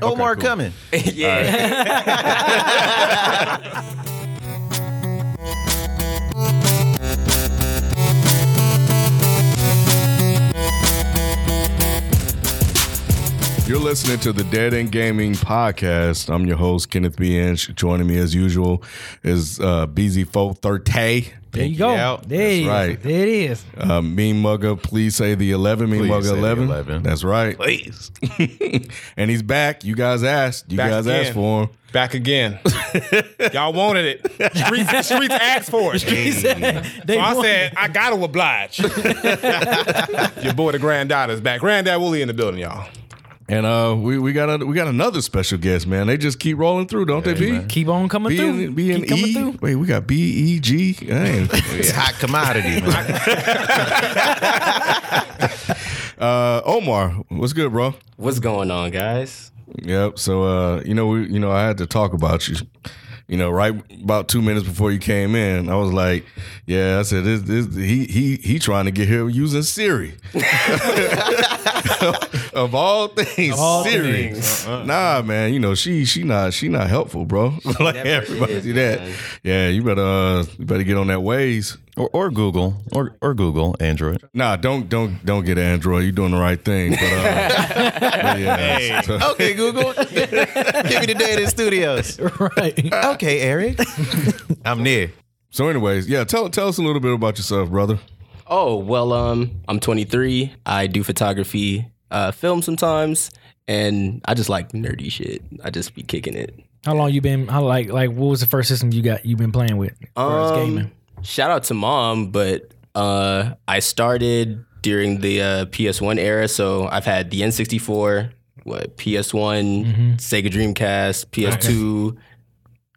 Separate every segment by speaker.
Speaker 1: Omar
Speaker 2: cool.
Speaker 1: coming.
Speaker 3: yeah.
Speaker 2: You're listening to the Dead End Gaming Podcast. I'm your host, Kenneth B. Inch. Joining me as usual is uh, BZ430.
Speaker 4: There you go.
Speaker 1: out.
Speaker 4: There it is.
Speaker 2: right.
Speaker 4: There it is.
Speaker 2: Uh, mean Mugger, please say the 11. Mean
Speaker 1: Please
Speaker 2: Mugger
Speaker 1: say the
Speaker 2: 11.
Speaker 1: 11.
Speaker 2: That's right.
Speaker 1: Please.
Speaker 2: and he's back. You guys asked. You
Speaker 5: Back
Speaker 2: guys
Speaker 5: again.
Speaker 2: asked for him.
Speaker 5: Back again. Y'all wanted it. Streets, the streets asked for it.
Speaker 4: They
Speaker 5: So I
Speaker 4: won.
Speaker 5: said, I gotta oblige. Your boy, the granddad, is back. Granddad Wooly in the building, y'all.
Speaker 2: And uh, we, we got a, we got another special guest, man. They just keep rolling through, don't they, B?
Speaker 4: keep on coming
Speaker 2: B
Speaker 4: through.
Speaker 2: and, B and
Speaker 4: keep coming
Speaker 2: E.
Speaker 4: through.
Speaker 2: Wait, we got B E G. Dang.
Speaker 1: It's hot commodity, man.
Speaker 2: uh, Omar, what's good, bro?
Speaker 3: What's going on, guys?
Speaker 2: Yep. So uh, you know, we you know, I had to talk about you. You know, right about two minutes before you came in, I was like, "Yeah," I said, "This, this he he he trying to get here using Siri." of all things,
Speaker 4: all
Speaker 2: Siri. Uh-uh. Nah, man, you know she she not she not helpful, bro. like everybody
Speaker 3: is,
Speaker 2: do that.
Speaker 3: man.
Speaker 2: Yeah, you better uh, you better get on that ways.
Speaker 1: Or, or Google. Or, or Google, Android.
Speaker 2: Nah, don't don't don't get Android. You're doing the right thing. But, uh, but yeah, so-
Speaker 1: Okay, Google. Give me the data in studios.
Speaker 4: Right.
Speaker 1: Okay, Eric. I'm near.
Speaker 2: So, anyways, yeah, tell tell us a little bit about yourself, brother.
Speaker 3: Oh, well, um, I'm 23. I do photography, uh, film sometimes, and I just like nerdy shit. I just be kicking it.
Speaker 4: How long you been? How like like what was the first system you got? You been playing with? as
Speaker 3: Um,
Speaker 4: gaming?
Speaker 3: Shout out to mom, but uh, I started during the uh, PS1 era, so I've had the N64, what PS1,
Speaker 5: Mm-hmm.
Speaker 3: Sega Dreamcast, PS2,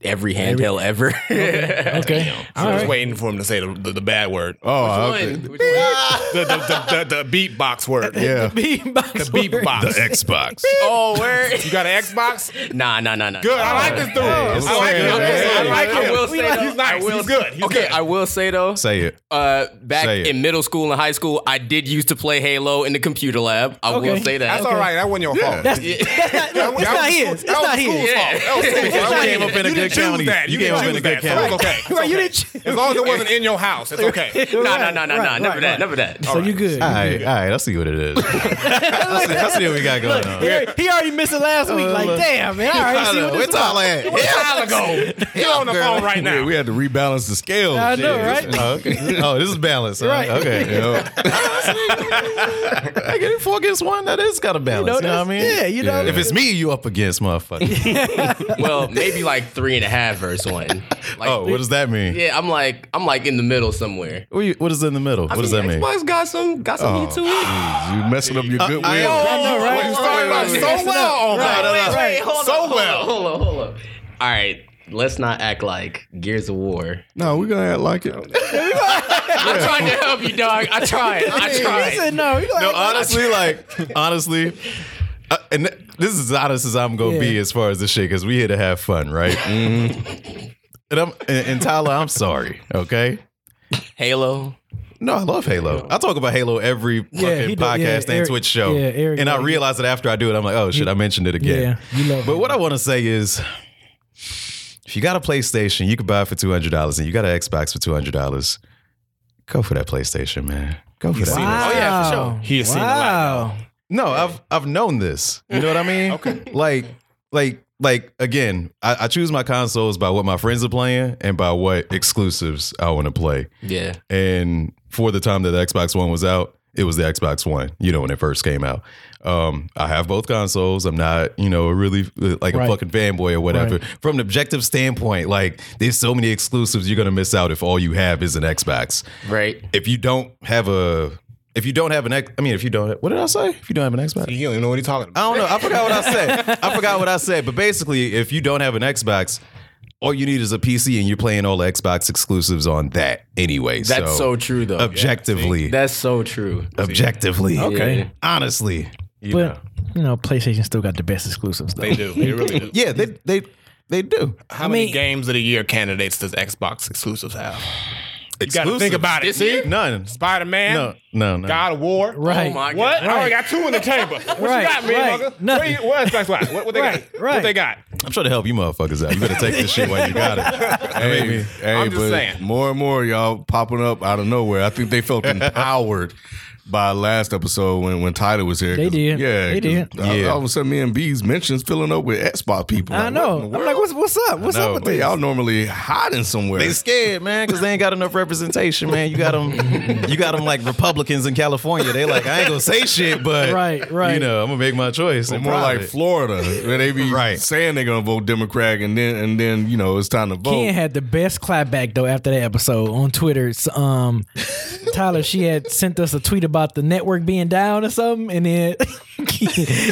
Speaker 3: every handheld ever.
Speaker 4: Okay.
Speaker 5: I
Speaker 4: All
Speaker 5: was
Speaker 4: right.
Speaker 5: waiting for him to say the, the, the bad word.
Speaker 2: Oh,
Speaker 3: Which
Speaker 2: I-
Speaker 3: one? Which one?
Speaker 5: The, the, the, the, the beatbox word.
Speaker 2: yeah.
Speaker 5: The beatbox.
Speaker 2: Xbox.
Speaker 3: Oh, where?
Speaker 5: You got an Xbox?
Speaker 3: Nah, nah, nah, nah.
Speaker 5: Good. I like this dude. I like him. I like him.
Speaker 3: I will say though,
Speaker 5: He's nice.
Speaker 3: I will
Speaker 5: He's good. He's
Speaker 3: okay,
Speaker 5: good.
Speaker 3: I will say though,
Speaker 1: Say it.
Speaker 3: uh, back
Speaker 1: say it.
Speaker 3: in middle school and high school, I did used to play Halo in the computer lab. I will
Speaker 4: Okay.
Speaker 3: say that.
Speaker 5: That's all right. That wasn't your fault.
Speaker 4: That's, that's not, look, it's
Speaker 5: That
Speaker 4: not
Speaker 5: was
Speaker 4: his.
Speaker 5: school-
Speaker 4: It's
Speaker 5: that was
Speaker 4: not his.
Speaker 5: school's fault. That was school's fault.
Speaker 1: You
Speaker 3: Right.
Speaker 1: came up in a
Speaker 5: You
Speaker 1: good
Speaker 5: didn't
Speaker 1: county.
Speaker 5: choose that.
Speaker 1: You came up in a good
Speaker 5: So it's
Speaker 1: county.
Speaker 5: okay. It's
Speaker 4: Right, you
Speaker 5: okay.
Speaker 4: didn't choose-
Speaker 5: As long as it wasn't in your house, it's okay.
Speaker 3: No, no, no, no, no.
Speaker 4: Right,
Speaker 3: Never
Speaker 4: right,
Speaker 3: that.
Speaker 4: right.
Speaker 3: Never that.
Speaker 4: So you good?
Speaker 1: All right, all right. I see what it is. I see, I see what we got going on.
Speaker 4: He already- He already missed it last week. Like, damn, man. All right, see what
Speaker 1: Where
Speaker 4: this about.
Speaker 1: Tyler at?
Speaker 5: A while ago. You're on the phone right
Speaker 2: Yeah,
Speaker 5: now.
Speaker 2: we had to rebalance the scales.
Speaker 4: I know, right?
Speaker 1: Oh, okay. Oh, this is balance. Huh?
Speaker 4: Right.
Speaker 1: Okay.
Speaker 2: You know?
Speaker 1: I get it four against one. That is got a balance. You know, what I mean?
Speaker 4: Yeah, you know.
Speaker 2: Yeah.
Speaker 1: If it's me, you up against motherfucker.
Speaker 3: well, maybe like three and a half versus one. Like,
Speaker 1: oh, what does that mean?
Speaker 3: yeah, I'm like I'm like in the middle somewhere.
Speaker 1: What, you, what is in the middle? What does that mean? Oh.
Speaker 3: Xbox got some got some heat to it.
Speaker 2: you messing up your
Speaker 1: Uh,
Speaker 2: goodwill.
Speaker 4: know, right?
Speaker 5: You started out so well on
Speaker 4: Right,
Speaker 5: that.
Speaker 4: right, right.
Speaker 3: hold so on, well. Hold on, hold on, hold on. All right, let's not act like Gears of War.
Speaker 2: no, we're gonna act like it.
Speaker 3: I'm trying to help you, dog. I tried. I
Speaker 4: He
Speaker 3: tried.
Speaker 4: said no. He
Speaker 1: No,
Speaker 4: like,
Speaker 1: honestly, like honestly, uh, and th- this is as honest as I'm gonna be
Speaker 4: Yeah.
Speaker 1: as far as this shit because we here to have fun, right? Mm-hmm. And I'm and, and Tyler, I'm sorry, okay?
Speaker 3: Halo.
Speaker 1: No, I love Halo. I talk about Halo every fucking
Speaker 4: he do- yeah,
Speaker 1: podcast and
Speaker 4: Eric-
Speaker 1: Twitch show,
Speaker 4: yeah, Eric
Speaker 1: and I
Speaker 4: does.
Speaker 1: realize that after I do it, I'm like, oh shit, I mentioned it again.
Speaker 4: yeah, you love.
Speaker 1: But what I want to say is, if you got a PlayStation, you could buy it for two hundred dollars, and you got an Xbox for two hundred dollars. Go for that PlayStation, man. Go for that.
Speaker 4: wow.
Speaker 5: Oh, yeah, for sure.
Speaker 4: He
Speaker 5: has seen a lot
Speaker 4: wow.
Speaker 1: No, I've I've known this. You know what I mean? okay. Like like like again, I, I choose my consoles by what my friends are playing and by what exclusives I want to play.
Speaker 3: Yeah.
Speaker 1: And for the time that the Xbox One was out, it was the Xbox One. You know when it first came out. Um, I have both consoles. I'm not you know really uh, like a
Speaker 4: Right.
Speaker 1: fucking fanboy or whatever. From an objective standpoint, like there's so many exclusives you're gonna miss out if all you have is an Xbox
Speaker 3: Right.
Speaker 1: if you don't have a if you don't have an X, I mean, if you don't, what did I say? If you don't have an Xbox,
Speaker 5: You don't even know what he's talking
Speaker 1: I don't
Speaker 5: about.
Speaker 1: know. I forgot what I said. I forgot what I said. But basically, if you don't have an Xbox, all you need is a PC, and you're playing all the Xbox exclusives on that anyway.
Speaker 3: That's so, true,
Speaker 1: Oh,
Speaker 3: though.
Speaker 1: objectively,
Speaker 3: That's so true.
Speaker 1: objectively,
Speaker 3: Okay. Yeah.
Speaker 1: honestly, you know.
Speaker 4: But you know, PlayStation still got the best exclusives. Though.
Speaker 5: They do. They really do.
Speaker 1: yeah, they they they do.
Speaker 5: How many
Speaker 4: mean-
Speaker 5: games of the year candidates does Xbox exclusives have? gotta
Speaker 1: Exclusive.
Speaker 5: think about it.
Speaker 3: This year?
Speaker 1: None.
Speaker 5: Spider Man,
Speaker 1: No, no, no.
Speaker 5: God of War.
Speaker 4: Right.
Speaker 3: Oh my
Speaker 5: What?
Speaker 3: god.
Speaker 5: I already got two in the chamber. What
Speaker 4: Right,
Speaker 5: you got, me,
Speaker 4: right,
Speaker 5: mugger? What,
Speaker 4: nothing.
Speaker 5: you, what else that's like? What, what they
Speaker 4: Right,
Speaker 5: got?
Speaker 4: right.
Speaker 5: What they got?
Speaker 1: I'm trying to help you motherfuckers out. You better take this shit while you got it.
Speaker 2: Hey, hey,
Speaker 5: I'm just
Speaker 2: but
Speaker 5: saying.
Speaker 2: more and more y'all popping up out of nowhere. I think they felt empowered by last episode when when Tyler was here.
Speaker 4: They
Speaker 2: 'Cause-
Speaker 4: did.
Speaker 2: Yeah,
Speaker 4: They
Speaker 2: 'cause
Speaker 4: did.
Speaker 2: All,
Speaker 1: Yeah.
Speaker 2: all of a sudden, me and B's mentions filling up with Xbox people.
Speaker 4: I
Speaker 2: Like,
Speaker 4: know.
Speaker 2: what in the
Speaker 4: I'm
Speaker 2: world?
Speaker 4: like, what's what's up? What's
Speaker 1: I
Speaker 4: up
Speaker 1: know.
Speaker 4: with
Speaker 2: But
Speaker 4: this?
Speaker 2: y'all normally hiding somewhere.
Speaker 1: They scared, man, because they ain't got enough representation, man. You got them, you got them like Republicans in California. They like, I ain't gonna say shit, but
Speaker 4: Right, right.
Speaker 1: You know, I'm gonna make my choice.
Speaker 2: But
Speaker 1: in
Speaker 2: more like
Speaker 1: private.
Speaker 2: Florida, where they be
Speaker 1: Right.
Speaker 2: saying they're gonna vote Democrat, and then and then you know it's time to vote.
Speaker 5: Oh.
Speaker 4: Ken had the best clapback though after that episode on Twitter. It's, um, Tyler, she had sent us a tweet about the network being down or something, and then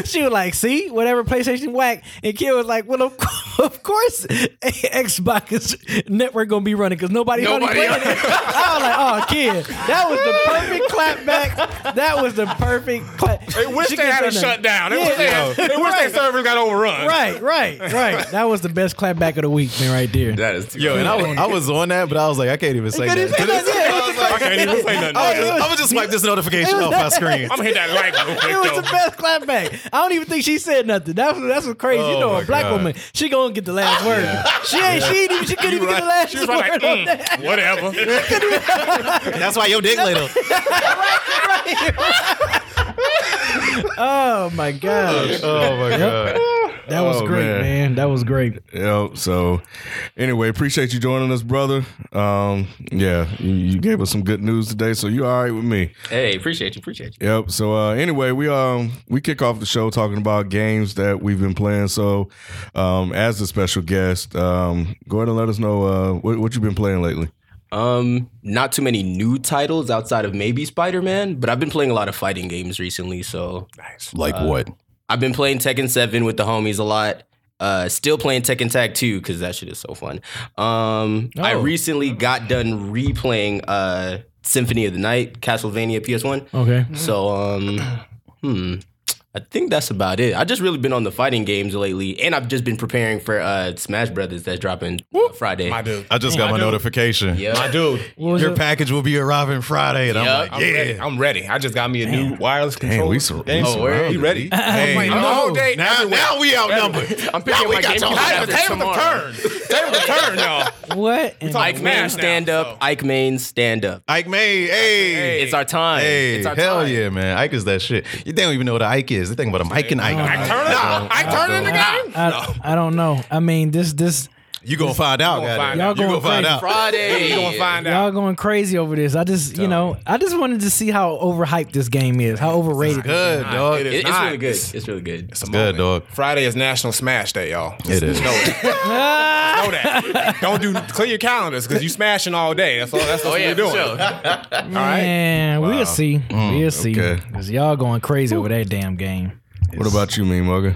Speaker 4: she was like, "See, whatever PlayStation whack." And Ken was like, "Well, of, cou- of course, Xbox is network gonna be running because nobody, nobody
Speaker 3: Nobody-
Speaker 4: playing it." I was like, "Oh, Ken, that was the perfect clapback. That was the perfect clap."
Speaker 5: They wish
Speaker 4: She
Speaker 5: they
Speaker 4: could
Speaker 5: had a
Speaker 4: say nothing.
Speaker 5: shutdown. They wish they,
Speaker 4: Yeah.
Speaker 5: had, they wish their servers got overrun.
Speaker 4: Right, right, right. That was the best clapback of the week, man, right there.
Speaker 3: That is too
Speaker 1: Yo, and I was, I was on that, but I was like, I can't even say that.
Speaker 4: couldn't say nothing, yeah.
Speaker 1: I was like,
Speaker 5: I can't even say nothing.
Speaker 1: I
Speaker 5: I'm
Speaker 1: was just, I was just wipe this notification off my screen.
Speaker 5: gonna hit that like real
Speaker 4: It was the
Speaker 5: quick though.
Speaker 4: best clapback. I don't even think she said nothing. That's that's what's crazy.
Speaker 1: Oh
Speaker 4: you know,
Speaker 1: my
Speaker 4: a black
Speaker 1: God.
Speaker 4: woman, she gonna get the last word. She ain't. She ain't even. She couldn't even get the last
Speaker 5: She was
Speaker 4: word.
Speaker 5: like,
Speaker 4: on that.
Speaker 5: mm, whatever.
Speaker 1: That's why your dick little.
Speaker 4: Oh my god,
Speaker 1: Oh my god.
Speaker 4: that was
Speaker 2: Oh,
Speaker 4: great,
Speaker 2: man.
Speaker 4: man. That was great.
Speaker 2: Yep. So, anyway, appreciate you joining us, brother. Um, yeah, you, you gave us some good news today, so you all right with me?
Speaker 3: Hey, appreciate you, appreciate you.
Speaker 2: Yep. So, uh, anyway, we um we kick off the show talking about games that we've been playing. So, um, as the special guest, um, go ahead and let us know uh what, what you've been playing lately.
Speaker 3: Um, not too many new titles outside of maybe Spider Man, but I've been playing a lot of fighting games recently. So
Speaker 1: Like
Speaker 2: Uh,
Speaker 1: what?
Speaker 3: I've been playing Tekken 7 with the homies a lot. Uh, still playing Tekken Tag 2 because that shit is so fun. Um, I
Speaker 4: Oh.
Speaker 3: recently got done replaying uh, Symphony of the Night, Castlevania PS1.
Speaker 4: Okay.
Speaker 3: So, um, hmm, I think that's about it. I've just really been on the fighting games lately, and I've just been preparing for uh, Smash Brothers that's dropping uh, Friday.
Speaker 5: My dude.
Speaker 1: I just got my notification.
Speaker 3: Yeah.
Speaker 5: My dude.
Speaker 4: What was
Speaker 1: Your
Speaker 4: it?
Speaker 1: package will be arriving Friday, and
Speaker 3: Yeah.
Speaker 1: I'm like,
Speaker 5: I'm
Speaker 1: yeah.
Speaker 5: ready. I'm ready. I just got me a new wireless controller.
Speaker 2: we sur- we
Speaker 5: Damn.
Speaker 2: surrounded.
Speaker 5: we Oh, ready.
Speaker 1: Hey,
Speaker 4: my
Speaker 5: I'm
Speaker 4: No.
Speaker 5: all day.
Speaker 1: now,
Speaker 5: everywhere.
Speaker 1: now we outnumbered.
Speaker 3: I'm picking
Speaker 1: now we
Speaker 3: my
Speaker 1: got
Speaker 3: game
Speaker 1: your
Speaker 3: up
Speaker 1: high-
Speaker 5: Hey, the table
Speaker 3: tomorrow.
Speaker 5: turn. Table turn, y'all.
Speaker 4: What? in-
Speaker 5: talking-
Speaker 3: Ike Main
Speaker 5: Smash now,
Speaker 3: stand up.
Speaker 5: so.
Speaker 3: Ike Main stand up.
Speaker 1: Ike May, hey.
Speaker 5: Hey.
Speaker 3: It's our time.
Speaker 1: Hey,
Speaker 3: it's our
Speaker 1: hell
Speaker 3: time.
Speaker 1: yeah, man. Ike is that shit. You don't even know what an Ike is. They think about a Mike and Ike.
Speaker 5: I
Speaker 4: Uh,
Speaker 5: turn it. I turn in the game.
Speaker 4: I, I don't know. I mean, this this
Speaker 1: You gonna find out,
Speaker 5: gonna
Speaker 1: goddamn.
Speaker 5: find
Speaker 1: You
Speaker 5: out.
Speaker 1: gonna
Speaker 4: Y'all
Speaker 1: find
Speaker 4: going
Speaker 1: out.
Speaker 3: Friday.
Speaker 5: You gonna find out.
Speaker 4: y'all going crazy over this. I just you know I just wanted to see how overhyped this game is, how overrated.
Speaker 1: Good, dog.
Speaker 5: It is
Speaker 3: It- it's
Speaker 5: not.
Speaker 3: really good. It's really good.
Speaker 1: It's good, dog.
Speaker 5: Friday is National Smash Day, y'all.
Speaker 1: It is.
Speaker 5: Know it. know that. Don't do clear your calendars because you smashing all day. That's all. That's
Speaker 3: Oh,
Speaker 5: all you're doing.
Speaker 4: Man, we'll see.
Speaker 1: Mm,
Speaker 4: we'll see.
Speaker 2: okay.
Speaker 4: Cause y'all going crazy over that damn game.
Speaker 2: What about you, Mean Mugger?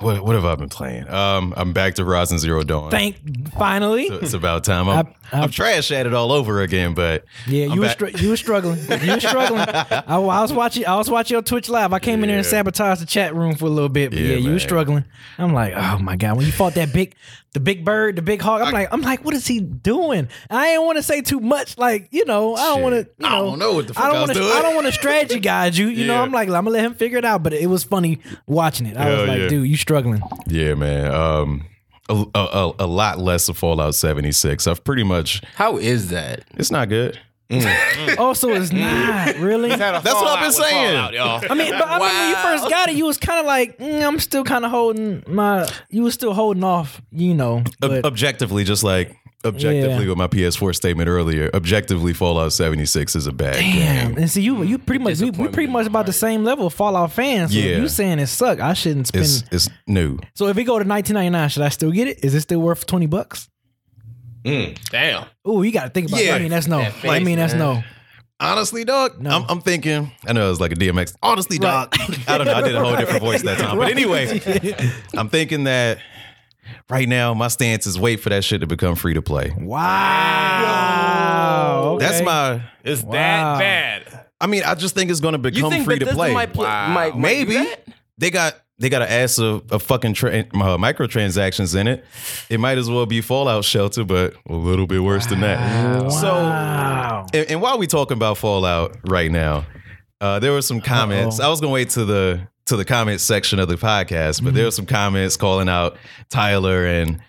Speaker 1: What, what have I been playing? Um, I'm back to Horizon Zero Dawn.
Speaker 4: Thank finally.
Speaker 1: it's about time. I'm,
Speaker 4: I- I-
Speaker 1: I'm trash at it all over again, but
Speaker 4: Yeah,
Speaker 1: I'm
Speaker 4: you were
Speaker 1: back.
Speaker 4: str- you were struggling. You were struggling. I, I was watching. I was watching your Twitch live. I came in there and sabotaged the chat room for a little bit. But yeah,
Speaker 1: Yeah,
Speaker 4: you
Speaker 1: man.
Speaker 4: were struggling. I'm like, oh my god, when you fought that big, the big bird, the big hog. I'm like, I'm like, what is he doing? I ain't want to say too much. Like, you know, I don't
Speaker 1: Shit.
Speaker 4: want to.
Speaker 1: I don't know what the fuck
Speaker 4: I
Speaker 1: I
Speaker 4: don't
Speaker 1: was
Speaker 4: want to.
Speaker 1: doing.
Speaker 4: I don't want to strategize you. You know,
Speaker 1: Yeah.
Speaker 4: I'm like, I'm gonna let him figure it out. But it was funny watching it. I
Speaker 1: Hell
Speaker 4: was like,
Speaker 1: yeah.
Speaker 4: dude, you struggling.
Speaker 1: yeah, man. Um, a, a, a, a lot less of Fallout 76. I've pretty much.
Speaker 3: How is that?
Speaker 1: It's not good.
Speaker 4: Also, it's not really.
Speaker 1: That's what I've been saying.
Speaker 4: I mean, but I mean, when you first got it, you was kind of like, mm, I'm still kind of holding my. You was still holding off, you know.
Speaker 1: Ob-
Speaker 4: But
Speaker 1: objectively, just like objectively
Speaker 4: Yeah.
Speaker 1: with my PS4 statement earlier, objectively Fallout 76 is a bad
Speaker 4: damn,
Speaker 1: game.
Speaker 4: and see, you you pretty much we, we pretty much about the same level of Fallout fans. So
Speaker 1: Yeah.
Speaker 4: if you saying it suck, I shouldn't spend.
Speaker 1: It's it's new.
Speaker 4: so if we go to 19.99, should I still get it? Is it still worth 20 bucks?
Speaker 3: Damn.
Speaker 4: Ooh, you got to think about.
Speaker 1: Yeah.
Speaker 4: That. I mean, that's no. I mean, that's no.
Speaker 1: Honestly, dog,
Speaker 4: No.
Speaker 1: I'm, I'm thinking. I know it's like a DMX. Honestly,
Speaker 4: Right.
Speaker 1: dog, I don't know. I did a whole different voice that time. But anyway, I'm thinking that right now my stance is wait for that shit to become free to play.
Speaker 4: Wow. Okay.
Speaker 1: That's my.
Speaker 5: It's
Speaker 4: Wow.
Speaker 5: that bad.
Speaker 1: I mean, I just think it's going to become free to play.
Speaker 3: might, pl-
Speaker 5: Wow.
Speaker 3: might- might do
Speaker 1: Maybe
Speaker 3: that?
Speaker 1: they got they got an ass of, of fucking tra- uh, microtransactions in it. It might as well be Fallout Shelter, but a little bit worse than that.
Speaker 4: Wow.
Speaker 1: So, and, and while we talking about Fallout right now, uh, there were some comments. I was gonna wait to the to the comments section of the podcast, but there were some comments calling out Tyler and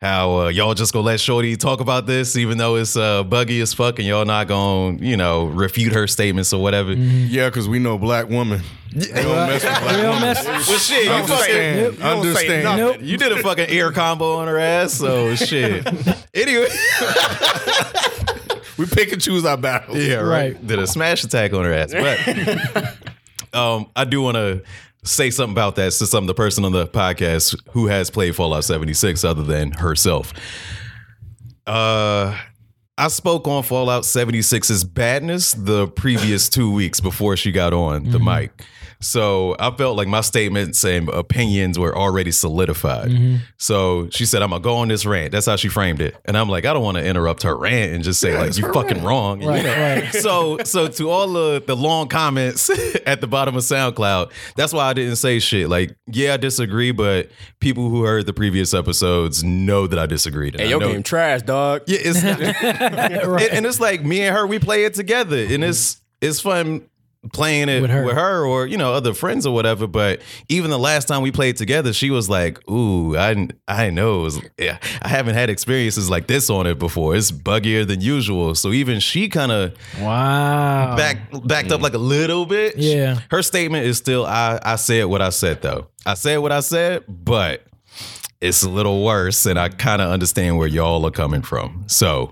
Speaker 1: how uh, y'all just gonna let Shorty talk about this, even though it's uh, buggy as fuck, and y'all not gonna you know refute her statements or whatever.
Speaker 2: Yeah, because we know black women. They don't mess with black
Speaker 4: Real
Speaker 2: women.
Speaker 4: mess.
Speaker 1: Well, shit, you fucking
Speaker 2: Understand.
Speaker 4: Yep.
Speaker 5: don't say
Speaker 2: Understand.
Speaker 4: Nope.
Speaker 5: nothing.
Speaker 1: you did a fucking ear combo on her ass, so shit. Anyway,
Speaker 2: We pick and choose our battles.
Speaker 1: yeah, right.
Speaker 4: Right.
Speaker 1: Did a smash attack on her ass, but um, I do want to say something about that to some of the person on the podcast who has played Fallout seventy six, other than herself. Uh. I spoke on Fallout 76's badness the previous two weeks before she got on
Speaker 4: Mm-hmm.
Speaker 1: the mic. So I felt like my statements and opinions were already solidified.
Speaker 4: Mm-hmm.
Speaker 1: So she said, I'm going to go on this rant. That's how she framed it. And I'm like, I don't want to interrupt her rant and just say, like, you fucking wrong. you
Speaker 4: Right,
Speaker 1: know?
Speaker 4: right.
Speaker 1: So, so to all the, the long comments at the bottom of SoundCloud, that's why I didn't say shit. Like, yeah, I disagree, but people who heard the previous episodes know that I disagreed. And
Speaker 3: Hey,
Speaker 1: I
Speaker 3: your
Speaker 1: know-
Speaker 3: game trash, dog.
Speaker 1: yeah, it's and, and it's like me and her, we play it together, and it's it's fun playing it
Speaker 4: With
Speaker 1: with
Speaker 4: her.
Speaker 1: her. or you know other friends or whatever. But even the last time we played together, she was like, "Ooh, I I know, it was, yeah, I haven't had experiences like this on it before. It's buggier than usual." So even she kind of
Speaker 4: Wow.
Speaker 1: back backed up like a little bit.
Speaker 4: Yeah.
Speaker 1: Her statement is still I I said what I said though. I said what I said, but it's a little worse and I kind of understand where y'all are coming from. So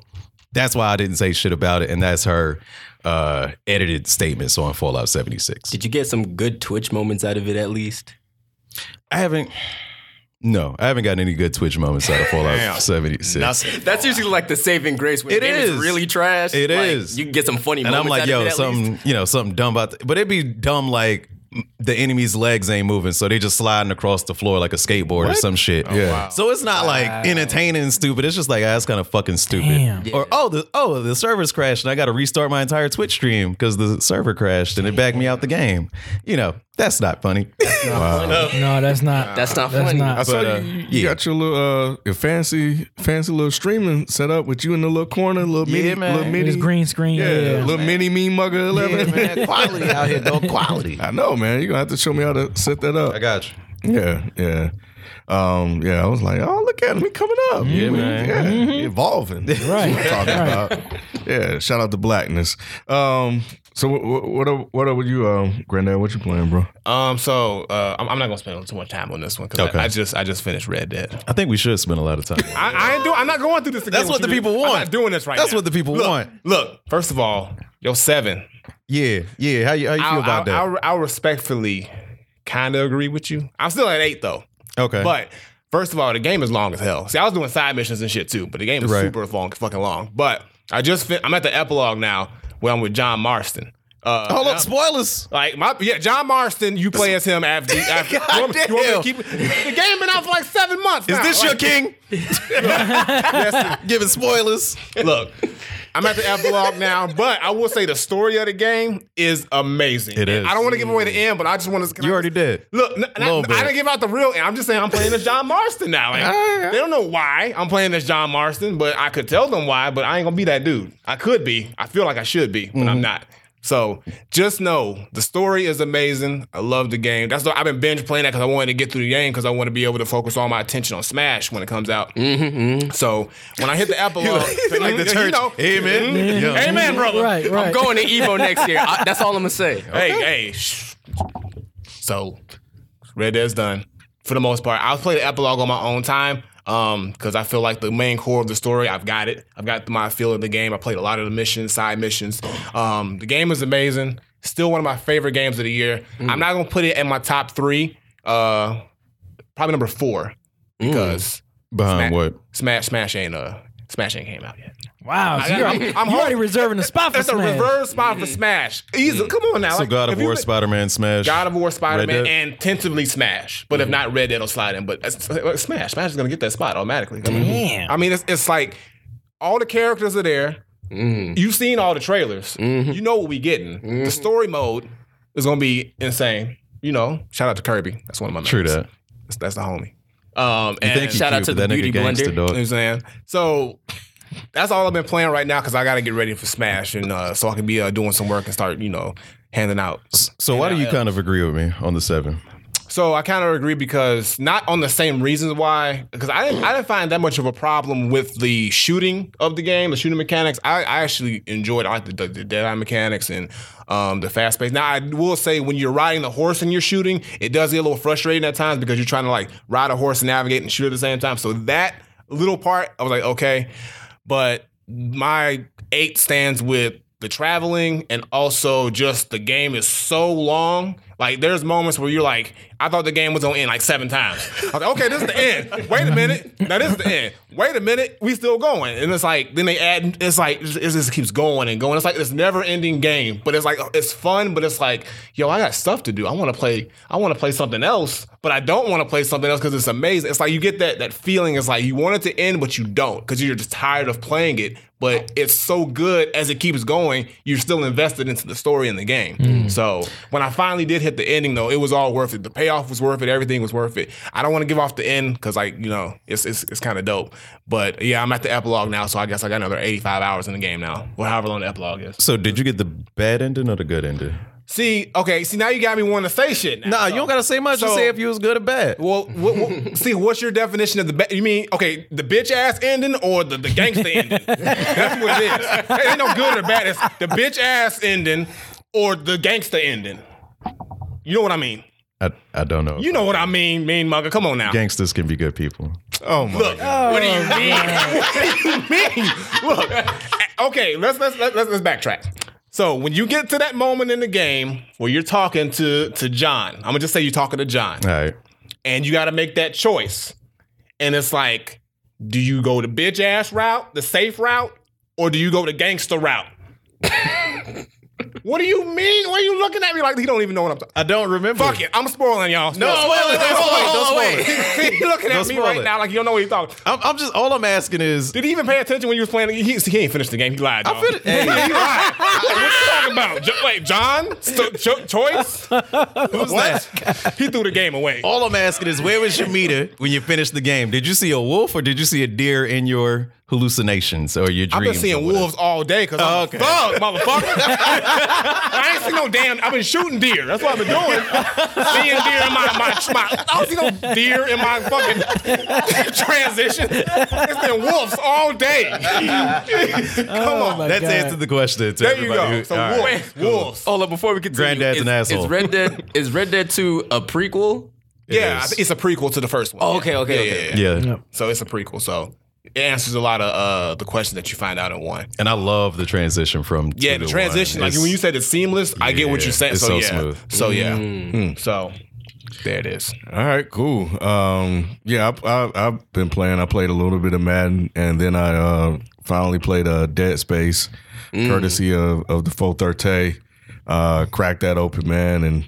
Speaker 1: that's why I didn't say shit about it and that's her uh edited statements on Fallout 76.
Speaker 3: Did you get some good Twitch moments out of it at least?
Speaker 1: I haven't no, I haven't gotten any good Twitch moments out of
Speaker 5: Damn.
Speaker 1: Fallout 76.
Speaker 3: That's usually like the saving grace when
Speaker 1: It
Speaker 3: the game
Speaker 1: is.
Speaker 3: really trash.
Speaker 1: It
Speaker 3: It is.
Speaker 1: is.
Speaker 3: You can get some funny
Speaker 1: and
Speaker 3: moments
Speaker 1: I'm like,
Speaker 3: out of
Speaker 1: yo,
Speaker 3: it at least.
Speaker 1: something, you know, something dumb about, th- but it'd be dumb like m- the enemy's legs ain't moving, so they just sliding across the floor like a skateboard or some shit.
Speaker 2: Yeah.
Speaker 1: So it's not like entertaining and stupid. It's just like, ah, that's kind of fucking stupid.
Speaker 4: Damn.
Speaker 1: Or oh, the oh the server's crashed and I got to restart my entire Twitch stream because the server crashed and it backed me out the game. You know, that's not funny.
Speaker 4: No, that's not.
Speaker 3: That's not
Speaker 4: That's
Speaker 3: funny.
Speaker 2: I
Speaker 4: not.
Speaker 2: saw
Speaker 1: But, uh,
Speaker 2: you, you got your little uh, your fancy fancy little streaming set up with you in the little corner, little mini,
Speaker 1: Yeah, man.
Speaker 2: little
Speaker 1: With
Speaker 2: mini,
Speaker 4: It's green screen.
Speaker 2: yeah,
Speaker 4: Yeah.
Speaker 2: little mini me mugger eleven.
Speaker 1: man, quality out here, though. Quality.
Speaker 2: I know, man. You are gonna have to show me how to set that up.
Speaker 1: I got you.
Speaker 2: Yeah, yeah. Um, yeah, I was like, oh, look at him. He coming up. Yeah,
Speaker 1: man. Mm-hmm.
Speaker 2: Yeah, he evolving. That's what I'm
Speaker 4: Right,
Speaker 2: talking about. Yeah, shout out to Blackness. Um, so what what what are, what are you, um, Granddad, what you playing, bro?
Speaker 5: Um. So uh, I'm, I'm not gonna spend too much time on this one because
Speaker 1: Okay.
Speaker 5: I, I just I just finished Red Dead.
Speaker 1: I think we should spend a lot of time.
Speaker 5: I, I ain't doing. I'm not going through this again.
Speaker 1: That's what
Speaker 5: with
Speaker 1: the
Speaker 5: you.
Speaker 1: people
Speaker 5: I'm
Speaker 1: want.
Speaker 5: not doing this right
Speaker 1: That's
Speaker 5: now.
Speaker 1: what the people
Speaker 5: Look,
Speaker 1: want.
Speaker 5: Look, first of all, yo seven.
Speaker 1: Yeah, yeah. How you how you feel
Speaker 5: I'll,
Speaker 1: about
Speaker 5: I'll,
Speaker 1: that?
Speaker 5: I'll, I'll respectfully kind of agree with you. I'm still at eight though.
Speaker 1: okay.
Speaker 5: But first of all, the game is long as hell. See, I was doing side missions and shit too, but the game is
Speaker 1: Right.
Speaker 5: super long, fucking long. But I just fin- I'm at the epilogue now where I'm with John Marston. Uh,
Speaker 1: hold
Speaker 5: now-
Speaker 1: up, spoilers.
Speaker 5: Like my yeah, John Marston. You play as him after. after you want me- you want me to
Speaker 1: damn.
Speaker 5: keep- the game been out for like seven months.
Speaker 1: Is
Speaker 5: now.
Speaker 1: this your
Speaker 5: Like,
Speaker 1: king? Giving spoilers.
Speaker 5: Look, I'm at the epilogue now, but I will say the story of the game is amazing.
Speaker 1: It is. Mm.
Speaker 5: I don't want to give away the end, but I just want to.
Speaker 1: You already did.
Speaker 5: Look, n- n- I,
Speaker 1: Little bit.
Speaker 5: didn't give out the real. end. I'm just saying I'm playing as John Marston now. Like, they don't know why I'm playing as John Marston, but I could tell them why. But I ain't gonna be that dude. I could be. I feel like I should be, but
Speaker 1: Mm-hmm.
Speaker 5: I'm not. So just know the story is amazing. I love the game. That's the, I've been binge playing that because I wanted to get through the game because I want to be able to focus all my attention on Smash when it comes out.
Speaker 1: Mm-hmm,
Speaker 5: So when I hit the epilogue,
Speaker 1: like the
Speaker 5: you
Speaker 1: church.
Speaker 5: know, Mm-hmm.
Speaker 1: Amen. Yeah.
Speaker 5: Amen, brother.
Speaker 4: Right. Right.
Speaker 3: I'm going to Evo next year. I, that's all I'm gonna say.
Speaker 5: Hey, hey. Shh. So, Red Dead's done for the most part. I'll play the epilogue on my own time because I feel like the main core of the story, I've got it. I've got my feel of the game. I played a lot of the missions, side missions. Um, the game is amazing. Still one of my favorite games of the year.
Speaker 4: Mm.
Speaker 5: I'm not going to put it in my top three, uh, probably number four,
Speaker 4: Mm.
Speaker 5: because
Speaker 1: Behind what?
Speaker 5: Smash Smash ain't uh, Smash ain't came out yet.
Speaker 4: Wow. So you're,
Speaker 5: I'm-
Speaker 4: already-
Speaker 5: I'm
Speaker 4: you're already
Speaker 5: hoping-
Speaker 4: reserving the spot for
Speaker 5: That's a
Speaker 4: Smash. Mm.
Speaker 5: reverse spot for Smash. Easy. Come on now.
Speaker 1: So
Speaker 5: Like,
Speaker 1: God
Speaker 5: if
Speaker 1: of
Speaker 5: you
Speaker 1: War,
Speaker 5: been-
Speaker 1: Spider Man, Smash.
Speaker 5: God of War, Spider
Speaker 1: Dead.
Speaker 5: Man,
Speaker 1: Mm-hmm.
Speaker 5: and tentatively Smash. But if not, Red Dead will slide in. But it's- it's- Smash, Smash is gonna get that spot automatically. I mean,
Speaker 4: Damn.
Speaker 5: I mean, it's, it's like all the characters are there.
Speaker 1: Mm. Mm-hmm.
Speaker 5: You've seen all the trailers. You know what we getting. The story mode is gonna be insane. you know, shout out to Kirby. That's one of my
Speaker 1: True
Speaker 5: mates.
Speaker 1: that.
Speaker 5: That's, that's the homie. Um, and
Speaker 1: Thank you,
Speaker 3: Shout out
Speaker 1: Cube,
Speaker 3: to
Speaker 1: but
Speaker 3: the
Speaker 1: that nigga
Speaker 3: beauty
Speaker 1: gangster,
Speaker 3: blender.
Speaker 5: You know what
Speaker 1: dog.
Speaker 5: I'm saying? So that's all I've been playing right now because I got to get ready for Smash and uh, so I can be uh, doing some work and start, you know, handing out.
Speaker 1: So why do you kind of agree with me on the seven?
Speaker 5: So I kind of agree because not on the same reasons why, because I didn't, I didn't find that much of a problem with the shooting of the game, the shooting mechanics. I, I actually enjoyed I like the, the, the dead eye mechanics and um, the fast pace. Now I will say when you're riding the horse and you're shooting, it does get a little frustrating at times because you're trying to like ride a horse and navigate and shoot at the same time. So that little part, I was like, okay, but my eight stands with the traveling and also just the game is so long. Like there's moments where you're like, I thought the game was gonna end like seven times. I was like, okay, this is the end. Wait a minute, now this is the end. Wait a minute, we still going. And it's like then they add, it's like it just keeps going and going. It's like this never ending game, but it's like it's fun, but it's like, yo, I got stuff to do. I want to play. I want to play something else, but I don't want to play something else because it's amazing. It's like you get that that feeling. It's like you want it to end, but you don't because you're just tired of playing it. But it's so good as it keeps going, you're still invested into the story and the game. So when I finally did hit the ending, though, it was all worth it. The payoff was worth it. Everything was worth it. I don't want to give off the end because, like you know, it's it's, it's kind of dope. But yeah, I'm at the epilogue now, so I guess I got another 85 hours in the game now, or however long the epilogue is.
Speaker 1: So did you get the bad ending or the good ending?
Speaker 5: See, okay, see now you got me wanting to say shit. Now.
Speaker 1: Nah, you don't gotta say much.
Speaker 5: so-
Speaker 1: just say if you was good or bad.
Speaker 5: Well, what, what, see, what's your definition of the? Ba- you mean okay, the bitch ass ending or the the gangsta ending? That's what it is. It ain't no good or bad. It's the bitch ass ending or the gangsta ending. You know what I mean?
Speaker 1: I, I don't know.
Speaker 5: You know what I mean, mean mugger. Come on now.
Speaker 1: gangsters can be good people.
Speaker 5: Oh my Look, What do you mean? what do you mean? Look, a- okay, let's let's let's let's let's backtrack. So when you get to that moment in the game where you're talking to to John, I'm gonna just say you're talking to John
Speaker 1: All right.
Speaker 5: and you got to make that choice. And it's like, do you go the bitch ass route, the safe route, or do you go the gangster route? what do you mean? Why are you looking at me like he don't even know what I'm talking?
Speaker 1: I don't remember.
Speaker 5: Fuck it, I'm spoiling y'all. No,
Speaker 1: spoil it, don't spoil it, don't spoil it.
Speaker 5: He looking at
Speaker 1: Don't
Speaker 5: me
Speaker 1: spoil
Speaker 5: right
Speaker 1: it.
Speaker 5: now like you don't know what he's talking.
Speaker 1: I'm, I'm just all I'm asking is
Speaker 5: Did he even pay attention when you was playing? He, he ain't finished the game. He lied. Dog.
Speaker 1: fin- Hey.
Speaker 5: he lied. Like, what you talking about? Jo- wait, John? Sto- cho- choice? what? He threw the game away.
Speaker 1: all I'm asking is where was your meter when you finished the game? Did you see a wolf or did you see a deer in your hallucinations or your dreams?
Speaker 5: I've been
Speaker 1: or
Speaker 5: seeing
Speaker 1: whatever? Oh,
Speaker 5: wolves all day because I'm
Speaker 1: okay.
Speaker 5: a thug, motherfucker. I ain't seen no damn. I've been shooting deer. That's what I've been doing. Seeing deer in my, my, my I don't see no deer in my fucking transition. It's been wolves all day. Come on.
Speaker 4: Oh my
Speaker 1: That's
Speaker 4: God.
Speaker 1: answered the question. To
Speaker 5: there
Speaker 1: everybody
Speaker 5: you go.
Speaker 1: who-
Speaker 5: So
Speaker 1: all right.
Speaker 5: wolves, wolves.
Speaker 3: Hold up, before we continue,
Speaker 1: Granddad's
Speaker 3: is,
Speaker 1: an asshole.
Speaker 3: Is Red Dead is Red Dead Two a prequel?
Speaker 5: yeah,
Speaker 1: is.
Speaker 5: I think it's a prequel to the first one.
Speaker 3: Oh, okay, okay,
Speaker 5: Yeah,
Speaker 3: okay.
Speaker 5: yeah, yeah.
Speaker 1: Yeah.
Speaker 5: So it's a prequel. So it answers a lot of uh, the questions that you find out in one.
Speaker 1: And I love the transition from
Speaker 5: Yeah,
Speaker 1: two
Speaker 5: the
Speaker 1: to
Speaker 5: transition.
Speaker 1: one.
Speaker 5: Like when you said it's seamless, I get what
Speaker 1: Yeah,
Speaker 5: you're saying.
Speaker 1: it's
Speaker 5: so,
Speaker 1: so
Speaker 5: yeah.
Speaker 1: smooth.
Speaker 5: So yeah.
Speaker 4: Mm.
Speaker 5: Mm. So there it is.
Speaker 2: All right, cool. Um, yeah, I, I, I've been playing. I played a little bit of Madden, and then I uh, finally played uh, Dead Space,
Speaker 4: Mm.
Speaker 2: courtesy of, of the Faux Thirte. Uh, cracked that open, man, and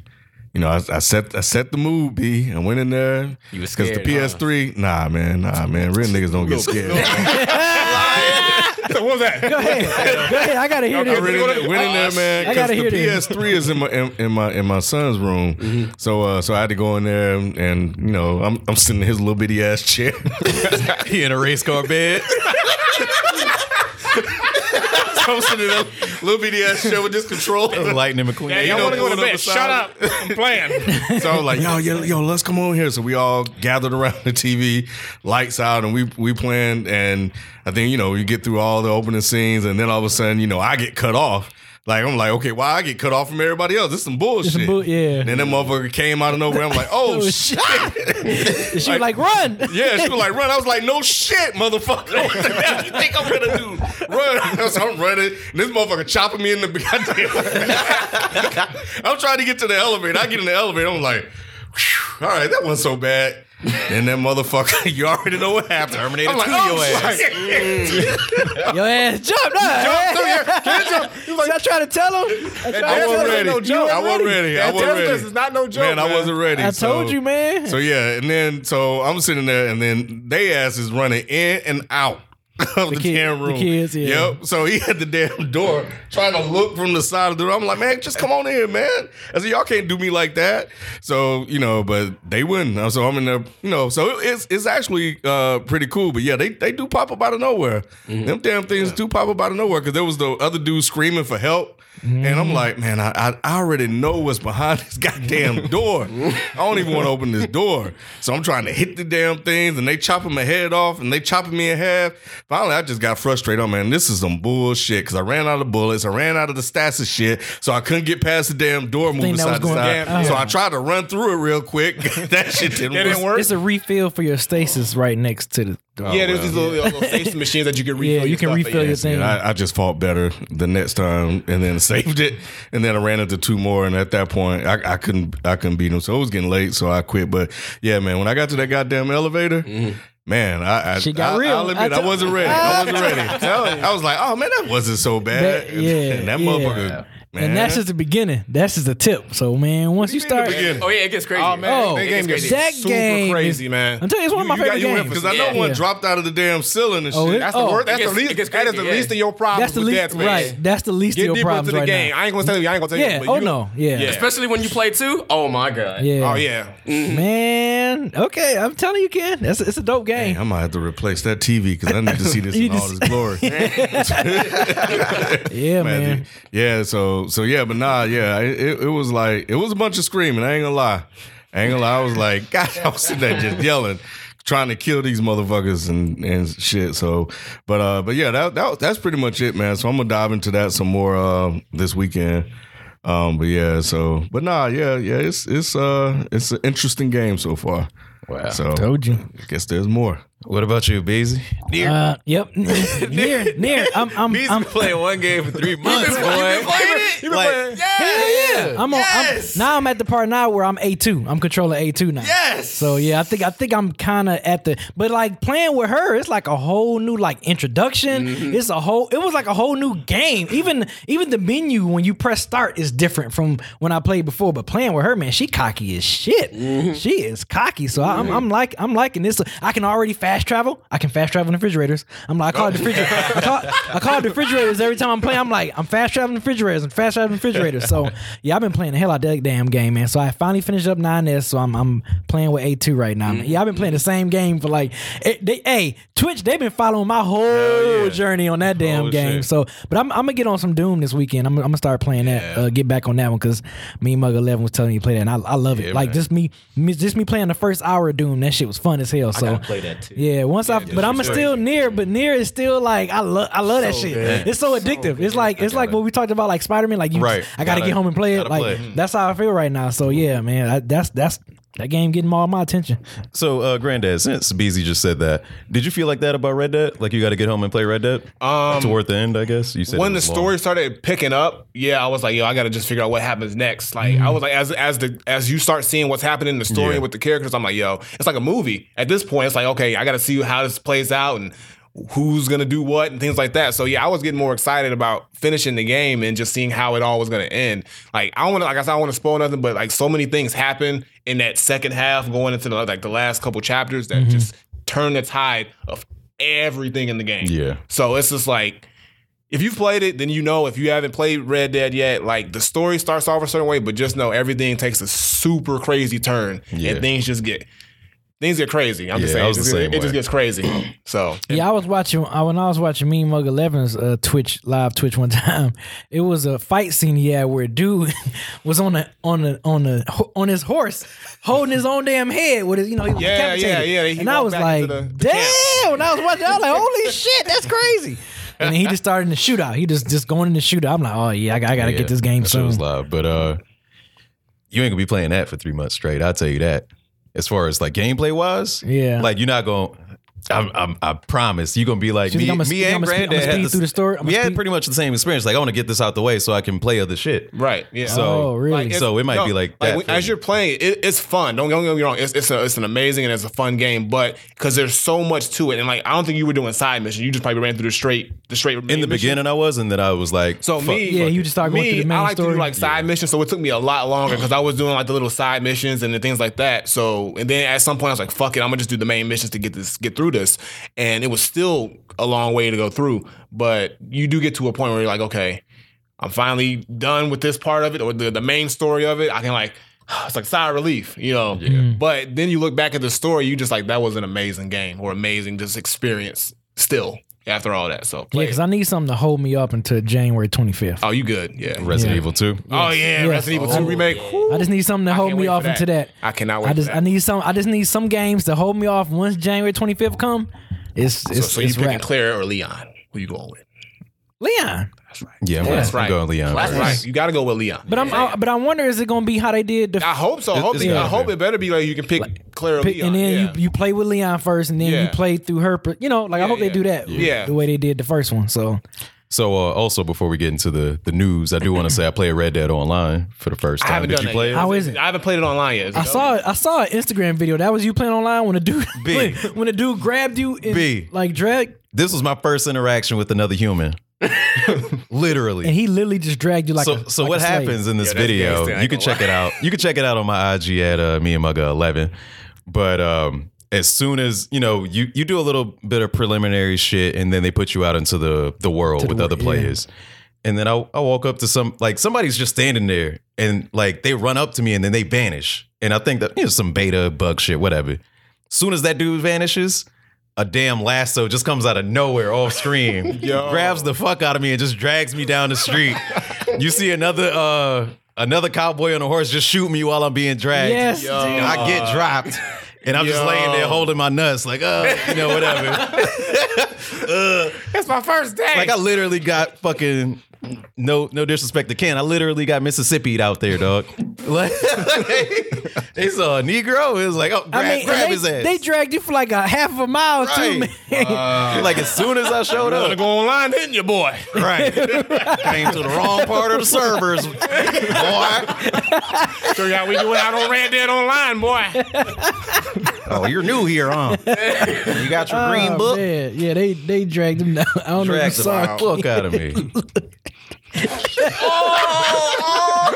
Speaker 2: you know I, I set I set the mood. B. I went in there
Speaker 3: You was
Speaker 2: the
Speaker 3: scared, huh?
Speaker 2: PS3. Nah, man, nah, man. Real niggas don't get scared.
Speaker 5: so what
Speaker 4: Go
Speaker 5: was that?
Speaker 4: ahead. Go ahead. I gotta hear
Speaker 2: I
Speaker 4: this.
Speaker 2: really went in there, man.
Speaker 4: I gotta
Speaker 2: Because
Speaker 4: hear
Speaker 2: the
Speaker 4: this. Mm-hmm.
Speaker 2: PS3 is in my in, in my in my son's room, so uh, so I had to go in there, and, and you know I'm I'm sitting in his little bitty ass chair.
Speaker 1: he in a race car bed.
Speaker 2: I'm sitting in a little bitty ass chair with this controller.
Speaker 1: Lightning McQueen.
Speaker 5: Hey, y'all
Speaker 2: know
Speaker 5: want to go to
Speaker 2: pulling up
Speaker 5: bed?
Speaker 2: a
Speaker 5: Shut up.
Speaker 2: side-
Speaker 5: I'm playing.
Speaker 2: So I was like, yo, yo, yo, let's come on here. So we all gathered around the TV, lights out, and we we planned. And I think you know you get through all the opening scenes, and then all of a sudden, you know, I get cut off. Like I'm like, okay, why I get cut off from everybody else? This some bullshit.
Speaker 4: some bull- yeah.
Speaker 2: And then that motherfucker came out of nowhere. I'm like, oh
Speaker 4: Oh,
Speaker 2: shit.
Speaker 4: And She was like, run.
Speaker 2: Yeah, she was like, run. I was like, no shit, motherfucker. What the hell you think I'm gonna do? Run. So I'm running. And this motherfucker chopping me in the goddamn. I'm trying to get to the elevator. I get in the elevator. I'm like, "Phew, all right, that wasn't so bad. And that motherfucker, you already know what happened.
Speaker 1: Terminator
Speaker 2: I'm like,
Speaker 1: 2
Speaker 2: oh,
Speaker 1: your ass."
Speaker 2: shit.
Speaker 4: Your ass jumped. Huh? See, I tried to tell him. I, tried
Speaker 2: I
Speaker 4: to
Speaker 2: wasn't
Speaker 4: tell him.
Speaker 2: ready.
Speaker 4: You weren't
Speaker 2: I wasn't ready. I
Speaker 5: That
Speaker 2: wasn't
Speaker 5: Tesla
Speaker 2: ready.
Speaker 5: is not no joke.
Speaker 2: Man, I wasn't ready.
Speaker 4: I
Speaker 2: So-
Speaker 4: told you, man.
Speaker 2: So yeah, and then so I'm sitting there, and then they ass is running in and out. of the,
Speaker 4: kid-
Speaker 2: damn
Speaker 4: the
Speaker 2: room.
Speaker 4: kids, yeah.
Speaker 2: Yep. So he had the damn door trying to look from the side of the room. I'm like, man, just come on in, man. I said, y'all can't do me like that. So you know, but they wouldn't. So I'm in there, you know. So it's it's actually uh, pretty cool. But yeah, they they do pop up out of nowhere.
Speaker 4: Mm-hmm.
Speaker 2: Them damn things do pop up out of nowhere because there was the other dude screaming for help. And
Speaker 4: Mm.
Speaker 2: I'm like, man, I, I I already know what's behind this goddamn door. I don't even want to open this door. So I'm trying to hit the damn things, and they chopping my head off, and they chopping me in half. Finally, I just got frustrated. Oh man, this is some bullshit. Because I ran out of bullets, I ran out of the stats and shit, so I couldn't get past the damn door, moving
Speaker 4: that was
Speaker 2: side to
Speaker 4: going-
Speaker 2: side.
Speaker 4: Damn,
Speaker 2: So
Speaker 4: yeah.
Speaker 2: I tried to run through it real quick. that shit didn't,
Speaker 5: That didn't work.
Speaker 4: It's a refill for your stasis right next to
Speaker 2: Oh,
Speaker 4: the.
Speaker 5: yeah, there's these little, uh, little safety machines that you can refill.
Speaker 4: Yeah, you
Speaker 5: your
Speaker 4: can
Speaker 5: stuff at,
Speaker 4: refill
Speaker 5: yeah.
Speaker 4: your thing.
Speaker 2: And I, I just fought better the next time, and then saved it, and then I ran into two more, and at that point, I, I couldn't, I couldn't beat them. So it was getting late, so I quit. But yeah, man, when I got to that goddamn elevator, man, I, I
Speaker 4: She Mm-hmm. got
Speaker 2: I,
Speaker 4: real.
Speaker 2: I'll admit,
Speaker 4: I
Speaker 2: I,
Speaker 4: told-
Speaker 2: wasn't ready. I wasn't ready. I was like, oh man, that wasn't so bad.
Speaker 4: That- yeah,
Speaker 2: and that
Speaker 4: yeah.
Speaker 2: motherfucker, man.
Speaker 4: And that's just the beginning. That's just the tip. So man, once you,
Speaker 2: the
Speaker 4: start,
Speaker 2: beginning.
Speaker 3: Oh yeah, it gets crazy.
Speaker 5: Oh man,
Speaker 4: Oh,
Speaker 5: that game gets
Speaker 4: that
Speaker 5: super
Speaker 4: game
Speaker 5: crazy,
Speaker 4: is-
Speaker 5: man.
Speaker 4: I'm telling you, it's one of my favorite games.
Speaker 2: Because I know
Speaker 3: Yeah.
Speaker 2: one
Speaker 4: Yeah.
Speaker 2: dropped out of the damn ceiling and
Speaker 4: Oh,
Speaker 2: shit.
Speaker 4: it-
Speaker 5: That's the worst. That's
Speaker 3: It
Speaker 5: the
Speaker 3: gets-
Speaker 5: least.
Speaker 3: it gets
Speaker 5: That is
Speaker 3: crazy,
Speaker 5: the
Speaker 3: yeah.
Speaker 5: least of your problems.
Speaker 4: that's the
Speaker 5: with
Speaker 4: least,
Speaker 5: Death Space.
Speaker 4: right? That's the least
Speaker 5: Get
Speaker 4: of your
Speaker 5: deeper into
Speaker 4: problems
Speaker 5: the
Speaker 4: right
Speaker 5: game.
Speaker 4: now.
Speaker 5: I ain't gonna tell you. I ain't gonna tell
Speaker 4: Yeah.
Speaker 5: you. but
Speaker 4: Oh
Speaker 5: you-
Speaker 4: no. Yeah.
Speaker 5: Yeah.
Speaker 3: Especially when you play two. Oh my god.
Speaker 4: Yeah.
Speaker 5: Oh yeah.
Speaker 4: Man. Okay. I'm telling you, Ken. That's it's a dope game.
Speaker 2: I might have to replace that TV because I need to see this
Speaker 4: You
Speaker 2: in all
Speaker 4: just-
Speaker 2: this glory.
Speaker 4: yeah, man.
Speaker 2: Man, the- Yeah, so so yeah, but nah, yeah, it, it, it was like it was a bunch of screaming. I ain't gonna lie, I ain't gonna lie. I was like, God, I was sitting there just yelling, trying to kill these motherfuckers and and shit. So, but uh, but yeah, that, that that's pretty much it, man. So I'm gonna dive into that some more uh, this weekend. Um, but yeah, so but nah, yeah, yeah, it's it's uh it's an interesting game so far.
Speaker 1: Wow.
Speaker 2: So
Speaker 4: Told you.
Speaker 2: I guess there's more.
Speaker 1: What about you, Beezy?
Speaker 4: Uh, yep. near, near. I'm, I'm, I'm,
Speaker 1: playing one game for three months,
Speaker 5: You been playing-
Speaker 4: I'm on. I'm, now I'm at the part now where I'm A2. I'm controlling A2 now.
Speaker 3: Yes.
Speaker 4: So yeah, I think I think I'm kind of at the. But like playing with her, it's like a whole new like introduction. It's a whole. It was like a whole new game. Even even the menu when you press start is different from when I played before. But playing with her, man, she cocky as shit. She is cocky. So I- I'm, I'm like I'm liking this. I can already fast travel. I can fast travel in refrigerators. I'm like I
Speaker 1: Oh.
Speaker 4: call it refrigerator. I call, I call it refrigerators every time I'm playing. I'm like I'm fast traveling refrigerators. I'm fast traveling refrigerators. So yeah, I've been playing the hell out of that damn game, man. So I finally finished up 9S. So I'm I'm playing with A2 right now.
Speaker 1: Mm-hmm.
Speaker 4: Man. Yeah, I've been playing the same game for like it, they hey Twitch. They've been following my whole journey on that damn
Speaker 1: Holy
Speaker 4: game.
Speaker 1: shit.
Speaker 4: So but I'm, I'm gonna get on some Doom this weekend. I'm, I'm gonna start playing that. Uh, get back on that one because me and Mug Eleven was telling me to play that, and I, I love it. like just me, me just me playing the first hour of Doom. That shit was fun as hell. So
Speaker 6: play that too.
Speaker 4: yeah, once I, but I'm still near, but near is still like I love, I love that shit. It's so addictive. it's like it's like what we talked about, like Spider Man. Like you,
Speaker 1: Right.
Speaker 4: I gotta,
Speaker 1: Gotta-
Speaker 4: get home and play
Speaker 1: gotta
Speaker 4: it. Like
Speaker 1: play.
Speaker 4: that's how I feel right now. So yeah, man, I, that's that's that game getting all my attention.
Speaker 1: So, uh, Granddad, since Beezy just said that, did you feel like that about Red Dead? Like you got to get home and play Red Dead um, toward the end, I guess. You said it
Speaker 5: when the
Speaker 1: was long.
Speaker 5: story started picking up, yeah, I was like, yo, I gotta just figure out what happens next. Like I was like, as as the as you start seeing what's happening in the story
Speaker 1: Mm-hmm. Yeah.
Speaker 5: with the characters, I'm like, yo, it's like a movie. At this point, it's like, okay, I gotta see how this plays out and who's gonna do what and things like that. So yeah, I was getting more excited about finishing the game and just seeing how it all was gonna end. Like I don't wanna like I said, I don't wanna spoil nothing, but like so many things happen in that second half going into the like the last couple chapters
Speaker 1: Mm-hmm.
Speaker 5: that just turn the tide of everything in the game.
Speaker 1: Yeah.
Speaker 5: So it's just like if you've played it, then you know. If you haven't played Red Dead yet, like the story starts off a certain way, but just know everything takes a super crazy turn,
Speaker 1: Yeah.
Speaker 5: and things just get things get crazy. I'm just
Speaker 1: Yeah,
Speaker 5: saying,
Speaker 1: I
Speaker 5: it
Speaker 1: was
Speaker 5: just,
Speaker 1: the same
Speaker 5: it, just
Speaker 1: way.
Speaker 5: gets crazy. So
Speaker 4: Yeah, I was watching I, when I was watching Mean Mug 11's uh, Twitch live Twitch one time. It was a fight scene he had where a dude was on a on a on a on his horse holding his own damn head with his you know he was
Speaker 5: Yeah,
Speaker 4: decapitated.
Speaker 5: yeah, yeah, he
Speaker 4: And I
Speaker 5: walked
Speaker 4: was
Speaker 5: back
Speaker 4: like,
Speaker 5: into the- the camp.
Speaker 4: damn! When I was watching, I was like, holy shit, that's crazy. And then he just started in the shootout. He just just going in the shootout. I'm like, oh yeah, I, got- I gotta
Speaker 1: Yeah,
Speaker 4: get this game
Speaker 1: that shit
Speaker 4: soon.
Speaker 1: was live, but uh, you ain't gonna be playing that for three months straight. I'll tell you that. As far as like gameplay wise,
Speaker 4: Yeah.
Speaker 1: like you're not gonna. I'm, I'm, I promise you're gonna be like
Speaker 4: You think
Speaker 1: me,
Speaker 4: I'ma
Speaker 1: me
Speaker 4: speed-
Speaker 1: and
Speaker 4: I'ma speed- I'ma
Speaker 1: Granddad had
Speaker 4: speed
Speaker 1: this-
Speaker 4: through the story? I'ma
Speaker 1: we had
Speaker 4: speed-
Speaker 1: pretty much the same experience. Like I want to get this out the way so I can play other shit.
Speaker 5: right, yeah. Uh-huh.
Speaker 1: So
Speaker 4: oh really?
Speaker 1: Like, so it might be like that
Speaker 5: when- as
Speaker 1: thing.
Speaker 5: you're playing, it, it's fun. Don't, don't get me wrong. It's it's, a, it's an amazing and it's a fun game, but because there's so much to it, and like I don't think you were doing side missions. You just probably ran through the straight the straight
Speaker 1: in the beginning, I was, and then I was like,
Speaker 5: So
Speaker 1: fuck,
Speaker 5: me,
Speaker 4: Yeah, you just start going
Speaker 5: me,
Speaker 4: through the main
Speaker 5: I like to
Speaker 4: story.
Speaker 5: do like side missions, so it took me a lot longer because I was doing like the little side missions and the things like that. So, and then at some point, I was like, "Fuck it, I'm gonna just do the main missions to get this, get through this, and it was still a long way to go through. But you do get to a point where you're like, okay, I'm finally done with this part of it or the, the main story of it. I can like, it's like sigh of relief, you know.
Speaker 4: Mm-hmm.
Speaker 5: But then you look back at the story, you just like that was an amazing game or amazing just experience still after all that. So
Speaker 4: Yeah,
Speaker 5: play
Speaker 4: because
Speaker 5: it.
Speaker 4: I need something to hold me up until January 25th.
Speaker 5: oh, you good? Yeah.
Speaker 1: Resident
Speaker 4: Yeah.
Speaker 1: Evil 2.
Speaker 5: Oh yeah,
Speaker 4: Yes.
Speaker 5: Resident Evil Two remake. Whew.
Speaker 4: I just need something to hold
Speaker 5: Oh, can't
Speaker 4: me
Speaker 5: wait
Speaker 4: off
Speaker 5: for that.
Speaker 4: into that.
Speaker 5: I cannot wait.
Speaker 4: I just
Speaker 5: for
Speaker 4: I
Speaker 5: that.
Speaker 4: need some I just need some games to hold me off once January 25th come. It's
Speaker 5: So,
Speaker 4: it's,
Speaker 5: so you
Speaker 4: it's
Speaker 5: picking
Speaker 4: wrapped.
Speaker 5: Claire or Leon? Who you going with?
Speaker 4: Leon.
Speaker 1: Yeah, I'm,
Speaker 5: That's
Speaker 1: I'm
Speaker 5: right.
Speaker 1: going Leon.
Speaker 5: That's
Speaker 1: first.
Speaker 5: right. You got to go with Leon.
Speaker 4: But I'm I, but I wonder is it gonna be how they did the
Speaker 5: I hope so. I hope,
Speaker 1: It's
Speaker 5: it, I
Speaker 1: gotta
Speaker 5: hope
Speaker 1: be.
Speaker 5: it better be like you can pick Claire or
Speaker 4: pick-
Speaker 5: Leon.
Speaker 4: and then
Speaker 5: yeah.
Speaker 4: you you play with Leon first and then you
Speaker 5: Yeah.
Speaker 4: play through her per- you know like I hope
Speaker 5: yeah.
Speaker 4: they do that
Speaker 5: Yeah.
Speaker 4: the way they did the first one. So
Speaker 1: So, uh, also before we get into the, the news, I do want to say I played Red Dead Online for the first
Speaker 5: I
Speaker 1: time.
Speaker 5: haven't
Speaker 1: Did
Speaker 5: done
Speaker 1: you
Speaker 5: that
Speaker 1: play
Speaker 5: yet.
Speaker 1: it?
Speaker 4: How is it?
Speaker 5: I haven't played it online yet. Is it
Speaker 4: I
Speaker 5: dope?
Speaker 4: saw I saw an Instagram video. That was you playing online when a dude
Speaker 1: B.
Speaker 4: when a dude grabbed you and
Speaker 1: B.
Speaker 4: like dragged
Speaker 1: This was my first interaction with another human. Literally.
Speaker 4: and he literally just dragged you like
Speaker 1: so
Speaker 4: a,
Speaker 1: so
Speaker 4: like
Speaker 1: what
Speaker 4: a slave.
Speaker 1: happens in this
Speaker 5: that's
Speaker 1: video
Speaker 5: gangsta, I ain't
Speaker 1: you can
Speaker 5: gonna
Speaker 1: check it out you can check it out on my ig at uh, me and mugga 11 but um as soon as you know you you do a little bit of preliminary shit and then they put you out into the the world
Speaker 4: To the
Speaker 1: with
Speaker 4: wor-
Speaker 1: other
Speaker 4: yeah.
Speaker 1: players and then I, I walk up to some like somebody's just standing there and like they run up to me and then they vanish and i think that you know some beta bug shit whatever soon as that dude vanishes a damn lasso just comes out of nowhere off screen,
Speaker 5: Yo.
Speaker 1: grabs the fuck out of me and just drags me down the street. you see another uh another cowboy on a horse just shoot me while I'm being dragged.
Speaker 4: Yes,
Speaker 5: Yo.
Speaker 4: dude.
Speaker 1: And I get dropped. And I'm just
Speaker 5: Yo.
Speaker 1: laying there holding my nuts, like, uh, you know, whatever. Uh,
Speaker 5: That's my first day.
Speaker 1: like I literally got fucking no no disrespect to Ken. I literally got Mississippi'd out there, dog. Like they saw a Negro. It was like, oh, grab,
Speaker 4: I mean,
Speaker 1: grab
Speaker 4: and they,
Speaker 1: his ass.
Speaker 4: they dragged you for like a half of a mile too,
Speaker 1: Right.
Speaker 4: man.
Speaker 1: like as soon as I showed
Speaker 5: You wanna
Speaker 1: up,
Speaker 5: go online, didn't you, boy?
Speaker 1: Right. Came to the wrong part of the servers. Boy.
Speaker 5: Show you how we doing out on Red Dead Online, boy.
Speaker 1: Oh, you're new here, huh? You got your green
Speaker 4: Oh,
Speaker 1: book?
Speaker 4: man. Yeah, they they dragged him down. I don't know if
Speaker 1: Drag
Speaker 4: you
Speaker 1: the
Speaker 4: saw it.
Speaker 1: fuck out of me.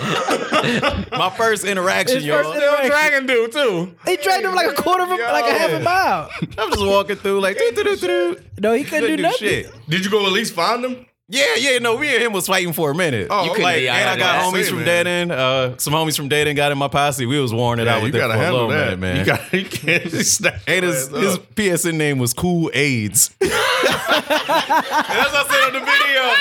Speaker 1: My first interaction,
Speaker 4: His
Speaker 1: y'all.
Speaker 4: first interaction.
Speaker 5: Dragon dude too.
Speaker 4: They dragged him like a quarter of a, like a half a mile.
Speaker 1: I'm just walking through like doo, doo, doo, doo, doo.
Speaker 4: No, he couldn't,
Speaker 1: couldn't
Speaker 4: do
Speaker 1: do
Speaker 4: nothing.
Speaker 1: shit.
Speaker 2: Did you go at least find him?
Speaker 1: Yeah, yeah, no, me and him was fighting for a minute.
Speaker 2: Oh,
Speaker 1: you
Speaker 2: okay.
Speaker 1: like,
Speaker 2: Yeah,
Speaker 1: and
Speaker 2: I
Speaker 1: I got
Speaker 2: gotta
Speaker 1: homies
Speaker 2: say,
Speaker 1: from
Speaker 2: man.
Speaker 1: Dead End. Uh, some homies from Dead End got in my posse. We was warning out
Speaker 2: you
Speaker 1: with that
Speaker 2: gotta
Speaker 1: for a
Speaker 2: handle
Speaker 1: little minute,
Speaker 2: that,
Speaker 1: man.
Speaker 2: You gotta, you can't just snap
Speaker 1: and
Speaker 2: your
Speaker 1: his,
Speaker 2: ass
Speaker 1: his
Speaker 2: up.
Speaker 1: PSN name was Cool AIDS.
Speaker 2: That's what I said on the video.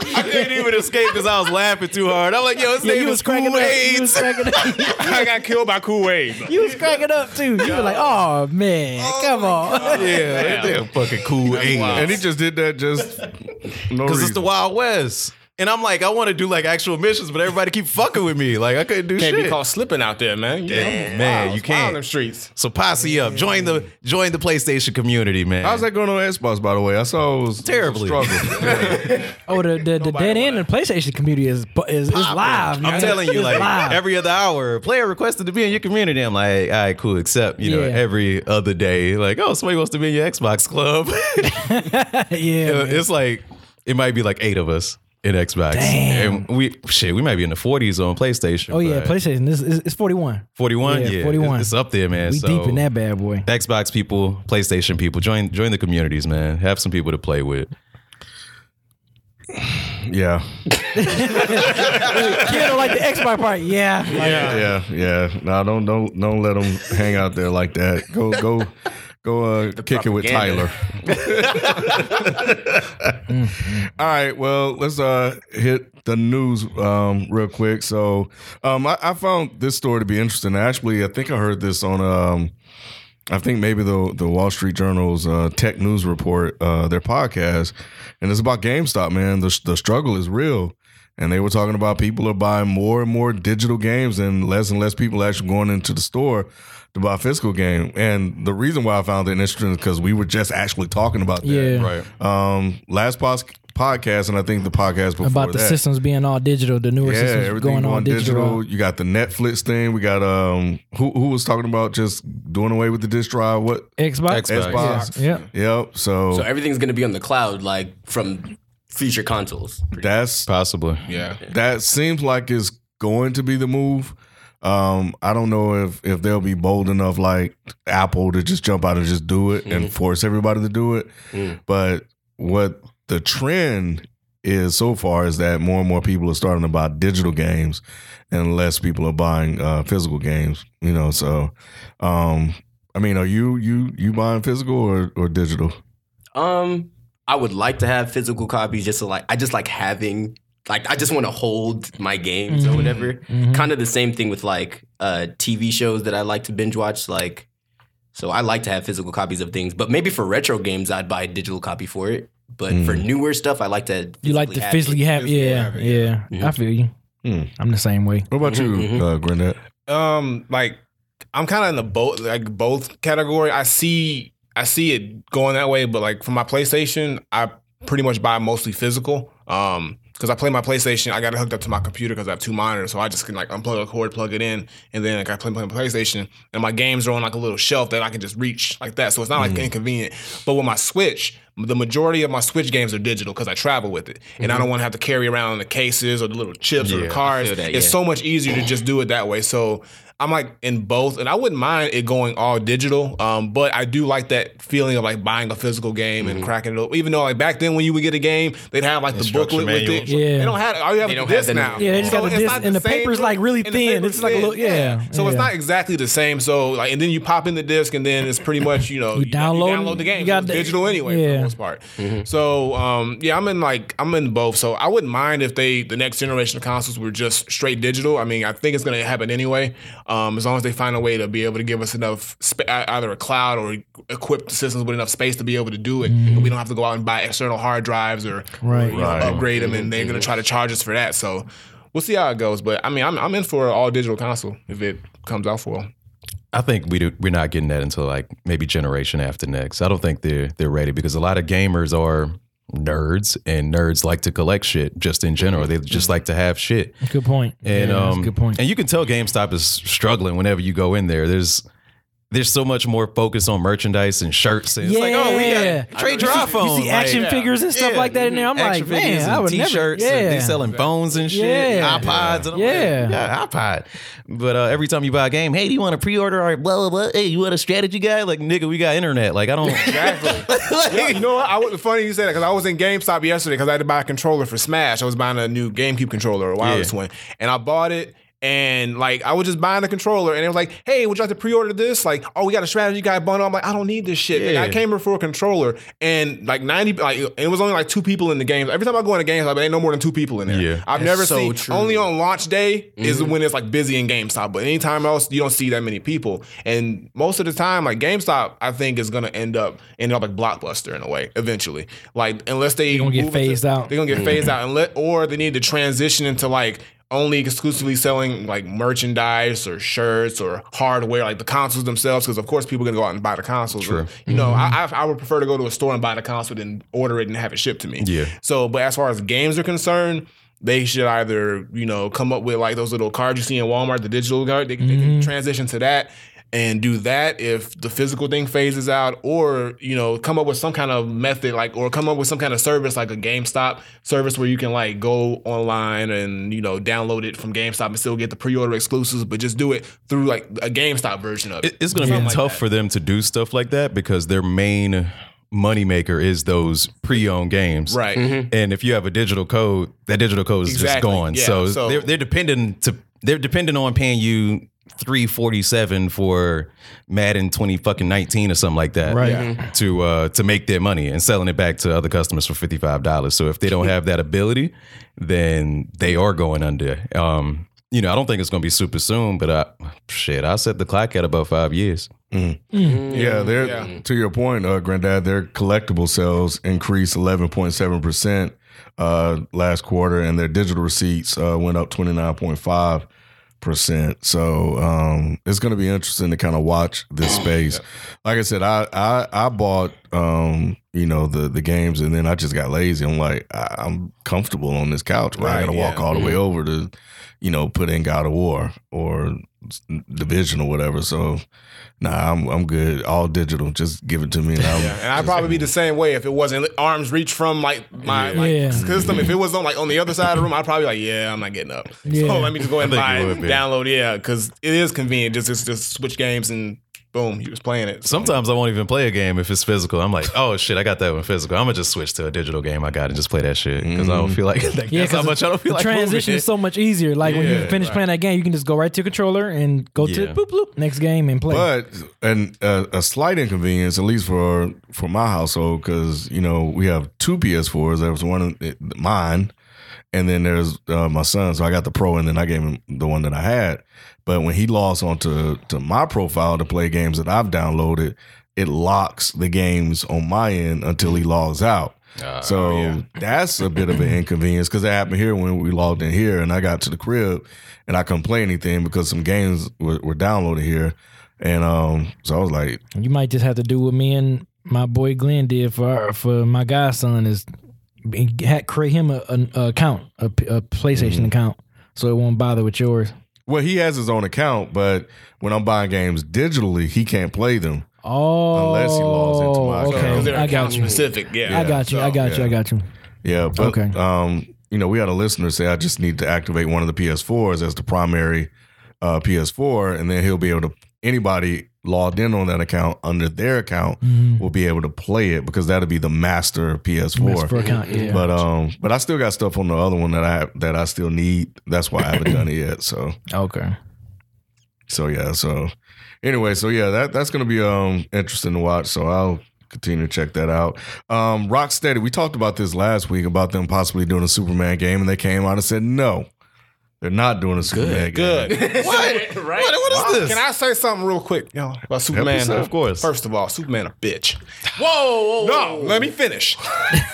Speaker 1: I couldn't even escape because I was laughing too hard. I'm like, yo, this
Speaker 4: Yeah,
Speaker 1: nigga
Speaker 4: you was
Speaker 1: was cool
Speaker 4: cracking up. You was
Speaker 1: AIDS.
Speaker 4: cracking up.
Speaker 5: I got killed by Kool Aid.
Speaker 4: You was cracking up too. You were like, oh man, come on.
Speaker 1: Yeah, that damn fucking cool AIDS.
Speaker 2: And he just did that just no
Speaker 1: Because it's
Speaker 2: reason.
Speaker 1: the Wild West. And I'm like, I want to do like actual missions, but everybody keep fucking with me. Like, I couldn't do
Speaker 5: Can't
Speaker 1: shit.
Speaker 5: be caught slipping out there, man. You
Speaker 1: Damn,
Speaker 5: know,
Speaker 1: man,
Speaker 5: wild,
Speaker 1: you
Speaker 5: it's wild
Speaker 1: can't.
Speaker 5: in them streets.
Speaker 1: so posse up, join the join the PlayStation community, man.
Speaker 2: How's that going on Xbox, by the way? I saw it was
Speaker 1: Terribly.
Speaker 2: It was a struggle.
Speaker 4: Oh, the the, the dead end and PlayStation community is is, is live.
Speaker 1: I'm
Speaker 4: man.
Speaker 1: telling you,
Speaker 4: It's
Speaker 1: like
Speaker 4: live.
Speaker 1: every other hour, a player requested to be in your community. I'm like, all right, cool. Except you know,
Speaker 4: Yeah.
Speaker 1: every other day, like, oh, somebody wants to be in your Xbox club.
Speaker 4: yeah,
Speaker 1: Uh,
Speaker 4: man.
Speaker 1: it's like it might be like eight of us in Xbox,
Speaker 4: Damn.
Speaker 1: and we shit, we might be in the forties on PlayStation.
Speaker 4: oh yeah,
Speaker 1: but
Speaker 4: PlayStation. This is it's 41.
Speaker 1: forty-one,
Speaker 4: Yeah,
Speaker 1: yeah,
Speaker 4: 41.
Speaker 1: It's up there, man.
Speaker 4: We
Speaker 1: so
Speaker 4: deep in that bad boy.
Speaker 1: Xbox people, PlayStation people, join join the communities, man. Have some people to play with.
Speaker 2: yeah.
Speaker 4: You know, like the Xbox part. Yeah, like,
Speaker 2: Yeah, yeah. No, don't don't don't let them hang out there like that. Go go go uh kick it with Tyler.
Speaker 5: propaganda.
Speaker 2: All right, well, let's uh hit the news um real quick. So, um I, I found this story to be interesting. Actually, I think I heard this on um I think maybe the the Wall Street Journal's uh, tech news report, uh, their podcast, and it's about GameStop. Man, the the struggle is real, and they were talking about people are buying more and more digital games, and less and less people actually going into the store to buy a physical game. And the reason why I found it interesting is because we were just actually talking about that.
Speaker 4: yeah.
Speaker 1: Right.
Speaker 2: Um, last pos- podcast, and I think the podcast before
Speaker 4: About the
Speaker 2: that.
Speaker 4: systems being all digital, the newer
Speaker 2: Yeah,
Speaker 4: systems
Speaker 2: everything
Speaker 4: going,
Speaker 2: going,
Speaker 4: all digital.
Speaker 2: digital. You got the Netflix thing. We got um, who who was talking about just doing away with the disc drive? What
Speaker 4: Xbox.
Speaker 1: Xbox.
Speaker 2: Xbox.
Speaker 4: Yeah.
Speaker 2: Yep. So,
Speaker 3: So everything's gonna be on the cloud, like from future consoles.
Speaker 2: that's
Speaker 1: Possibly.
Speaker 5: Yeah.
Speaker 2: that seems like it's going to be the move.
Speaker 6: Um, I don't know if if they'll be bold enough like Apple to just jump out and just do it and force everybody to do it.
Speaker 3: Mm.
Speaker 6: But what the trend is so far is that more and more people are starting to buy digital games and less people are buying uh, physical games, you know, so um I mean, are you you you buying physical or, or digital?
Speaker 3: Um, I would like to have physical copies just to like I just like having like I just want to hold my games or whatever.
Speaker 4: Mm-hmm.
Speaker 5: Mm-hmm.
Speaker 3: Kind of the same thing with like uh TV shows that I like to binge watch like so I like to have physical copies of things, but maybe for retro games I'd buy a digital copy for it. But for
Speaker 5: Mm.
Speaker 3: newer stuff, I like to
Speaker 4: You like to physically have, yeah, yeah, I feel you.
Speaker 1: Hmm.
Speaker 6: Mm.
Speaker 4: I'm the same way.
Speaker 6: What about
Speaker 3: Mhm,
Speaker 6: you, uh, Grenette?
Speaker 5: um like I'm kind of in the both like both category. I see I see it going that way, but like for my PlayStation, I pretty much buy mostly physical. Um because I play my PlayStation, I got it hooked up to my computer because I have two monitors, so I just can like unplug a cord, plug it in, and then like I play, play my PlayStation, and my games are on like a little shelf that I can just reach like that. So it's not
Speaker 3: Mm.
Speaker 5: like inconvenient. But with my Switch, the majority of my Switch games are digital because I travel with it, and I don't want to have to carry around the cases or the little chips or the
Speaker 1: Yeah, I
Speaker 5: cards.
Speaker 3: feel that,
Speaker 5: it's
Speaker 3: Mm-hmm. yeah.
Speaker 5: so much easier to just do it that way. So I'm like in both, and I wouldn't mind it going all digital. Um, but I do like that feeling of like buying a physical game
Speaker 3: Mm-hmm.
Speaker 5: and cracking it up. Even though like back then when you would get a game, they'd have like the
Speaker 1: Instruction
Speaker 5: booklet with
Speaker 1: manuals.
Speaker 5: it.
Speaker 4: Yeah.
Speaker 5: They don't have all you have
Speaker 3: They
Speaker 5: is
Speaker 3: don't
Speaker 5: the
Speaker 3: have
Speaker 5: disc
Speaker 3: that
Speaker 5: now.
Speaker 3: anymore. Yeah, they
Speaker 4: just got the
Speaker 5: it's
Speaker 4: disc,
Speaker 5: not
Speaker 4: and the
Speaker 5: same
Speaker 4: paper's, like, really
Speaker 5: and the
Speaker 4: thin.
Speaker 5: paper's
Speaker 4: It's like a little- yeah,
Speaker 5: So it's
Speaker 4: yeah.
Speaker 5: not exactly the same. So like and then you pop in the disc and then it's pretty much, you know, you,
Speaker 4: download-
Speaker 5: download the game.
Speaker 4: you
Speaker 5: You
Speaker 4: got
Speaker 5: got
Speaker 4: the-
Speaker 5: digital anyway for
Speaker 4: yeah.
Speaker 5: the most part. So um yeah, I'm in like I'm in both. So I wouldn't mind if they the next generation of consoles were just straight digital. I mean, I think it's gonna happen anyway. Um as long as they find a way to be able to give us enough sp- e, either a cloud or equip the systems with enough space to be able to do it. And we don't have to go out and buy external hard drives or
Speaker 4: Right.
Speaker 5: you know, upgrade them, and they're gonna try to charge us for that. So we'll see how it goes. But I mean, I'm I'm in for an all digital console if it comes out for.
Speaker 1: I think we do, we're not getting that until like maybe generation after next. I don't think they're they're ready because a lot of gamers are nerds and nerds like to collect shit just in general. They just like to have shit.
Speaker 4: Good point.
Speaker 1: And
Speaker 4: yeah, that's
Speaker 1: um
Speaker 4: a good point.
Speaker 1: and you can tell GameStop is struggling whenever you go in there. There's there's so much more focus on merchandise and shirts and it's like, oh, we
Speaker 4: Yeah.
Speaker 1: got trade your iPhone.
Speaker 4: you see action
Speaker 1: like,
Speaker 4: figures and stuff
Speaker 1: Yeah.
Speaker 4: like that in there. I'm
Speaker 1: action
Speaker 4: like,
Speaker 1: figures
Speaker 4: man,
Speaker 1: and
Speaker 4: I would
Speaker 1: t-shirts
Speaker 4: never.
Speaker 1: and
Speaker 4: Yeah.
Speaker 1: they selling phones and shit,
Speaker 4: Yeah.
Speaker 1: and iPods. And I'm
Speaker 4: Yeah.
Speaker 1: like, yeah, iPod. But uh, every time you buy a game, hey, do you want to pre-order or blah blah blah? Hey, you want a strategy guy? Like, nigga, we got internet. Like, I don't.
Speaker 5: Yeah, you know what? I was funny you said that because I was in GameStop yesterday because I had to buy a controller for Smash. I was buying a new GameCube controller, a wireless one, and I bought it. And like I was just buying the controller, and it was like, "Hey, would you like to pre-order this?" Like, "Oh, we got a strategy guy bundle." I'm like, "I don't need this shit." Like, I
Speaker 1: Yeah.
Speaker 5: came here for a controller, and like ninety, like and it was only like two people in the game. Every time I go in the game, like, ain't no more than two people in there.
Speaker 1: Yeah.
Speaker 5: I've never
Speaker 3: so
Speaker 5: seen.
Speaker 3: true.
Speaker 5: Only on launch day is when it's like busy in GameStop, but anytime else you don't see that many people. And most of the time, like GameStop, I think is gonna end up end up like Blockbuster in a way eventually. Like unless they
Speaker 4: gonna get
Speaker 5: move into-
Speaker 4: phased out.
Speaker 5: they're gonna get phased out, and let or they need to transition into like only exclusively selling like merchandise or shirts or hardware, like the consoles themselves, because of course people are gonna go out and buy the consoles.
Speaker 1: True.
Speaker 5: You know, I,
Speaker 4: Mm-hmm.
Speaker 5: I I would prefer to go to a store and buy the console than order it and have it shipped to me.
Speaker 1: Yeah.
Speaker 5: So, but as far as games are concerned, they should either you know come up with like those little cards you see in Walmart, the digital card. They, they can transition to that and do that if the physical thing phases out, or you know come up with some kind of method like, or come up with some kind of service like a GameStop service where you can like go online and you know download it from GameStop and still get the pre-order exclusives, but just do it through like a GameStop version of it.
Speaker 1: It- it's going to be tough for them to do stuff like that because their main moneymaker is those pre-owned games,
Speaker 5: Right.
Speaker 1: And if you have a digital code, that digital code is just
Speaker 5: Exactly,
Speaker 1: gone.
Speaker 5: yeah,
Speaker 1: so,
Speaker 5: so-
Speaker 1: they're they're dependent to they're dependent on paying you three forty seven for Madden twenty fucking nineteen or something like that,
Speaker 4: Right.
Speaker 1: To uh, to make their money and selling it back to other customers for fifty five dollars. So if they don't have that ability, then they are going under. Um, you know, I don't think it's going to be super soon, but I, shit, I set the clock at about five years.
Speaker 3: Mm.
Speaker 6: Yeah, they're to your point, uh, Granddad. Their collectible sales increased eleven point seven percent
Speaker 2: uh,
Speaker 6: last quarter, and their digital receipts uh, went up twenty nine point five percent. So um, it's going to be interesting to kind of watch this space. Like I said, I I, I bought um, you
Speaker 2: you know the the games, and then I just got lazy. I'm like, I, I'm comfortable on this couch, but I
Speaker 5: Right,
Speaker 2: got to walk
Speaker 5: yeah. Mm-hmm.
Speaker 2: all the way over to, you know, put in God of War or s- Division or whatever. So, nah, I'm I'm good. All digital, just give it to me. And I'll,
Speaker 1: Um,
Speaker 5: Yeah, and I'd probably be the same way if it wasn't li- arms reach from like my like,
Speaker 4: Yeah.
Speaker 5: system. If it was on like on the other side of the room, I'd probably be like, yeah, I'm not getting up.
Speaker 4: Yeah.
Speaker 5: So let me just go ahead and
Speaker 1: I
Speaker 5: buy
Speaker 1: think you
Speaker 5: it,
Speaker 1: would be.
Speaker 5: download. Yeah, because it is convenient. Just, just just switch games and boom, you was playing it.
Speaker 1: Sometimes I won't even play a game if it's physical. I'm like, oh shit, I got that one physical. I'm gonna just switch to a digital game I got and just play that shit because I don't feel like
Speaker 4: Yeah,
Speaker 1: that's how
Speaker 4: 'cause
Speaker 1: much I don't feel
Speaker 4: the
Speaker 1: like
Speaker 4: transition
Speaker 1: moving.
Speaker 4: is so much easier. Like when you
Speaker 1: Yeah,
Speaker 4: finish playing that game, you can just go right to your controller and go to
Speaker 1: Yeah.
Speaker 4: boop boop next game and play.
Speaker 2: But an uh, a slight inconvenience, at least for for my household, because you know we have two PS4s. There was one in- mine, and then there's uh, my son. So I got the Pro, and then I gave him the one that I had. But when he logs onto to my profile to play games that I've downloaded, it locks the games on my end until he logs out. so that's a bit of an inconvenience because that happened here when we logged in here, and I got to the crib, and I couldn't play anything because some games were, were downloaded here, and um, so I was like,
Speaker 4: you might just have to do what me and my boy Glenn did for our, for my godson is be- ha- create him a- an a account, a, P- a PlayStation
Speaker 2: Mm-hmm.
Speaker 4: account, so it won't bother with yours.
Speaker 2: well, he has his own account, but when I'm buying games digitally, he can't play them.
Speaker 4: Oh,
Speaker 2: Unless he logs into my account.
Speaker 5: Because
Speaker 4: okay,
Speaker 5: they're
Speaker 4: I got
Speaker 5: account
Speaker 4: you.
Speaker 5: specific. Yeah,
Speaker 4: I got you. I got you. I got you.
Speaker 2: Yeah, but
Speaker 4: Okay.
Speaker 2: um, you know, we had a listener say I just need to activate one of the PS4s as the primary uh, PS4, and then he'll be able to anybody logged in on that account under their account will be able to play it because that'll be the master PS4.
Speaker 4: That's for account. Yeah.
Speaker 2: But um, but I still got stuff on the other one that I that I still need. That's why I haven't done it yet. So
Speaker 4: okay.
Speaker 2: so yeah. So anyway, so yeah, that that's gonna be um interesting to watch. So I'll continue to check that out. Um, Rocksteady, we talked about this last week about them possibly doing a Superman game, and they came out and said no, they're not doing a Superman
Speaker 5: good.
Speaker 2: game.
Speaker 5: what? Right? What is
Speaker 1: this?
Speaker 5: Can I say something real quick? You know, about Superman.
Speaker 1: yourself, of course.
Speaker 5: First of all, Superman a bitch. Whoa! no, let me finish.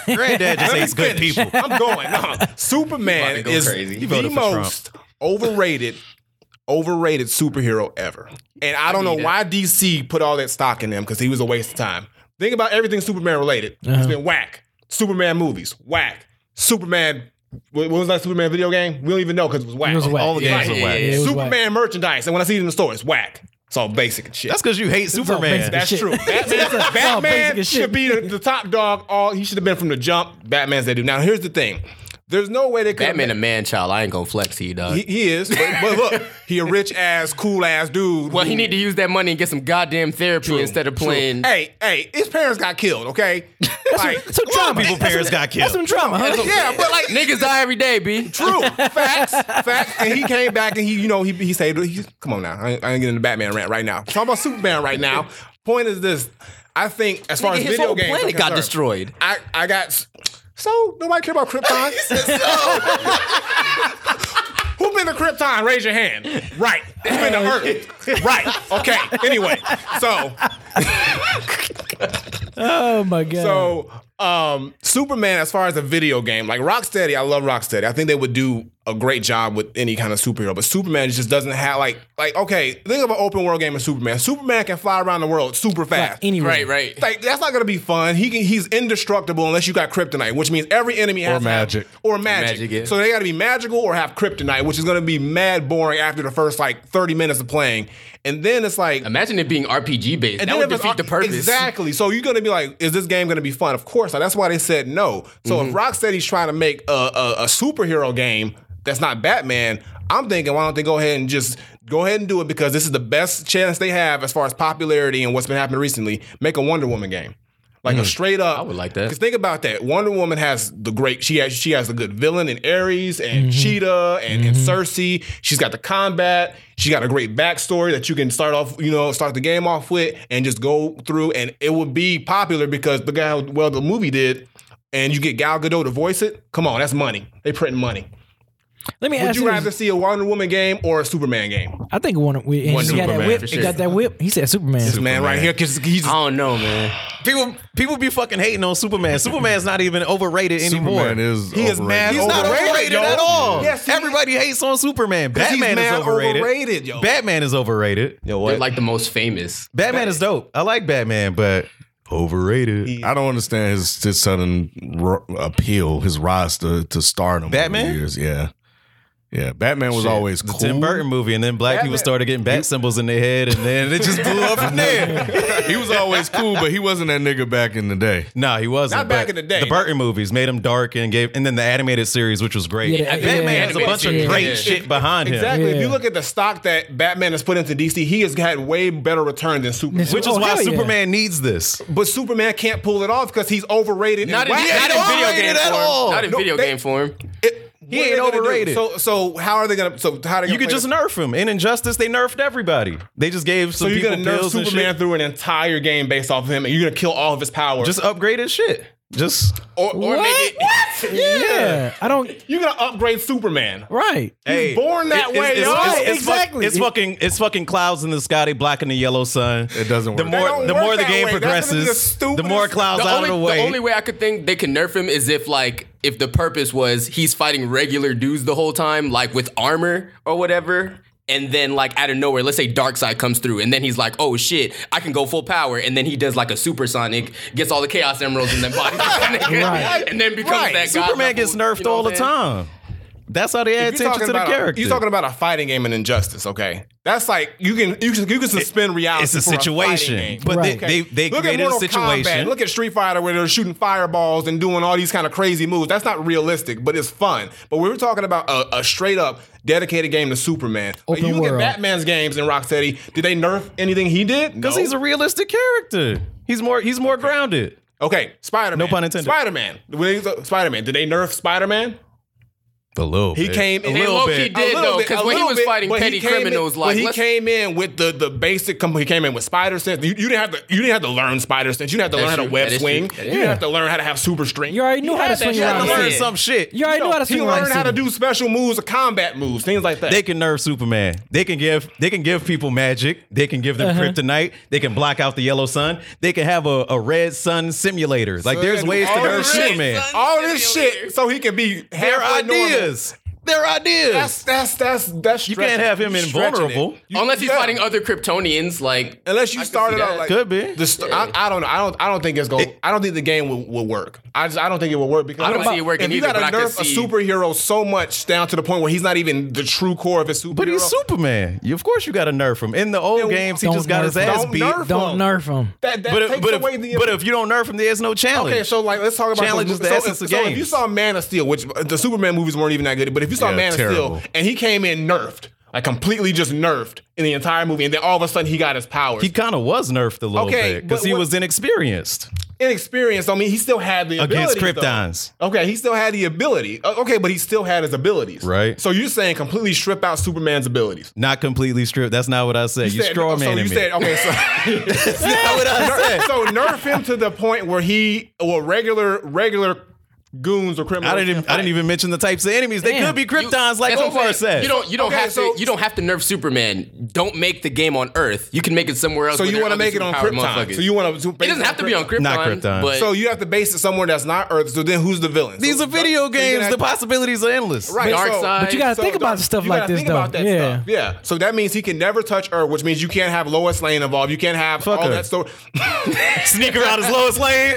Speaker 1: Granddad just
Speaker 5: Let me
Speaker 1: hates good
Speaker 5: finish.
Speaker 1: people.
Speaker 5: I'm going. No, Superman
Speaker 3: go
Speaker 5: is
Speaker 3: crazy. You
Speaker 5: the
Speaker 1: voted for Trump.
Speaker 5: most overrated, overrated superhero ever. And I don't know why DC put all that stock in him because he was a waste of time. Think about everything Superman related.
Speaker 4: Uh-huh.
Speaker 5: It's been whack. Superman movies, whack. Superman. What what was that Superman video game? We don't even know because it was whack.
Speaker 4: It was whack.
Speaker 1: All the
Speaker 4: Yeah,
Speaker 1: games
Speaker 4: yeah,
Speaker 1: are whack.
Speaker 4: yeah, yeah, it was
Speaker 5: Superman
Speaker 4: whack.
Speaker 5: merchandise, and when I see it in the store, it's whack. It's all basic and shit.
Speaker 1: That's because you hate
Speaker 4: all
Speaker 1: Superman.
Speaker 4: basic.
Speaker 5: That's
Speaker 4: shit.
Speaker 5: true.
Speaker 4: It's all
Speaker 5: Batman,
Speaker 4: basic
Speaker 5: Batman
Speaker 4: as shit.
Speaker 5: should be the, the top dog. All he should have been from the jump. Batman's they do. Now here's the thing. There's no way they could.
Speaker 3: Batman a man child. I ain't gonna flex he dog.
Speaker 5: he, he is, but, but look, he a rich ass, cool ass dude.
Speaker 3: well, he
Speaker 5: who-
Speaker 3: need to use that money and get some goddamn therapy instead of playing.
Speaker 5: Hey, hey, his parents got killed. Okay, like,
Speaker 4: So drama.
Speaker 1: people
Speaker 4: That's
Speaker 1: parents
Speaker 4: some-
Speaker 1: got
Speaker 4: That's
Speaker 1: killed.
Speaker 4: some drama, huh?
Speaker 5: yeah, but like
Speaker 3: Niggas die every day, b.
Speaker 5: True. Facts. Facts. And he came back and he, you know, he, he said, he, come on now. I ain't, I ain't getting the Batman rant right now. Talking about Superman right now. Point is this. I think as far
Speaker 3: Nigga,
Speaker 5: as
Speaker 3: his
Speaker 5: video
Speaker 3: whole
Speaker 5: games. are
Speaker 3: planet got
Speaker 5: concerned,
Speaker 3: destroyed.
Speaker 5: I, I got. s- So nobody care about Krypton. Who been to Krypton? Raise your hand. Right. Who been to Earth? Right. Okay. Anyway. So
Speaker 4: Oh my god.
Speaker 5: So, um, Superman, as far as a video game, like Rocksteady, I love Rocksteady. I think they would do a great job with any kind of superhero, but Superman just doesn't have like like okay, think of an open world game of Superman. Superman can fly around the world super fast.
Speaker 4: anyway.
Speaker 3: Right, right.
Speaker 5: Like that's not gonna be fun. He can, he's indestructible unless you got kryptonite, which means every enemy has to have-
Speaker 2: magic.
Speaker 5: or magic.
Speaker 3: Magic, yeah.
Speaker 5: So they got to be magical or have kryptonite, which is gonna be mad boring after the first like thirty minutes of playing. And then it's like
Speaker 3: Imagine it being RPG based.
Speaker 5: and
Speaker 3: that
Speaker 5: then
Speaker 3: would
Speaker 5: if it's
Speaker 3: defeat
Speaker 5: ar-
Speaker 3: the purpose.
Speaker 5: Exactly. So you're gonna be like, is this game gonna be fun? Of course. not. that's why they said no. So
Speaker 3: Mm-hmm.
Speaker 5: if Rocksteady's trying to make a, a, a superhero game that's not Batman, I'm thinking, why don't they go ahead and just go ahead and do it because this is the best chance they have as far as popularity and what's been happening recently. Make a Wonder Woman game. Like a straight up, I
Speaker 3: Mm. would like that.
Speaker 5: Because think about that, Wonder Woman has the great. She has she has a good villain in Ares and Cheetah and, and Cersei. She's got the combat. She got a great backstory that you can start off, you know, start the game off with, and just go through. And it would be popular because the guy, how well, the movie did, and you get Gal Gadot to voice it. Come on, that's money. They print money.
Speaker 4: Let me
Speaker 5: Would
Speaker 4: ask
Speaker 5: you
Speaker 4: you.
Speaker 5: rather
Speaker 4: this.
Speaker 5: see a Wonder Woman game or a Superman game?
Speaker 4: I think one. We, he got that
Speaker 1: Superman,
Speaker 4: whip.
Speaker 1: for
Speaker 4: He
Speaker 3: sure.
Speaker 4: got that whip. He said Superman.
Speaker 5: This man right here, because he's
Speaker 3: I don't know, man.
Speaker 1: People people be fucking hating on Superman. Superman's not even overrated anymore.
Speaker 2: Superman is
Speaker 1: he is mad. He's
Speaker 2: overrated.
Speaker 1: not
Speaker 5: Overrated,
Speaker 1: overrated,
Speaker 5: yo.
Speaker 1: at all.
Speaker 5: Yes, he is.
Speaker 1: Everybody hates on Superman. Batman
Speaker 5: mad
Speaker 1: is overrated.
Speaker 5: overrated, yo.
Speaker 1: Batman is overrated.
Speaker 5: yo
Speaker 3: They're like the most famous.
Speaker 1: Batman is dope. I like Batman, but Overrated.
Speaker 6: I don't understand his, his sudden ro- appeal, his rise to, to stardom. over the
Speaker 1: Batman?
Speaker 6: years. yeah, yeah. Batman was
Speaker 1: Shit.
Speaker 6: always
Speaker 1: the
Speaker 6: cool.
Speaker 1: Tim Burton movie, and then black people started getting bat symbols in their head, and then it just blew up from there.
Speaker 6: he was always cool, but he wasn't that nigga back in the day.
Speaker 1: No, he wasn't.
Speaker 5: Not back
Speaker 1: but
Speaker 5: in the day.
Speaker 1: The Burton movies made him dark and gave, and then the animated series, which was great.
Speaker 4: Yeah, the-
Speaker 1: Batman
Speaker 4: yeah,
Speaker 1: has a
Speaker 4: animated
Speaker 1: bunch
Speaker 4: series.
Speaker 1: of great
Speaker 5: Yeah.
Speaker 1: shit behind him.
Speaker 5: Exactly. If
Speaker 4: Yeah.
Speaker 5: you look at the stock that Batman has put into DC, he has had way better return than Superman.
Speaker 4: This-
Speaker 1: Which is
Speaker 4: Oh,
Speaker 1: why
Speaker 4: hell yeah.
Speaker 1: Superman needs this.
Speaker 5: but Superman can't pull it off because he's overrated.
Speaker 3: Not
Speaker 5: and
Speaker 3: in,
Speaker 5: whack.
Speaker 3: not in video
Speaker 1: overrated
Speaker 3: game
Speaker 1: at
Speaker 3: form.
Speaker 1: all.
Speaker 3: Not in
Speaker 5: No,
Speaker 3: video
Speaker 5: they-
Speaker 3: game form.
Speaker 5: It-
Speaker 1: He
Speaker 5: what
Speaker 1: ain't
Speaker 5: are they gonna do?
Speaker 1: overrated.
Speaker 5: So, so how are they gonna? So how they gonna
Speaker 1: You could
Speaker 5: play
Speaker 1: just
Speaker 5: this?
Speaker 1: nerf him. In Injustice, they nerfed everybody. They just gave
Speaker 5: So
Speaker 1: some
Speaker 5: you're
Speaker 1: people
Speaker 5: gonna nerf
Speaker 1: pills and
Speaker 5: Superman
Speaker 1: shit.
Speaker 5: through an entire game based off of him, and you're gonna kill all of his power.
Speaker 1: Just upgrade his shit. Just
Speaker 5: or, or
Speaker 4: What?
Speaker 5: make it.
Speaker 4: Yeah. I don't.
Speaker 5: You're gonna upgrade Superman.
Speaker 4: Right.
Speaker 1: hey,
Speaker 5: born that way, y'all.
Speaker 1: fuck-
Speaker 4: Exactly.
Speaker 1: it's fucking it's fucking clouds in the sky. They black and the yellow sun.
Speaker 6: It doesn't
Speaker 1: The
Speaker 6: work.
Speaker 5: That
Speaker 1: more
Speaker 5: don't
Speaker 1: the
Speaker 5: work
Speaker 1: more the
Speaker 5: that
Speaker 1: game
Speaker 5: way. That's gonna be the
Speaker 1: progresses, the
Speaker 5: stupidest-
Speaker 1: more clouds
Speaker 3: The
Speaker 1: out
Speaker 3: only,
Speaker 1: of the
Speaker 3: the
Speaker 1: way.
Speaker 3: only way I could think they can nerf him is if like if the purpose was he's fighting regular dudes the whole time, like with armor or whatever. And then, like out of nowhere, let's say Darkseid comes through, and then he's like, "Oh shit, I can go full power!" And then he does like a supersonic, gets all the Chaos Emeralds, and then bodies, that nigga, and then becomes
Speaker 5: Right.
Speaker 3: that god
Speaker 1: Superman gets
Speaker 3: level,
Speaker 1: nerfed
Speaker 3: you know
Speaker 1: all the
Speaker 3: what I'm saying?
Speaker 1: time. That's how they add
Speaker 5: You're
Speaker 1: attention to
Speaker 5: talking
Speaker 1: the
Speaker 5: about a-
Speaker 1: character.
Speaker 5: You're talking about a fighting game and injustice, okay? That's like you can you can, you can suspend reality.
Speaker 1: it's a
Speaker 5: for fighting
Speaker 1: situation,
Speaker 5: game.
Speaker 1: but
Speaker 4: Right.
Speaker 1: they they, they
Speaker 5: Look at
Speaker 1: created a
Speaker 5: Mortal Kombat.
Speaker 1: situation.
Speaker 5: Look at Street Fighter where they're shooting fireballs and doing all these kind of crazy moves. That's not realistic, but it's fun. But we were talking about a, a straight up dedicated game to Superman. Like,
Speaker 4: Open
Speaker 5: you look
Speaker 4: world.
Speaker 5: at Batman's games in Rocksteady. Did they nerf anything he did?
Speaker 1: Because
Speaker 5: No.
Speaker 1: he's a realistic character. He's more he's more grounded.
Speaker 5: okay. Spider
Speaker 1: No
Speaker 5: Man.
Speaker 1: pun intended.
Speaker 5: Spider Man. Spider Man. Did they nerf Spider Man?
Speaker 1: A little.
Speaker 5: He came in.
Speaker 1: a
Speaker 3: They
Speaker 1: little
Speaker 3: low key
Speaker 1: bit.
Speaker 5: A
Speaker 3: did
Speaker 5: little
Speaker 3: though,
Speaker 5: bit,
Speaker 3: because
Speaker 5: a
Speaker 3: when he
Speaker 5: little
Speaker 3: was
Speaker 5: bit,
Speaker 3: fighting
Speaker 5: but he
Speaker 3: petty
Speaker 5: came in-
Speaker 3: criminals,
Speaker 5: but
Speaker 3: like
Speaker 5: he
Speaker 3: let's-
Speaker 5: came in with the the basic. com- He came in with spider sense. You, you didn't have to. You didn't have to learn spider sense. You didn't have to
Speaker 3: That's
Speaker 5: learn how
Speaker 3: true.
Speaker 5: to web
Speaker 3: That is
Speaker 5: swing.
Speaker 3: true.
Speaker 5: You
Speaker 3: That
Speaker 5: didn't have to learn how to have super strength.
Speaker 4: You alady knew how to swing
Speaker 3: you had
Speaker 1: had
Speaker 4: around.
Speaker 1: to
Speaker 3: Yeah.
Speaker 1: learn
Speaker 4: the city.
Speaker 1: some shit.
Speaker 4: You already knew how to
Speaker 5: He
Speaker 4: swing around.
Speaker 5: learned how to
Speaker 4: the city.
Speaker 5: do special moves, combat moves, things like that.
Speaker 1: They can nerf Superman. They can give they can give people magic. They can give them
Speaker 4: Uh-huh.
Speaker 1: kryptonite. They can block out the yellow sun. They can have a, a red sun simulator. Like there's ways to
Speaker 5: all
Speaker 1: nerf
Speaker 5: this shit.
Speaker 1: Superman.
Speaker 5: all this shit so he can be
Speaker 1: Their
Speaker 5: halfway normal.
Speaker 1: ideas. Their ideas.
Speaker 5: That's that's that's that's.
Speaker 1: you can't have him invulnerable.
Speaker 3: unless he's
Speaker 5: yeah.
Speaker 3: fighting other Kryptonians, like
Speaker 5: Unless
Speaker 3: I
Speaker 5: you
Speaker 3: can see
Speaker 5: started out
Speaker 3: that.
Speaker 5: like
Speaker 1: Could be.
Speaker 5: The st- I, I don't know. I don't. I don't think it's going. to I don't think the game will, will work. I just. I don't think it will work because
Speaker 3: I don't see it working
Speaker 5: If you
Speaker 3: either,
Speaker 5: got
Speaker 3: but I
Speaker 5: to
Speaker 3: could
Speaker 5: nerf a
Speaker 3: see-
Speaker 5: superhero so much down to the point where he's not even the true core of his superhero.
Speaker 1: But he's Superman. You, of course you got to nerf him. In the old games, he
Speaker 4: don't
Speaker 1: just got
Speaker 4: nerf
Speaker 1: his
Speaker 4: him.
Speaker 1: ass
Speaker 5: Don't
Speaker 1: beat.
Speaker 5: nerf
Speaker 4: Don't
Speaker 5: him.
Speaker 4: nerf him.
Speaker 5: That, that
Speaker 1: But if,
Speaker 5: takes
Speaker 1: but,
Speaker 5: away the
Speaker 1: if, but if you don't nerf him, there's no challenge.
Speaker 5: Okay, so like let's talk about
Speaker 1: Challenge
Speaker 5: some-
Speaker 1: is the
Speaker 5: so,
Speaker 1: essence
Speaker 5: so
Speaker 1: of
Speaker 5: if
Speaker 1: games.
Speaker 5: you saw Man of Steel, which the Superman movies weren't even that good, but if you saw
Speaker 6: Yeah,
Speaker 5: Man
Speaker 6: terrible.
Speaker 5: of Steel and he came in nerfed, like completely just nerfed in the entire movie, and then all of a sudden he got his powers.
Speaker 1: he kind of was nerfed a little
Speaker 5: Okay,
Speaker 1: bit because
Speaker 5: but
Speaker 1: he
Speaker 5: what-
Speaker 1: was inexperienced
Speaker 5: Inexperienced. I mean, he still had the
Speaker 1: against
Speaker 5: abilities, though.
Speaker 1: Kryptons.
Speaker 5: Okay, he still had the ability. O- Okay, but he still had his abilities.
Speaker 1: Right.
Speaker 5: So you're saying completely strip out Superman's abilities.
Speaker 1: Not completely stripped. That's not what I said. You,
Speaker 5: said-
Speaker 1: straw
Speaker 5: so
Speaker 1: man
Speaker 5: you
Speaker 1: me.
Speaker 5: said okay, so
Speaker 1: That's what I said.
Speaker 5: so nerf him to the point where he or regular regular goons or criminals.
Speaker 1: I didn't. Even,
Speaker 5: can't
Speaker 1: I didn't
Speaker 5: fight.
Speaker 1: even mention the types of enemies. They
Speaker 4: Damn.
Speaker 1: could be Kryptons, like
Speaker 3: That's what I'm
Speaker 1: Omar
Speaker 3: saying.
Speaker 1: said.
Speaker 3: oh, You don't. You don't
Speaker 5: Okay,
Speaker 3: have to.
Speaker 5: so-
Speaker 3: you don't have to nerf Superman. Don't make the game on Earth. You can make it somewhere else.
Speaker 5: So
Speaker 3: where
Speaker 5: you
Speaker 3: there are
Speaker 5: want to
Speaker 3: other
Speaker 5: make it on
Speaker 3: superpowered
Speaker 5: Krypton.
Speaker 3: motherfuckers.
Speaker 5: So you want to.
Speaker 3: It doesn't have to be on Krypton.
Speaker 1: Not Krypton.
Speaker 3: But
Speaker 5: So you have to base it somewhere that's not Earth. So then who's the villain?
Speaker 1: These
Speaker 5: So-
Speaker 1: are video
Speaker 5: so you're
Speaker 1: games.
Speaker 5: gonna-
Speaker 1: The possibilities are endless.
Speaker 5: Right.
Speaker 3: Dark
Speaker 5: so-
Speaker 3: Side.
Speaker 4: But you gotta
Speaker 5: so
Speaker 4: think about
Speaker 5: don't-
Speaker 4: stuff
Speaker 5: you
Speaker 4: like
Speaker 5: gotta
Speaker 4: this,
Speaker 5: think
Speaker 4: though.
Speaker 5: about that
Speaker 4: yeah.
Speaker 5: stuff. yeah. So that means he can never touch Earth, which means you can't have Lois Lane involved. You can't have
Speaker 1: Fuck
Speaker 5: all
Speaker 1: her.
Speaker 5: that story.
Speaker 1: Sneak around as Lois Lane.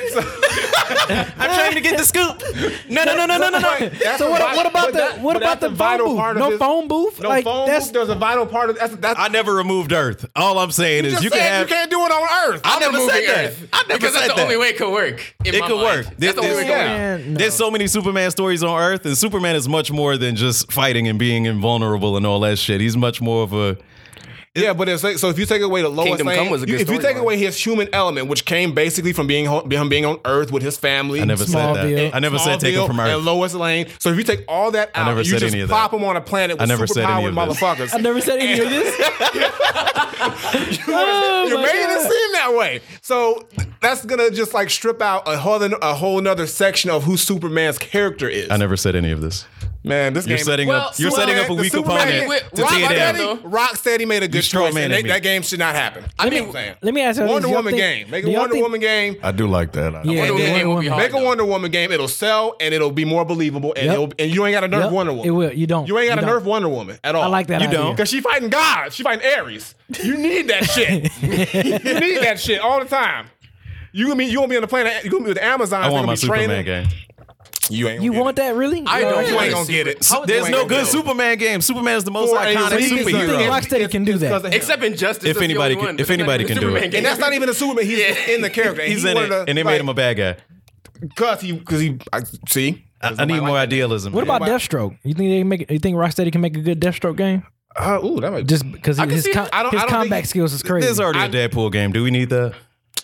Speaker 1: I'm trying to get the scoop. No, no, no, no, no, no, no.
Speaker 5: That's
Speaker 4: So
Speaker 5: a
Speaker 4: what,
Speaker 5: vi-
Speaker 4: what about
Speaker 5: but
Speaker 4: the
Speaker 5: that-
Speaker 4: what
Speaker 5: but
Speaker 4: about
Speaker 5: that's
Speaker 4: the
Speaker 5: a
Speaker 4: phone
Speaker 5: vital
Speaker 4: booth?
Speaker 5: part of
Speaker 4: No
Speaker 5: his-
Speaker 4: phone booth.
Speaker 5: No
Speaker 4: like
Speaker 5: phone
Speaker 4: that's
Speaker 5: booth. There's a vital part of that's that's.
Speaker 1: I never removed Earth. All I'm saying is
Speaker 5: just
Speaker 1: you can
Speaker 5: said
Speaker 1: have.
Speaker 5: you can't do it on Earth.
Speaker 1: I never said
Speaker 3: moving
Speaker 1: that.
Speaker 3: Earth.
Speaker 1: I never
Speaker 3: because that's
Speaker 1: said
Speaker 3: the
Speaker 1: that.
Speaker 3: only way it could work. in
Speaker 1: It
Speaker 3: my
Speaker 1: could
Speaker 3: mind.
Speaker 1: work.
Speaker 3: That's the only way it could
Speaker 5: Yeah.
Speaker 3: work.
Speaker 4: Man, no.
Speaker 1: There's so many Superman stories on Earth, and Superman is much more than just fighting and being invulnerable and all that shit. He's much more of a.
Speaker 5: Yeah, but it's like, so if you take away the Lois
Speaker 3: Kingdom
Speaker 5: Lane,
Speaker 3: Come was a
Speaker 5: you-
Speaker 3: good
Speaker 5: if you
Speaker 3: storyline.
Speaker 5: take away his human element, which came basically from being ho- him being on Earth with his family,
Speaker 1: I never said
Speaker 4: Smallville.
Speaker 1: that. I never said take him
Speaker 5: Smallville
Speaker 1: from Earth.
Speaker 5: and Lois Lane. So if you take all that out,
Speaker 1: never
Speaker 5: and you
Speaker 1: said
Speaker 5: just
Speaker 1: any of
Speaker 5: plop
Speaker 1: that.
Speaker 5: him on a planet with
Speaker 1: never said any
Speaker 5: superpowered
Speaker 1: of this.
Speaker 5: motherfuckers.
Speaker 4: I never said any of this. Oh
Speaker 5: you
Speaker 4: my
Speaker 5: made it
Speaker 4: God.
Speaker 5: seem that way. So that's gonna just like strip out a whole a whole nother section of who Superman's character is.
Speaker 1: I never said any of this.
Speaker 5: Man, this
Speaker 1: You're
Speaker 5: game.
Speaker 1: setting
Speaker 3: Well,
Speaker 1: up. You're setting up a
Speaker 5: the
Speaker 1: weak
Speaker 5: Superman-
Speaker 1: opponent
Speaker 3: Wait,
Speaker 1: to
Speaker 3: Rob
Speaker 1: tear down.
Speaker 3: Van Damme-
Speaker 5: Rocksteady, Rocksteady made a good choice,
Speaker 1: strawmanning
Speaker 5: and they,
Speaker 1: me.
Speaker 5: that game should not happen.
Speaker 3: I
Speaker 5: That's
Speaker 3: mean,
Speaker 5: what I'm saying.
Speaker 4: Let me ask you
Speaker 5: Wonder
Speaker 4: this. Y'all
Speaker 5: Woman
Speaker 4: think-
Speaker 5: game. Make
Speaker 4: do
Speaker 5: a
Speaker 4: y'all
Speaker 5: Wonder
Speaker 4: think-
Speaker 5: Woman game.
Speaker 6: I do like that. I
Speaker 4: Yeah, the
Speaker 3: Wonder Woman
Speaker 4: Wonder
Speaker 3: would be
Speaker 4: Woman.
Speaker 3: hard.
Speaker 5: Make a
Speaker 3: though.
Speaker 5: Wonder Woman game. It'll sell and it'll be more believable, and
Speaker 4: Yep.
Speaker 5: it'll, and you ain't got to nerf
Speaker 4: Yep,
Speaker 5: Wonder Woman.
Speaker 4: It will. Oh, You don't.
Speaker 5: You ain't got to nerf
Speaker 4: don't.
Speaker 5: Wonder Woman at all.
Speaker 4: I like that.
Speaker 1: You
Speaker 4: idea.
Speaker 1: don't.
Speaker 5: Because she fighting God. She fighting Ares. You need that shit. you need that shit all the time. You gonna be you gonna be on the plane? You gonna be with Amazon?
Speaker 1: I
Speaker 5: they
Speaker 1: want
Speaker 5: gonna
Speaker 1: my
Speaker 5: be
Speaker 1: Superman
Speaker 5: training.
Speaker 1: game.
Speaker 5: You ain't.
Speaker 4: You
Speaker 5: gonna
Speaker 4: want
Speaker 5: get
Speaker 4: that really?
Speaker 5: it. I know
Speaker 4: Yeah.
Speaker 5: you ain't gonna get it.
Speaker 3: How would
Speaker 1: There's
Speaker 3: they
Speaker 1: no
Speaker 3: wanna
Speaker 1: good
Speaker 3: go?
Speaker 1: Superman game. Superman is the most
Speaker 5: Or a
Speaker 1: iconic
Speaker 4: You think
Speaker 1: superhero.
Speaker 4: Rocksteady can do that?
Speaker 3: Except
Speaker 1: If
Speaker 3: Injustice. that's the
Speaker 1: anybody
Speaker 3: only
Speaker 1: can-
Speaker 3: one.
Speaker 1: if
Speaker 3: That's not
Speaker 1: anybody
Speaker 3: even
Speaker 1: can do
Speaker 3: Superman
Speaker 1: it.
Speaker 3: game.
Speaker 5: And that's not even a Superman. He's in the character.
Speaker 1: He's in it, and they made him a bad guy.
Speaker 5: because he because he I, see. Uh,
Speaker 1: I, I need more idealism.
Speaker 4: What
Speaker 1: man.
Speaker 4: about Deathstroke? You think they can make? You think Rocksteady can make a good Deathstroke game?
Speaker 5: Uh, ooh, that might.
Speaker 4: Just because
Speaker 3: can
Speaker 4: his
Speaker 3: see
Speaker 4: com-
Speaker 3: it. I
Speaker 5: don't-
Speaker 4: his
Speaker 5: I don't
Speaker 4: combat
Speaker 5: think-
Speaker 4: skills is crazy.
Speaker 1: There's already a Deadpool game. Do we need that?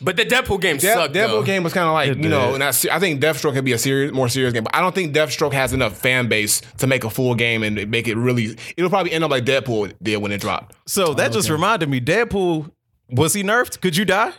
Speaker 3: But the Deadpool game
Speaker 5: Death,
Speaker 3: sucked.
Speaker 5: Deathstroke
Speaker 3: though.
Speaker 5: game was kind of like
Speaker 1: It
Speaker 5: you know,
Speaker 1: did.
Speaker 5: and I, see- I think Deathstroke could be a serious, more serious game, but I don't think Deathstroke has enough fan base to make a full game and make it really. It'll probably end up like Deadpool did when it dropped.
Speaker 1: So that just reminded me. Deadpool was he nerfed? Could you die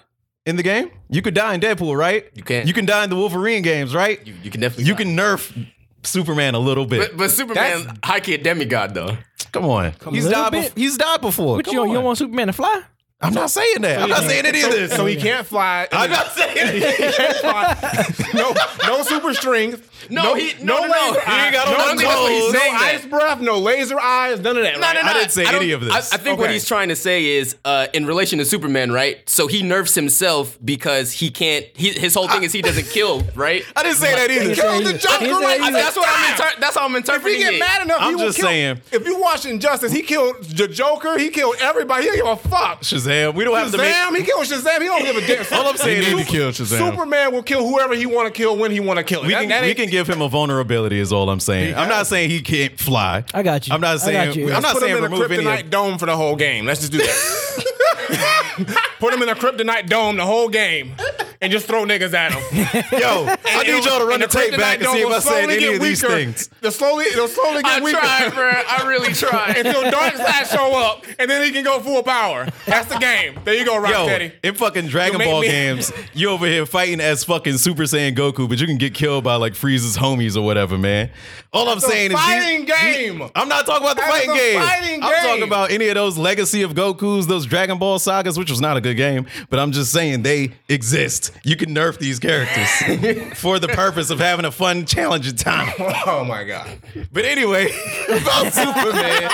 Speaker 1: in the game? You could die in Deadpool, right? You
Speaker 3: can't.
Speaker 1: You can die in the Wolverine games, right? You,
Speaker 3: You can definitely.
Speaker 1: you
Speaker 3: not.
Speaker 1: can nerf Superman a little bit.
Speaker 3: But, but Superman, high kid demigod though.
Speaker 1: Come on. he's
Speaker 4: Little
Speaker 1: died.
Speaker 4: bit?
Speaker 1: bef- he's died before.
Speaker 4: But
Speaker 1: Come
Speaker 4: you don't,
Speaker 1: on.
Speaker 4: you don't want Superman to fly?
Speaker 1: I'm not saying that. I'm not saying it either.
Speaker 5: So he can't fly.
Speaker 1: I'm not saying it.
Speaker 5: can't fly. no, no super strength.
Speaker 3: No, he- no, no,
Speaker 5: laser
Speaker 3: no. He
Speaker 5: eyes,
Speaker 3: ain't got on
Speaker 5: no
Speaker 3: no clothes.
Speaker 5: No
Speaker 3: Saying that.
Speaker 5: ice breath. No laser eyes. None of that.
Speaker 3: No,
Speaker 5: right?
Speaker 3: no, no.
Speaker 1: I didn't say
Speaker 3: don't-
Speaker 1: any of this.
Speaker 3: I, I think what
Speaker 5: Okay.
Speaker 3: he's trying to say is, uh, in relation to Superman, right? So he nerfs himself because he can't. He, his whole thing is he doesn't kill, right?
Speaker 1: I didn't say that either.
Speaker 5: Oh,
Speaker 4: Kill the Joker, like-
Speaker 3: I- that's what I'm. Inter- that's how I'm
Speaker 5: "Ah." If he
Speaker 3: interpreting
Speaker 5: get
Speaker 3: it.
Speaker 5: mad enough,
Speaker 1: I'm
Speaker 5: he will
Speaker 1: just
Speaker 5: kill-
Speaker 1: saying.
Speaker 5: If you watch Injustice, he killed the Joker. He killed everybody. He didn't give a fuck.
Speaker 1: Shazam. We don't have to make.
Speaker 5: Shazam, he killed Shazam. He don't give a damn.
Speaker 1: All I'm saying
Speaker 6: He
Speaker 1: is
Speaker 6: need to kill Shazam.
Speaker 5: Superman will kill whoever he want to kill when he want to kill.
Speaker 1: We can, we can give him a vulnerability is all I'm saying. I'm not saying he can't fly.
Speaker 4: I got you.
Speaker 1: I'm
Speaker 4: I
Speaker 1: not saying
Speaker 4: got you.
Speaker 1: I'm not
Speaker 5: put
Speaker 1: saying
Speaker 5: him in a
Speaker 1: remove any
Speaker 5: kryptonite
Speaker 1: of
Speaker 5: dome for the whole game. Let's just do that. put him in a kryptonite dome the whole game, and just throw niggas at him.
Speaker 1: Yo, I
Speaker 5: And
Speaker 1: need
Speaker 5: it'll-
Speaker 1: y'all to run
Speaker 5: and
Speaker 1: the tape
Speaker 5: kryptonite
Speaker 1: back and
Speaker 5: dome
Speaker 1: see if
Speaker 5: will
Speaker 1: I said
Speaker 5: slowly
Speaker 1: any
Speaker 5: get
Speaker 1: of these
Speaker 5: weaker.
Speaker 1: things.
Speaker 5: They'll slowly, it'll slowly get
Speaker 3: I
Speaker 5: weaker.
Speaker 3: tried, bro. I really tried.
Speaker 5: Until Dark Side show up, and then he can go full power. That's the game. There you go,
Speaker 1: Yo,
Speaker 5: Rocksteady.
Speaker 1: in fucking Dragon
Speaker 5: make
Speaker 1: Ball
Speaker 5: me-
Speaker 1: games, you over here fighting as fucking Super Saiyan Goku, but you can get killed by like Frieza's homies or whatever, man. All I'm saying is these-
Speaker 5: fighting game.
Speaker 1: I'm not talking about the
Speaker 5: That's
Speaker 1: fighting
Speaker 5: the
Speaker 1: game.
Speaker 5: fighting
Speaker 1: I'm talking
Speaker 5: game.
Speaker 1: about any of those Legacy of Goku's, those Dragon Ball sagas, which was not a good game, but I'm just saying they exist. You can nerf these characters for the purpose of having a fun, challenging time.
Speaker 5: Oh my god.
Speaker 1: But anyway, about Superman,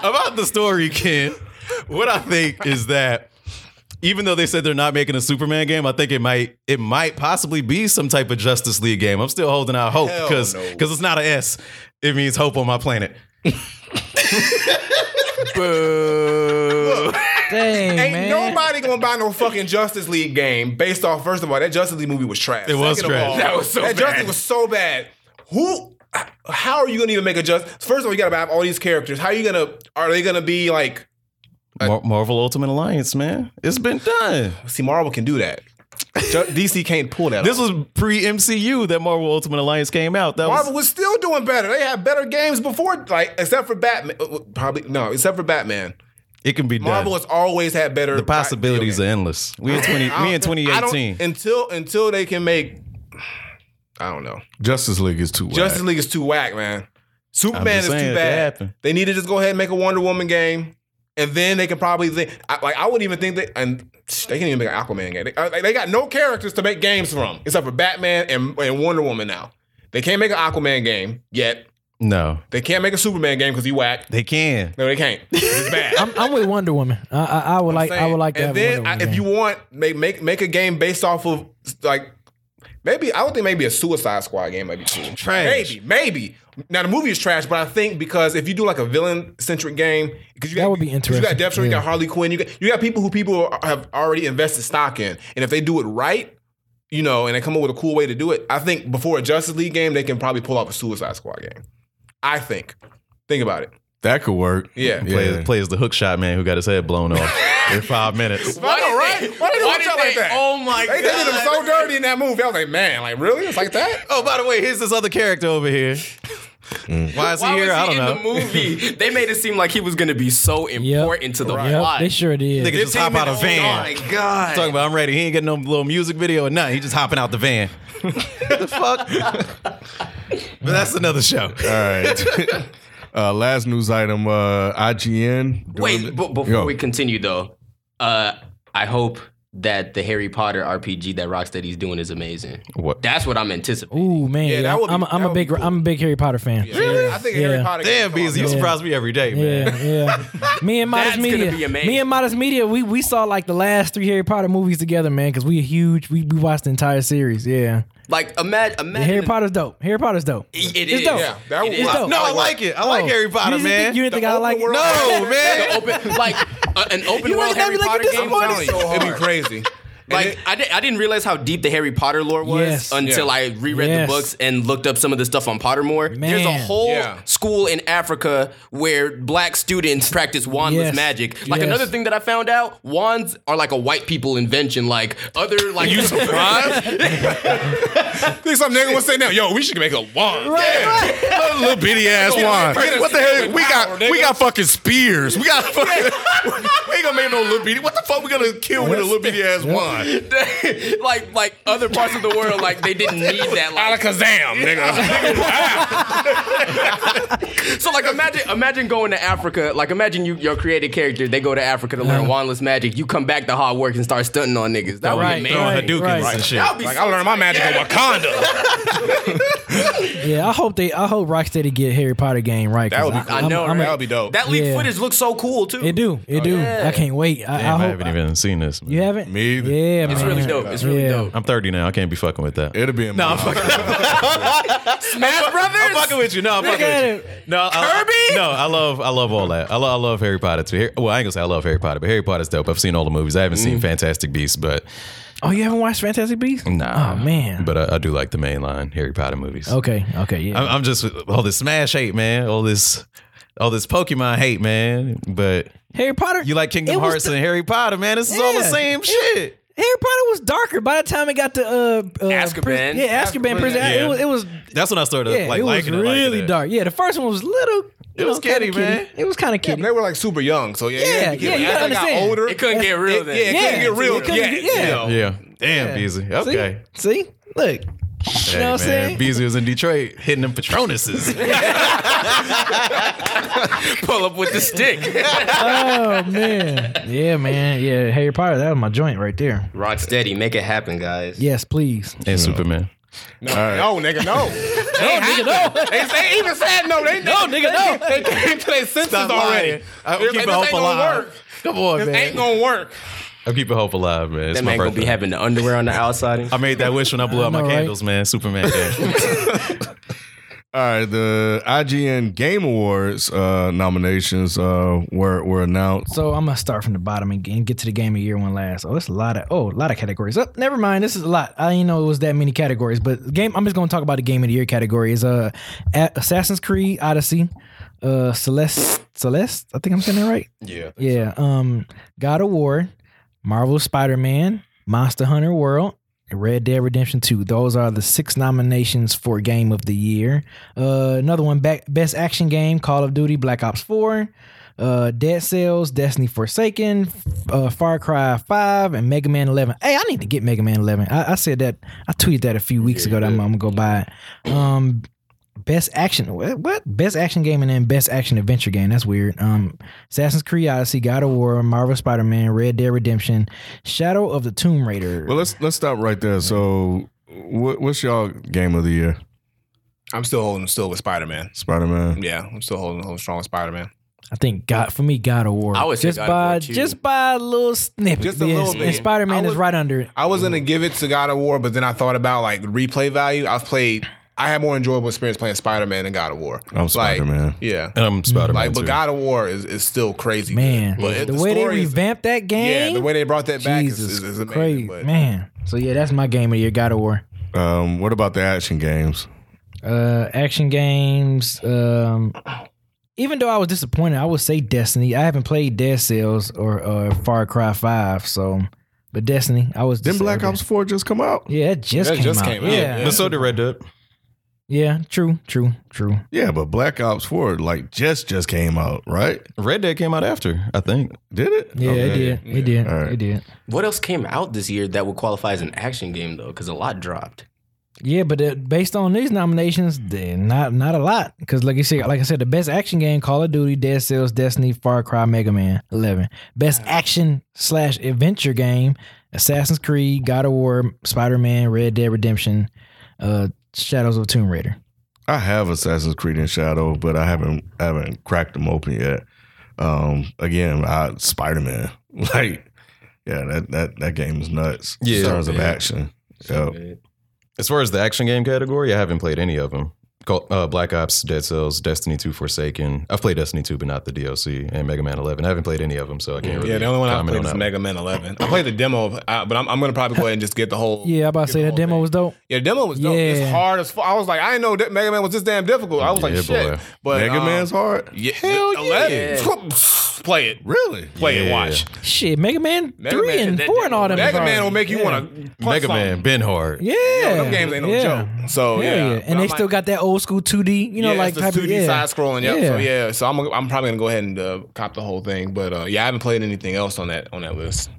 Speaker 1: about the story, Ken, what I think is that even though they said they're not making a Superman game, I think it might it might possibly be some type of Justice League game. I'm still holding out hope
Speaker 5: Hell
Speaker 1: because
Speaker 5: no.
Speaker 1: because it's not a S. It means hope on my planet.
Speaker 4: Dang,
Speaker 5: Ain't
Speaker 4: man.
Speaker 5: nobody gonna buy no fucking Justice League game based off. First of all, that Justice League movie was trash.
Speaker 1: It was
Speaker 5: Second of
Speaker 1: trash.
Speaker 5: all,
Speaker 3: That was so
Speaker 5: That
Speaker 3: bad.
Speaker 5: Justice League was so bad. Who? How are you gonna even make a just? First of all, you gotta have all these characters. How are you gonna? Are they gonna be like?
Speaker 1: Mar- Marvel Ultimate Alliance, man, it's been done.
Speaker 5: See, Marvel can do that. Ju- DC can't pull that.
Speaker 1: This
Speaker 5: off.
Speaker 1: was pre MCU that Marvel Ultimate Alliance came out. That
Speaker 5: Marvel
Speaker 1: was
Speaker 5: was still doing better. They had better games before, like except for Batman. Uh, uh, Probably no, except for Batman.
Speaker 1: it can be
Speaker 5: Marvel
Speaker 1: done.
Speaker 5: has always had better.
Speaker 1: The possibilities are
Speaker 5: video
Speaker 1: endless. We in twenty,
Speaker 5: games.
Speaker 1: we in twenty
Speaker 5: I don't-
Speaker 1: eighteen.
Speaker 5: Until until they can make. I don't know.
Speaker 6: Justice League is too.
Speaker 5: Justice
Speaker 6: whack.
Speaker 5: League is too whack, man. Superman
Speaker 1: just
Speaker 5: is too
Speaker 1: saying, if that
Speaker 5: bad.
Speaker 1: happened.
Speaker 5: They need to just go ahead and make a Wonder Woman game, and then they can probably think. I, like I wouldn't even think that, and they can even make an Aquaman game. They, like, they got no characters to make games from except for Batman and, and Wonder Woman. Now they can't make an Aquaman game yet.
Speaker 1: No,
Speaker 5: They can't make a Superman game because he whack.
Speaker 1: they can.
Speaker 5: No, they can't. It's bad.
Speaker 4: I'm, I'm with Wonder Woman. I, I, I would like. I would like to
Speaker 5: and
Speaker 4: have a
Speaker 5: then
Speaker 4: Wonder Woman.
Speaker 5: I- if
Speaker 4: game.
Speaker 5: you want, make make make a game based off of like maybe I would think maybe a Suicide Squad game might be cool.
Speaker 1: Trash.
Speaker 5: Maybe, maybe. Now the movie is trash, but I think because if you do like a villain centric game, because you
Speaker 4: That
Speaker 5: got,
Speaker 4: would be
Speaker 5: 'cause You got
Speaker 4: interesting,
Speaker 5: Deathstroke, you
Speaker 4: yeah.
Speaker 5: got Harley Quinn, you got you got people who people are, have already invested stock in, and if they do it right. You know, and they come up with a cool way to do it. I think before a Justice League game, they can probably pull off a Suicide Squad game. I think. Think about it.
Speaker 6: that could work.
Speaker 5: Yeah.
Speaker 1: Play,
Speaker 6: yeah.
Speaker 1: Plays the hook shot man who got his head blown off in five minutes.
Speaker 5: I know,
Speaker 3: Why did
Speaker 5: right? Why did they want y'all like that?
Speaker 3: Oh my
Speaker 5: They, they did him
Speaker 3: god!
Speaker 5: so dirty in that movie. I was like, man, like really? It's like that?
Speaker 1: Oh, by the way, here's this other character over here. Why is he
Speaker 3: Why was
Speaker 1: here?
Speaker 3: he
Speaker 1: I don't
Speaker 3: in
Speaker 1: know.
Speaker 3: the movie? They made it seem like he was going to be so important to the
Speaker 4: yep,
Speaker 3: plot.
Speaker 4: they sure did.
Speaker 1: Nigga just hop out of van.
Speaker 3: Oh, my god!
Speaker 1: Talking about I'm ready. He ain't getting no little music video or nothing. He just hopping out the van. the fuck? but that's another show.
Speaker 6: All right. uh, last news item: uh, IGN. doing-
Speaker 3: Wait, but before
Speaker 6: Yo.
Speaker 3: we continue though, uh, I hope that the Harry Potter RPG that Rocksteady's doing is amazing.
Speaker 1: What?
Speaker 3: That's what I'm anticipating.
Speaker 4: Ooh man,
Speaker 5: Yeah, that would be-
Speaker 4: I'm, a, I'm
Speaker 5: that
Speaker 4: a
Speaker 5: would
Speaker 4: big
Speaker 5: be cool.
Speaker 4: I'm a big Harry Potter fan. Yeah,
Speaker 5: Really? I think Harry
Speaker 4: Yeah.
Speaker 5: Potter.
Speaker 1: Damn, Beasley, you
Speaker 4: Yeah.
Speaker 1: surprise me every day, man.
Speaker 4: yeah. Me and Modest
Speaker 3: That's gonna
Speaker 4: Media,
Speaker 3: be amazing.
Speaker 4: me and Modest Media, we we saw like the last three Harry Potter movies together, man, because we huge. We, we watched the entire series. Yeah,
Speaker 3: Like imagine,
Speaker 4: The
Speaker 3: imagine
Speaker 4: Harry Potter's dope. Harry Potter's dope.
Speaker 3: It- it
Speaker 4: it's
Speaker 3: is.
Speaker 4: dope.
Speaker 5: Yeah, that
Speaker 3: It
Speaker 5: was
Speaker 3: is.
Speaker 4: It's dope.
Speaker 1: No, I like it. I like Harry Potter,
Speaker 4: you didn't
Speaker 1: man.
Speaker 4: Think, Oh. you didn't think I like it?
Speaker 5: open
Speaker 1: no,
Speaker 5: world-
Speaker 1: man.
Speaker 3: The open like a- an open
Speaker 4: You
Speaker 3: world
Speaker 4: looking at
Speaker 3: Harry
Speaker 4: me like
Speaker 3: Potter
Speaker 4: you're
Speaker 3: game.
Speaker 5: I'm telling
Speaker 4: disappointed.
Speaker 5: you, it'd be crazy.
Speaker 3: Like I, di- I didn't realize how deep the Harry Potter lore was
Speaker 4: Yes.
Speaker 3: until
Speaker 5: Yeah.
Speaker 3: I reread
Speaker 4: Yes.
Speaker 3: the books and looked up some of the stuff on Pottermore. There's a
Speaker 4: Man.
Speaker 3: whole
Speaker 5: Yeah.
Speaker 3: school in Africa where black students practice wandless
Speaker 4: Yes.
Speaker 3: magic. Like
Speaker 4: Yes.
Speaker 3: another thing that I found out, wands are like a white people invention. Like other like you
Speaker 5: think some nigga was saying now, yo, we should make a wand.
Speaker 2: A little bitty ass wine. What the hell? We got we got fucking spears. We got fucking. we ain't gonna make no little bitty. What the fuck? We gonna kill with a little bitty ass wine?
Speaker 3: like like other parts of the world like they didn't need that. Like,
Speaker 5: Alakazam, nigga.
Speaker 3: So like imagine imagine going to Africa, like imagine you your creative character, they go to Africa to learn wandless magic, you come back to Hogwarts and start stunting on niggas. That would
Speaker 4: Right,
Speaker 3: be
Speaker 1: Throwing
Speaker 3: amazing.
Speaker 4: right,
Speaker 1: Hadoukens
Speaker 4: right.
Speaker 1: and shit.
Speaker 3: That would be
Speaker 5: like
Speaker 3: so
Speaker 5: I learned my magic in Wakanda.
Speaker 4: Yeah, I hope they. I hope Rocksteady get Harry Potter game right.
Speaker 5: That
Speaker 4: 'cause
Speaker 5: would be.
Speaker 4: I'm-
Speaker 5: I know.
Speaker 4: I'm a-
Speaker 5: That would be dope.
Speaker 3: That leaked
Speaker 4: Yeah.
Speaker 3: footage looks so cool too.
Speaker 4: It do. It do.
Speaker 3: yeah.
Speaker 4: I can't wait. I,
Speaker 1: Damn,
Speaker 4: I
Speaker 1: I,
Speaker 4: hope
Speaker 1: haven't even seen this. man.
Speaker 4: you haven't.
Speaker 6: Me either.
Speaker 4: Yeah, it's man.
Speaker 3: really dope. It's really
Speaker 4: Yeah.
Speaker 3: dope.
Speaker 1: I'm 30 now. I can't be fucking with that.
Speaker 6: It'll be in my
Speaker 3: Smash Brothers.
Speaker 1: I'm fucking with you. No, I'm
Speaker 4: Look
Speaker 1: fucking
Speaker 4: at
Speaker 1: with you. No, I,
Speaker 3: Kirby?
Speaker 1: No, I love, I love all that. I love, I love Harry Potter too. Har- well, I ain't gonna say I love Harry Potter, but Harry Potter's dope. I've seen all the movies. I haven't
Speaker 4: Mm.
Speaker 1: seen Fantastic Beasts, but
Speaker 4: Oh, you haven't watched Fantastic Beasts?
Speaker 1: nah,
Speaker 4: Oh man.
Speaker 1: But I, I do like the mainline Harry Potter movies.
Speaker 4: okay. Okay. Yeah.
Speaker 1: I'm, I'm just all this Smash hate, man. All this, all this Pokemon hate, man. But
Speaker 4: Harry Potter.
Speaker 1: you like
Speaker 4: It
Speaker 1: Kingdom
Speaker 4: was
Speaker 1: Hearts
Speaker 4: the-
Speaker 1: and Harry Potter, man. This is all the
Speaker 4: Yeah.
Speaker 1: same shit.
Speaker 4: Harry Potter was darker by the time it got to uh, uh
Speaker 3: Azkaban.
Speaker 4: prison- yeah, Azkaban prison.
Speaker 1: Yeah.
Speaker 4: It was. It was.
Speaker 1: That's when I started
Speaker 4: Yeah,
Speaker 1: like
Speaker 4: it was
Speaker 1: liking it, liking
Speaker 4: really
Speaker 1: it.
Speaker 4: dark. Yeah, the first one was little.
Speaker 1: It was
Speaker 4: kinda
Speaker 1: kitty, man.
Speaker 4: It was kind of
Speaker 5: Yeah,
Speaker 4: kitty.
Speaker 5: they were like super young, so yeah.
Speaker 4: Yeah,
Speaker 5: you
Speaker 4: yeah, you gotta
Speaker 5: as I got
Speaker 4: understand.
Speaker 5: older,
Speaker 3: It couldn't get real then.
Speaker 5: yeah, it
Speaker 4: Yeah,
Speaker 5: couldn't get real.
Speaker 4: it couldn't
Speaker 5: yet,
Speaker 4: get- yeah.
Speaker 5: you know.
Speaker 1: Yeah. Damn, Beasley. Okay.
Speaker 4: See, look.
Speaker 1: Hey,
Speaker 4: you know what I'm
Speaker 1: man,
Speaker 4: saying?
Speaker 1: Beasley was in Detroit hitting them Patronuses.
Speaker 3: pull up with the stick.
Speaker 4: oh man, yeah, man, yeah. Harry Potter, that was my joint right there.
Speaker 3: Rocksteady, make it happen, guys.
Speaker 4: Yes, please.
Speaker 1: and Superman.
Speaker 5: No, no, nigga, no.
Speaker 4: No, nigga, no,
Speaker 5: they, they even said no. They no,
Speaker 4: nigga, no.
Speaker 5: They came to their senses
Speaker 1: Stop
Speaker 5: already.
Speaker 1: lying. I'm
Speaker 5: They're
Speaker 1: keeping
Speaker 5: like,
Speaker 1: hope
Speaker 5: this ain't gonna
Speaker 1: alive.
Speaker 5: work.
Speaker 1: Come on,
Speaker 5: This
Speaker 1: man.
Speaker 5: ain't gonna work.
Speaker 1: I'm keeping hope alive, man. It's
Speaker 3: That
Speaker 1: my
Speaker 3: man gonna
Speaker 1: birthday.
Speaker 3: be having the underwear on the outside.
Speaker 1: I made that wish when I blew out my
Speaker 4: know, right?
Speaker 1: candles, man. Superman. came.
Speaker 6: All right, the IGN Game Awards uh, nominations uh, were were announced.
Speaker 4: So I'm gonna start from the bottom and get- get to the game of year one last. Oh, it's a lot of oh, a lot of categories. Up, never mind. This is a lot. I didn't know it was that many categories. But game, I'm just gonna talk about the game of the year categories. Uh, A- Assassin's Creed Odyssey, uh, Celeste, Celeste. I think I'm saying that right.
Speaker 1: yeah.
Speaker 4: Yeah. Um, God of War, Marvel Spider Man, Monster Hunter World, and Red Dead Redemption 2. Those are the six nominations for Game of the Year. Uh, another one, back, Best Action Game, Call of Duty, Black Ops 4. Uh, Dead Cells, Destiny Forsaken, uh, Far Cry 5, and Mega Man 11. Hey, I need to get Mega Man 11. I, I said that, I tweeted that a few weeks ago that I'm, I'm gonna go buy it. Um, Best action, what, what? Best action game and then best action adventure game. That's weird. Um, Assassin's Creed Odyssey, God of War, Marvel Spider Man, Red Dead Redemption, Shadow of the Tomb Raider.
Speaker 6: Well, let's let's stop right there. So, what, what's y'all game of the year?
Speaker 5: I'm still holding still with Spider Man.
Speaker 6: Spider Man.
Speaker 5: Yeah, I'm still holding, holding strong with Spider Man.
Speaker 4: I think God for me, God of War.
Speaker 3: I would say
Speaker 4: just
Speaker 3: God of
Speaker 4: by
Speaker 3: War too.
Speaker 4: just by a little snippet.
Speaker 5: Just a
Speaker 4: Yes,
Speaker 5: little
Speaker 4: And
Speaker 5: bit.
Speaker 4: Spider Man
Speaker 5: I
Speaker 4: is
Speaker 5: would-
Speaker 4: right under it.
Speaker 5: I was gonna give it to God of War, but then I thought about like replay value. I've played. I had more enjoyable experience playing Spider Man than God of War.
Speaker 6: I'm Spider-Man.
Speaker 5: Yeah.
Speaker 1: And I'm Spider Man.
Speaker 5: Like, but God of War is, is still crazy, good.
Speaker 4: Man,
Speaker 5: But it-
Speaker 4: the, way they
Speaker 5: story is-
Speaker 4: revamped that
Speaker 5: yeah,
Speaker 4: game.
Speaker 5: the way they brought that back is,
Speaker 4: Jesus
Speaker 5: is, is amazing.
Speaker 4: crazy,
Speaker 5: but-
Speaker 4: man. So yeah, that's my game of the year, God of War.
Speaker 6: Um, what about the action games?
Speaker 4: uh action games um even though I was disappointed, I would say Destiny. I haven't played Dead Cells or uh, Far Cry Five, so but Destiny, I was.
Speaker 6: Didn't Black
Speaker 4: disappointed.
Speaker 6: Ops Four just come out?
Speaker 4: Yeah, it just,
Speaker 5: That
Speaker 4: came,
Speaker 5: just
Speaker 4: out.
Speaker 5: came out,
Speaker 4: Yeah, yeah.
Speaker 1: But so did Red Dead.
Speaker 4: true, true, true.
Speaker 6: Yeah, but Black Ops Four like just just came out, right?
Speaker 1: Red Dead came out after, I think.
Speaker 6: Did it?
Speaker 4: Yeah,
Speaker 5: Oh,
Speaker 4: it
Speaker 6: Okay.
Speaker 4: did, it did,
Speaker 6: All right.
Speaker 4: it did.
Speaker 3: What else came out this year that would qualify as an action game though? Because a lot dropped.
Speaker 4: Yeah, but uh, based on these nominations,
Speaker 5: Hmm.
Speaker 4: they're not not a lot. Because like you said, like I said, the best action game: Call of Duty, Dead Cells, Destiny, Far Cry, Mega Man Eleven. Best action slash adventure game: Assassin's Creed, God of War, Spider Man, Red Dead Redemption, uh, Shadows of Tomb Raider.
Speaker 6: I have Assassin's Creed and Shadow, but I haven't I haven't cracked them open yet. Um, again, I Spider Man, like, yeah, that that that game is nuts.
Speaker 1: Yeah.
Speaker 6: in terms of
Speaker 1: Yeah.
Speaker 6: action. Yep.
Speaker 1: As far as the action game category, I haven't played any of them. Call- Uh, Black Ops, Dead Cells, Destiny 2, Forsaken. I've played Destiny 2, but not the DLC, and Mega Man 11. I haven't played any of them, so I can't really.
Speaker 5: Yeah, the only one I
Speaker 1: comment
Speaker 5: played
Speaker 1: on
Speaker 5: is
Speaker 1: that.
Speaker 5: Mega Man 11. I played the demo, uh, but I'm, I'm gonna probably go ahead and just get the whole.
Speaker 4: Yeah, I about to say
Speaker 5: the
Speaker 4: that
Speaker 5: whole
Speaker 4: demo
Speaker 5: thing.
Speaker 4: was dope.
Speaker 5: Yeah, the demo was dope. It's
Speaker 4: Yeah.
Speaker 5: hard as fuck. I was like, I didn't know that Mega Man was this damn difficult. I was
Speaker 1: Yeah,
Speaker 5: like, shit.
Speaker 1: boy.
Speaker 5: But
Speaker 6: Mega
Speaker 5: um,
Speaker 6: Man's hard.
Speaker 5: yeah, hell 11. Play it,
Speaker 6: Really?
Speaker 5: play it,
Speaker 1: Yeah.
Speaker 5: watch.
Speaker 4: Shit, Mega Man
Speaker 5: Mega
Speaker 4: three
Speaker 5: Man-
Speaker 4: and
Speaker 5: that-
Speaker 4: four and all them.
Speaker 5: Mega
Speaker 4: is
Speaker 5: Man will
Speaker 4: hard.
Speaker 5: make you
Speaker 4: Yeah.
Speaker 5: want to
Speaker 1: Mega Man, Ben Hard.
Speaker 4: Yeah,
Speaker 5: Them games ain't no joke. So
Speaker 4: Hell
Speaker 5: yeah, But
Speaker 4: and they
Speaker 5: I'm
Speaker 4: still
Speaker 5: like,
Speaker 4: got that old school 2D, you know,
Speaker 5: yeah,
Speaker 4: like
Speaker 5: it's the
Speaker 4: type of
Speaker 5: 2D
Speaker 4: yeah.
Speaker 5: side scrolling. Yep.
Speaker 4: Yeah.
Speaker 5: So yeah, so I'm I'm probably gonna go ahead and uh, cop the whole thing. But uh, yeah, I haven't played anything else on that on that list.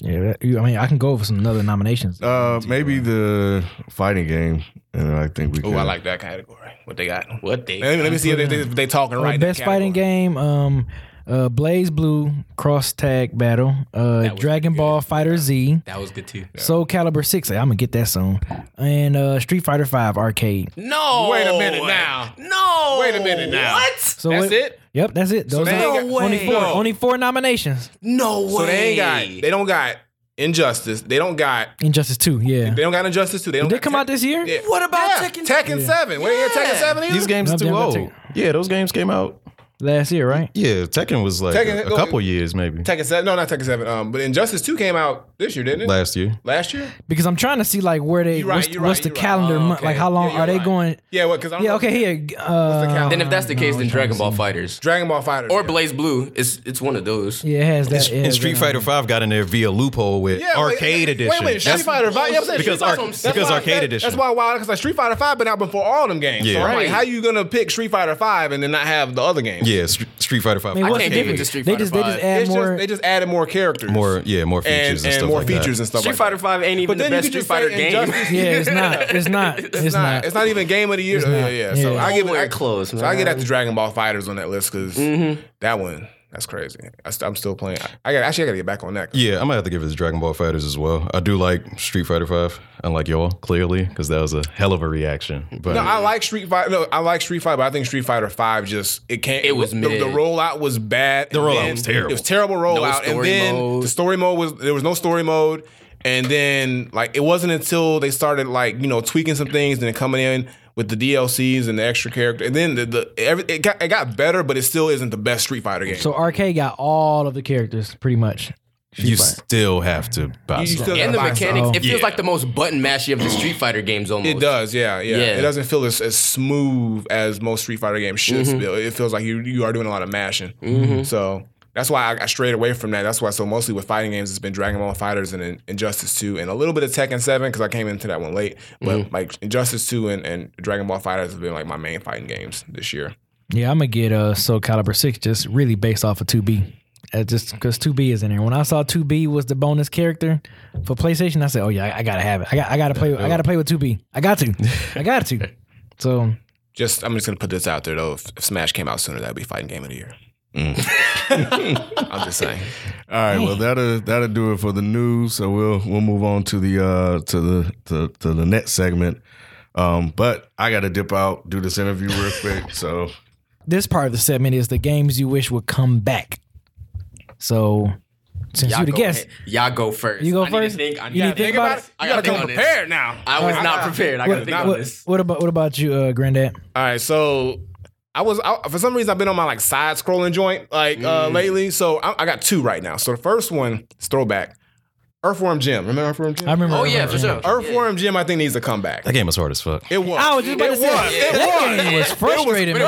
Speaker 4: Yeah, that- you- I mean, I can go over some other nominations.
Speaker 6: Uh, maybe the fighting game, and I think we.
Speaker 5: Oh,
Speaker 6: could-
Speaker 5: I like that category. What they got? Let
Speaker 3: What they?
Speaker 5: me, let me see if they, if they talking
Speaker 4: Uh,
Speaker 5: right. in that
Speaker 4: best fighting
Speaker 5: category.
Speaker 4: game, um, uh, Blaze Blue Cross Tag Battle, uh,
Speaker 3: was
Speaker 4: Dragon Ball Fighter Z,
Speaker 3: That was good too.
Speaker 4: Soul Calibur Six. I'm gonna get that soon, and uh, Street Fighter Five Arcade.
Speaker 3: No.
Speaker 5: Wait a minute now.
Speaker 3: No.
Speaker 5: Wait a minute now.
Speaker 3: What?
Speaker 4: So
Speaker 5: That's
Speaker 4: what-
Speaker 5: it.
Speaker 4: Yep, that's it. Those
Speaker 5: they
Speaker 4: are
Speaker 5: ain't
Speaker 3: got-
Speaker 4: only
Speaker 3: No
Speaker 4: four.
Speaker 5: way.
Speaker 4: Only four nominations.
Speaker 3: No way.
Speaker 5: So they ain't got. They don't got injustice. They don't got.
Speaker 4: Injustice Two. Yeah.
Speaker 5: They don't got injustice too. They don't.
Speaker 4: Did they
Speaker 5: got
Speaker 4: come out this year?
Speaker 5: Yeah.
Speaker 3: What about
Speaker 5: Yeah,
Speaker 3: Tekken?
Speaker 5: Tekken Seven. We ain't got Tekken
Speaker 3: Yeah.
Speaker 5: Seven either.
Speaker 1: These games
Speaker 4: No,
Speaker 1: too
Speaker 4: damn, I
Speaker 1: old.
Speaker 4: take-
Speaker 1: Yeah, those games came out.
Speaker 4: Last year, right?
Speaker 1: Yeah, Tekken was like
Speaker 5: Tekken-
Speaker 1: a, a
Speaker 5: go-
Speaker 1: couple years maybe
Speaker 5: Tekken Seven. No, not Tekken Seven. Um, but Injustice Two came out this year, didn't it?
Speaker 1: last year.
Speaker 5: Last year.
Speaker 4: Because I'm trying to see like where they
Speaker 5: You right,
Speaker 4: what's,
Speaker 5: you
Speaker 4: what's
Speaker 5: right,
Speaker 4: the
Speaker 5: you right.
Speaker 4: calendar
Speaker 5: Oh,
Speaker 4: month. Like
Speaker 5: okay.
Speaker 4: how long
Speaker 5: Yeah, you're
Speaker 4: are they
Speaker 5: right.
Speaker 4: going?
Speaker 5: Yeah. What? Because
Speaker 4: Yeah. Okay. Here. Uh,
Speaker 5: calendar?
Speaker 3: Then if that's the case, then Dragon Ball Fighters
Speaker 5: Dragon Ball Fighter
Speaker 3: or Blaze Blue. It's it's one of those.
Speaker 4: yeah, it has that. um, yeah,
Speaker 1: And Street
Speaker 4: that-
Speaker 1: Fighter Five got in there via loophole with Arcade Edition.
Speaker 5: Wait, wait, Street
Speaker 1: That's-
Speaker 5: Fighter Five. Yeah, I'm saying
Speaker 1: Because
Speaker 5: Street Fighter-
Speaker 1: arc-
Speaker 5: that's
Speaker 1: because
Speaker 5: why-
Speaker 1: Arcade
Speaker 5: that-
Speaker 1: Edition.
Speaker 5: That's why wild because like Street Fighter Five been out before all them games.
Speaker 1: Yeah.
Speaker 5: so I'm like,
Speaker 1: Right.
Speaker 5: how you gonna pick Street Fighter Five and then not have the other games?
Speaker 1: Yeah, Str- Street Fighter Five.
Speaker 4: I mean, what's
Speaker 3: can't
Speaker 4: the
Speaker 3: give it to
Speaker 4: difference?
Speaker 3: Street
Speaker 4: they
Speaker 3: Fighter
Speaker 4: just they just
Speaker 3: five.
Speaker 4: add
Speaker 5: It's
Speaker 4: more.
Speaker 5: just they just added more characters,
Speaker 1: more, yeah, more features and,
Speaker 5: and, and,
Speaker 1: stuff
Speaker 5: more
Speaker 1: like that.
Speaker 5: features and stuff.
Speaker 3: Street
Speaker 5: like
Speaker 3: Fighter
Speaker 5: that.
Speaker 3: Five ain't even
Speaker 5: But
Speaker 3: the
Speaker 5: then you
Speaker 3: best
Speaker 5: could
Speaker 3: Street
Speaker 5: just
Speaker 3: Fighter
Speaker 5: say
Speaker 3: game.
Speaker 5: Injustice.
Speaker 4: yeah, it's not. It's not. It's,
Speaker 5: It's not. It's not even game of the year. Yeah, yeah. So
Speaker 4: Yeah.
Speaker 5: I give it
Speaker 3: Nowhere
Speaker 5: I-
Speaker 3: close,
Speaker 5: So I get
Speaker 3: man.
Speaker 5: at the Dragon Ball Fighters on that list because
Speaker 3: Mm-hmm.
Speaker 5: that one that's crazy. I st- I'm still playing. I got actually I got to get back on that.
Speaker 1: Yeah, I'm gonna have to give it to Dragon Ball Fighters as well. I do like Street Fighter Five, unlike y'all clearly, because that was a hell of a reaction. But
Speaker 5: No, I like Street Fighter. No, I like Street Fighter, but I think Street Fighter Five just it can't.
Speaker 3: It was
Speaker 5: the, the
Speaker 3: mid.
Speaker 5: rollout was bad. The
Speaker 1: rollout was terrible.
Speaker 5: It was terrible rollout, and
Speaker 3: story
Speaker 5: then
Speaker 3: mode.
Speaker 5: the story mode was there was no story mode, and then like it wasn't until they started like you know tweaking some things and then coming in with the DLCs and the extra character, and then the, the every, it got it got better, but it still isn't the best Street Fighter game.
Speaker 4: So arcade got all of the characters pretty much.
Speaker 1: you still have to buy.
Speaker 5: You
Speaker 1: stuff.
Speaker 5: still
Speaker 3: And the
Speaker 5: gotta buy some.
Speaker 3: mechanics,
Speaker 4: Oh.
Speaker 3: it feels
Speaker 5: Yeah.
Speaker 3: like the most button mashy of the Street Fighter games almost.
Speaker 5: It does, yeah, yeah.
Speaker 3: Yeah.
Speaker 5: It doesn't feel as, as smooth as most Street Fighter games should
Speaker 3: Mm-hmm.
Speaker 5: feel. It feels like you you are doing a lot of mashing. So that's why I, I strayed away from that. That's why so mostly with fighting games, it's been Dragon Ball Fighters and In- Injustice Two, and a little bit of Tekken Seven because I came into that one late. But like Injustice Two and, and Dragon Ball Fighters have been like my main fighting games this year.
Speaker 4: Yeah, I'm gonna get uh Soul Calibur six just really based off of two B. Uh, just because 2B is in there. When I saw 2B was the bonus character for PlayStation, I said, "Oh yeah, I, I gotta have it. I got, I gotta play. I gotta play with 2B. I got to. I got to." So
Speaker 5: Just I'm just gonna put this out there though. If, if Smash came out sooner, that'd be fighting game of the year. I'm just saying.
Speaker 6: All right, well that'll that'll do it for the news. So we'll we'll move on to the uh to the to, to the next segment. Um, but I gotta dip out, do this interview real quick. So
Speaker 4: this part of the segment is the games you wish would come back. So since
Speaker 3: Y'all
Speaker 4: you the
Speaker 3: go
Speaker 4: guest,
Speaker 3: ahead. Y'all go first.
Speaker 4: You go
Speaker 3: I need to
Speaker 4: first?
Speaker 3: think. I
Speaker 4: You need to think about it?
Speaker 3: I
Speaker 5: You
Speaker 3: gotta
Speaker 5: gotta
Speaker 3: think
Speaker 5: come
Speaker 3: on this.
Speaker 5: prepared now.
Speaker 3: I was not prepared. I gotta
Speaker 4: what,
Speaker 3: think on
Speaker 4: what-
Speaker 3: this.
Speaker 4: what about what about you, uh, Granddad?
Speaker 5: All right, so I was I, for some reason I've been on my like side scrolling joint like
Speaker 3: Mm.
Speaker 5: uh, lately. So I, I got two right now. So the first one is throwback, Earthworm Jim. Remember Earthworm Jim?
Speaker 4: I remember.
Speaker 3: Oh
Speaker 4: I
Speaker 3: yeah,
Speaker 4: remember.
Speaker 3: for sure.
Speaker 5: Earthworm Jim, I think needs to come back.
Speaker 1: that game was hard as fuck.
Speaker 5: It was.
Speaker 4: I was just about
Speaker 5: it
Speaker 4: to say
Speaker 5: was. It
Speaker 4: that
Speaker 5: was.
Speaker 4: game was frustrating,
Speaker 5: It was
Speaker 4: man.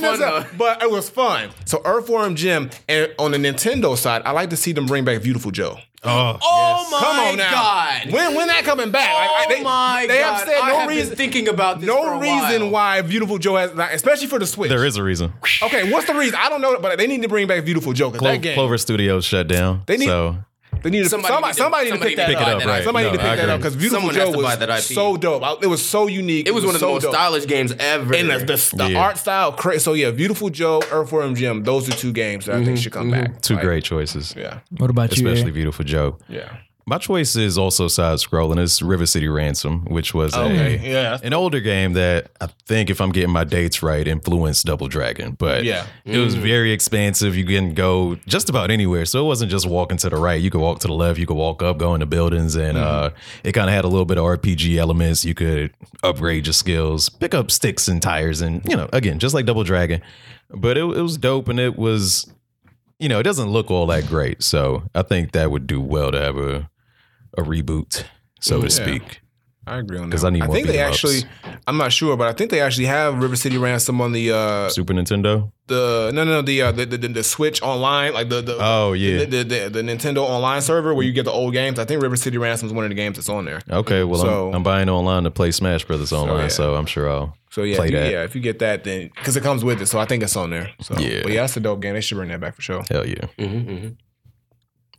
Speaker 5: frustrating
Speaker 3: It was
Speaker 5: as
Speaker 3: fun,
Speaker 5: hell,
Speaker 3: though.
Speaker 5: but it was fun. So Earthworm Jim, and on the Nintendo side, I like to see them bring back Beautiful Joe.
Speaker 1: Oh,
Speaker 3: Oh my
Speaker 5: Come on now.
Speaker 3: god.
Speaker 5: When when that coming back? Like,
Speaker 3: oh
Speaker 5: I- they,
Speaker 3: my
Speaker 5: they
Speaker 3: god.
Speaker 5: have said
Speaker 3: I
Speaker 5: no
Speaker 3: have been
Speaker 5: reason.
Speaker 3: thinking about this. for
Speaker 5: No
Speaker 3: a
Speaker 5: reason
Speaker 3: while.
Speaker 5: why Beautiful Joe has, not, especially for the Switch.
Speaker 1: there is a reason.
Speaker 5: Okay, what's the reason? I don't know, but they need to bring back Beautiful Joe. 'cause
Speaker 1: Clo-
Speaker 5: that game,
Speaker 1: Clover Studios shut down.
Speaker 5: They need-
Speaker 1: so
Speaker 5: They need to,
Speaker 3: Somebody
Speaker 5: somebody,
Speaker 3: need
Speaker 5: somebody,
Speaker 3: to-
Speaker 5: need to pick
Speaker 3: somebody
Speaker 5: that
Speaker 1: pick it
Speaker 5: up.
Speaker 1: up, right.
Speaker 5: Somebody
Speaker 1: No,
Speaker 5: need to pick
Speaker 1: I
Speaker 5: that
Speaker 1: agree.
Speaker 5: up because Beautiful
Speaker 3: Someone has
Speaker 5: Joe
Speaker 3: to
Speaker 5: was
Speaker 3: buy that IP.
Speaker 5: so dope. I- it was so unique.
Speaker 3: It was one of the
Speaker 5: so
Speaker 3: most
Speaker 5: dope.
Speaker 3: stylish games ever.
Speaker 5: And the, the, the
Speaker 1: Yeah.
Speaker 5: art style, cra- so yeah, Beautiful Joe, Earthworm Jim. Those are two games that I think should come back.
Speaker 1: Mm-hmm, Two
Speaker 5: Like,
Speaker 1: great choices,
Speaker 5: Yeah,
Speaker 4: What about
Speaker 1: especially
Speaker 4: you? Eric?
Speaker 1: Beautiful Joe.
Speaker 5: yeah,
Speaker 1: My choice is also side scrolling. It's River City Ransom, which was a,
Speaker 5: yeah.
Speaker 1: an older game that I think, if I'm getting my dates right, influenced Double Dragon. But
Speaker 5: Yeah. Mm.
Speaker 1: it was very expansive. You can go just about anywhere. So it wasn't just walking to the right. You could walk to the left. You could walk up, go into buildings. And
Speaker 5: Mm-hmm.
Speaker 1: uh, it kind of had a little bit of RPG elements. You could upgrade your skills, pick up sticks and tires. And, you know, again, just like Double Dragon. But it, it was dope and it was you know, it doesn't look all that great. So I think that would do well to have a a reboot, so to
Speaker 5: Yeah.
Speaker 1: speak.
Speaker 5: I agree on that.
Speaker 1: 'Cause I need more
Speaker 5: think they
Speaker 1: beat 'em ups.
Speaker 5: actually. I'm not sure, but I think they actually have River City Ransom on the uh
Speaker 1: Super Nintendo.
Speaker 5: the no no no, the uh, the, the the Switch online like the the.
Speaker 1: Oh yeah.
Speaker 5: The, the, the, the Nintendo online server where you get the old games. I think River City Ransom is one of the games that's on there.
Speaker 1: Okay, well
Speaker 5: So-
Speaker 1: I'm, I'm buying online to play Smash Brothers online, so,
Speaker 5: yeah.
Speaker 1: I'm sure I'll.
Speaker 5: So yeah,
Speaker 1: Play
Speaker 5: if you,
Speaker 1: that.
Speaker 5: yeah. If you get that, then because it comes with it, so I think it's on there. So
Speaker 1: Yeah.
Speaker 5: but yeah, that's a dope game. They should bring that back for sure.
Speaker 1: Hell yeah!
Speaker 3: hmm
Speaker 1: You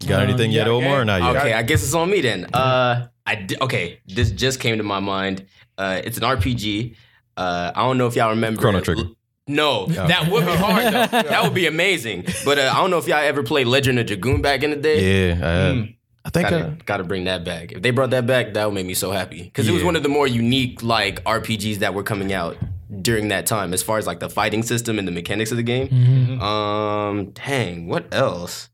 Speaker 1: got
Speaker 4: Uh,
Speaker 1: anything
Speaker 5: you
Speaker 1: yet,
Speaker 5: got a
Speaker 1: Omar? Or
Speaker 5: game?
Speaker 1: not yet.
Speaker 3: Okay, I guess it's on me then. Uh, I di- okay. This just came to my mind. Uh, it's an RPG. Uh, I don't know if y'all remember
Speaker 1: Chrono
Speaker 4: Mm.
Speaker 1: Trigger.
Speaker 3: No, that would be hard though. That would be amazing. But uh, I don't know if y'all ever played Legend of Dragoon back in the day.
Speaker 1: Yeah, I, had-
Speaker 5: Mm.
Speaker 1: I think
Speaker 3: Gotta,
Speaker 1: I,
Speaker 3: gotta bring that back. If they brought that back, that would make me so happy. Because it was
Speaker 1: Yeah.
Speaker 3: one of the more unique like RPGs that were coming out during that time, as far as like the fighting system and the mechanics of the game.
Speaker 4: Mm-hmm.
Speaker 5: Mm-hmm.
Speaker 3: Um, dang, what else?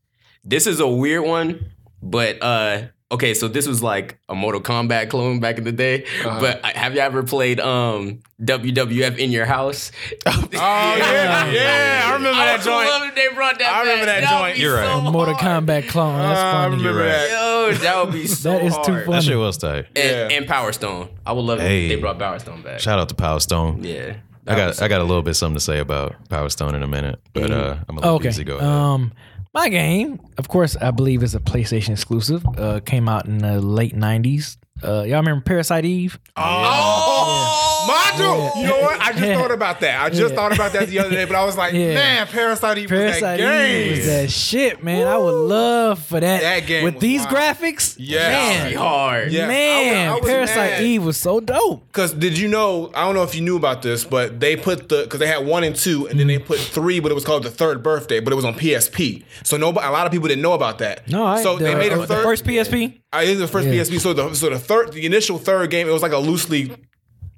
Speaker 3: This is a weird one, but uh, okay, so this was like a Mortal Kombat clone back in the day.
Speaker 5: Uh-huh.
Speaker 3: But I, have you ever played um WWF in your house? oh
Speaker 5: yeah, yeah, I remember
Speaker 3: I
Speaker 5: that
Speaker 3: would
Speaker 5: joint.
Speaker 3: love if they brought that.
Speaker 5: I remember
Speaker 3: back.
Speaker 5: that
Speaker 3: would
Speaker 5: joint.
Speaker 3: be
Speaker 1: You're
Speaker 3: so
Speaker 1: right.
Speaker 4: Mortal
Speaker 3: hard.
Speaker 4: Kombat clone. That's
Speaker 5: Uh, I
Speaker 4: funny.
Speaker 5: remember
Speaker 1: You're
Speaker 5: that.
Speaker 3: Yo, that would be so
Speaker 4: that is
Speaker 3: hard.
Speaker 4: too funny.
Speaker 1: that shit was tight.
Speaker 3: and,
Speaker 5: Yeah.
Speaker 3: and Power Stone. I would love
Speaker 1: Hey.
Speaker 3: it if they brought Power Stone back.
Speaker 1: Shout out to Power Stone.
Speaker 3: yeah.
Speaker 1: I got I got a little bit something to say about Power Stone in a minute, but uh, I'm gonna let
Speaker 4: okay.
Speaker 1: Beezy go. ahead.
Speaker 4: Um, my game, of course, I believe is a PlayStation exclusive. Uh, came out in the late '90s. Uh, y'all remember Parasite Eve?
Speaker 5: Oh, my dude. You know what? I just
Speaker 4: Yeah.
Speaker 5: thought about that. I just
Speaker 4: Yeah.
Speaker 5: thought about that the other day, but I was like,
Speaker 4: Yeah.
Speaker 5: man, Parasite Eve was that
Speaker 4: Parasite Eve
Speaker 5: game.
Speaker 4: was that shit, man. I would love for that.
Speaker 5: That game
Speaker 4: with
Speaker 5: was
Speaker 4: these
Speaker 5: wild.
Speaker 4: graphics,
Speaker 5: Yeah.
Speaker 4: man,
Speaker 3: Be hard.
Speaker 5: Yeah.
Speaker 4: man,
Speaker 5: I wa- I was
Speaker 4: Parasite
Speaker 5: mad.
Speaker 4: Eve was so dope.
Speaker 5: Cause did you know? I don't know if you knew about this, but they put the because they had one and two, and then they put three, but it was called the third birthday, but it was on PSP. So nobody, a lot of people didn't know about that.
Speaker 4: No, I,
Speaker 5: so
Speaker 4: the,
Speaker 5: they made a
Speaker 4: uh,
Speaker 5: third.
Speaker 4: the first PSP.
Speaker 5: I think the first PSP. So the so the third, the initial third game, it was like a loosely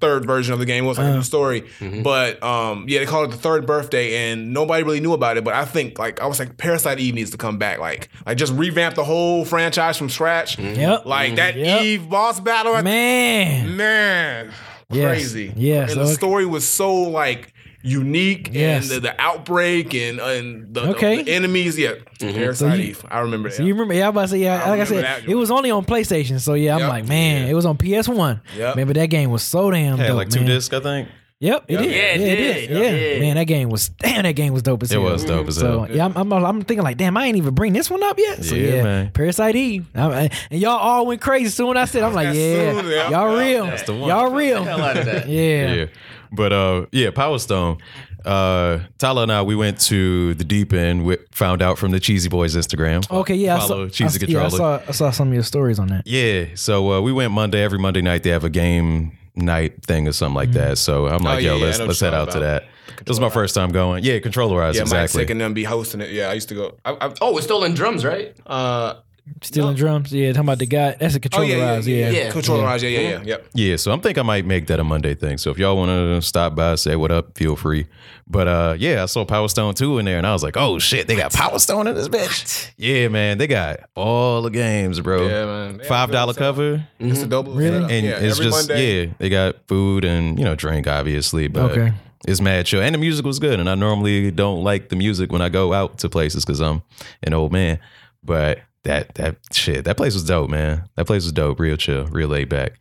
Speaker 5: third version of the game. It was like
Speaker 4: Uh-huh.
Speaker 5: a new story, but um, yeah, they called it the third birthday, and nobody really knew about it. But I think like I was like, Parasite Eve needs to come back, like like just revamp the whole franchise from scratch.
Speaker 4: Yep,
Speaker 5: Like Mm. that
Speaker 4: Mm-hmm. Yep.
Speaker 5: Eve boss battle, at the
Speaker 4: man.
Speaker 5: man,
Speaker 4: Yes.
Speaker 5: crazy.
Speaker 4: Yes.
Speaker 5: and the
Speaker 4: Okay.
Speaker 5: story was so like unique,
Speaker 4: Yes.
Speaker 5: and the, the outbreak and and the, the-
Speaker 4: Okay.
Speaker 5: the enemies. Yeah, Parasite
Speaker 4: you-
Speaker 5: Eve. I remember that.
Speaker 4: So you remember? Yeah, I'm about to say yeah.
Speaker 5: I
Speaker 4: like I
Speaker 5: remember
Speaker 4: said,
Speaker 5: that.
Speaker 4: it was only on PlayStation. So yeah, I'm
Speaker 5: Yep.
Speaker 4: like, man, it was on PS One.
Speaker 5: Yep.
Speaker 4: Remember that game was so damn
Speaker 1: had
Speaker 4: dope,
Speaker 1: like two
Speaker 4: man.
Speaker 1: discs, I think.
Speaker 4: Yep, it is.
Speaker 3: Yeah, it did.
Speaker 4: Yeah.
Speaker 3: Yeah.
Speaker 4: man, that game was damn. That game was dope as
Speaker 1: It
Speaker 4: hell.
Speaker 1: was dope as
Speaker 4: So
Speaker 1: hell.
Speaker 4: yeah, I'm, I'm I'm thinking like, damn, I ain't even bring this one up yet. So
Speaker 1: Yeah,
Speaker 4: yeah,
Speaker 1: man.
Speaker 4: Parasite Eve, I'm- I- and y'all all went crazy soon. I said, I'm like,
Speaker 5: That's
Speaker 4: yeah,
Speaker 5: soon, yeah.
Speaker 4: y'all real,
Speaker 1: the one.
Speaker 4: y'all real,
Speaker 3: Hell out of that.
Speaker 4: yeah.
Speaker 1: yeah. But uh, yeah, Power Stone. Uh, Tyler and I, we went to the deep end. We found out from the Cheesy Boys Instagram.
Speaker 4: Okay, yeah, I saw,
Speaker 1: Follow Cheesy
Speaker 4: I, yeah, I
Speaker 1: Controller.
Speaker 4: saw I saw some of your stories on that.
Speaker 1: Yeah. So uh, we went Monday. Every Monday night they have a game night thing or something like that. So I'm like,
Speaker 5: Oh, yeah,
Speaker 1: yo,
Speaker 5: yeah,
Speaker 1: let's
Speaker 5: I know
Speaker 1: let's
Speaker 5: what
Speaker 1: head
Speaker 5: you're
Speaker 1: out to
Speaker 5: talking
Speaker 1: that. This was my first time going. Yeah, controllerized
Speaker 5: yeah, Mike
Speaker 1: exactly.
Speaker 5: Sick and them be hosting it. Yeah, I used to go. I, I,
Speaker 3: Oh, it's stolen drums, right?
Speaker 5: uh,
Speaker 4: Stealing drums, yeah. Talking about the guy, that's a
Speaker 5: oh
Speaker 4: controller,
Speaker 5: yeah, yeah, yeah,
Speaker 3: yeah.
Speaker 5: Controller Rise, yeah, yeah, yeah, yep.
Speaker 1: Yeah, so I'm think I might make that a Monday thing. So if y'all want to stop by, say what up, feel free. But uh, yeah, I saw Power Stone 2 in there and I was like, oh shit, they got Power Stone in this bitch. Yeah, man, they got all the games, bro.
Speaker 5: Yeah, man. They
Speaker 1: Oh. Five
Speaker 5: have
Speaker 1: dollar cover,
Speaker 5: It's a double.
Speaker 4: Really?
Speaker 5: setup.
Speaker 1: and
Speaker 5: yeah,
Speaker 1: it's
Speaker 5: every
Speaker 1: just
Speaker 5: Monday.
Speaker 1: yeah, they got food and you know drink obviously, but
Speaker 4: Okay.
Speaker 1: it's mad chill. And the music was good, and I normally don't like the music when I go out to places because I'm an old man, but that that shit, that place was dope, man. That place was dope, real chill, real laid back.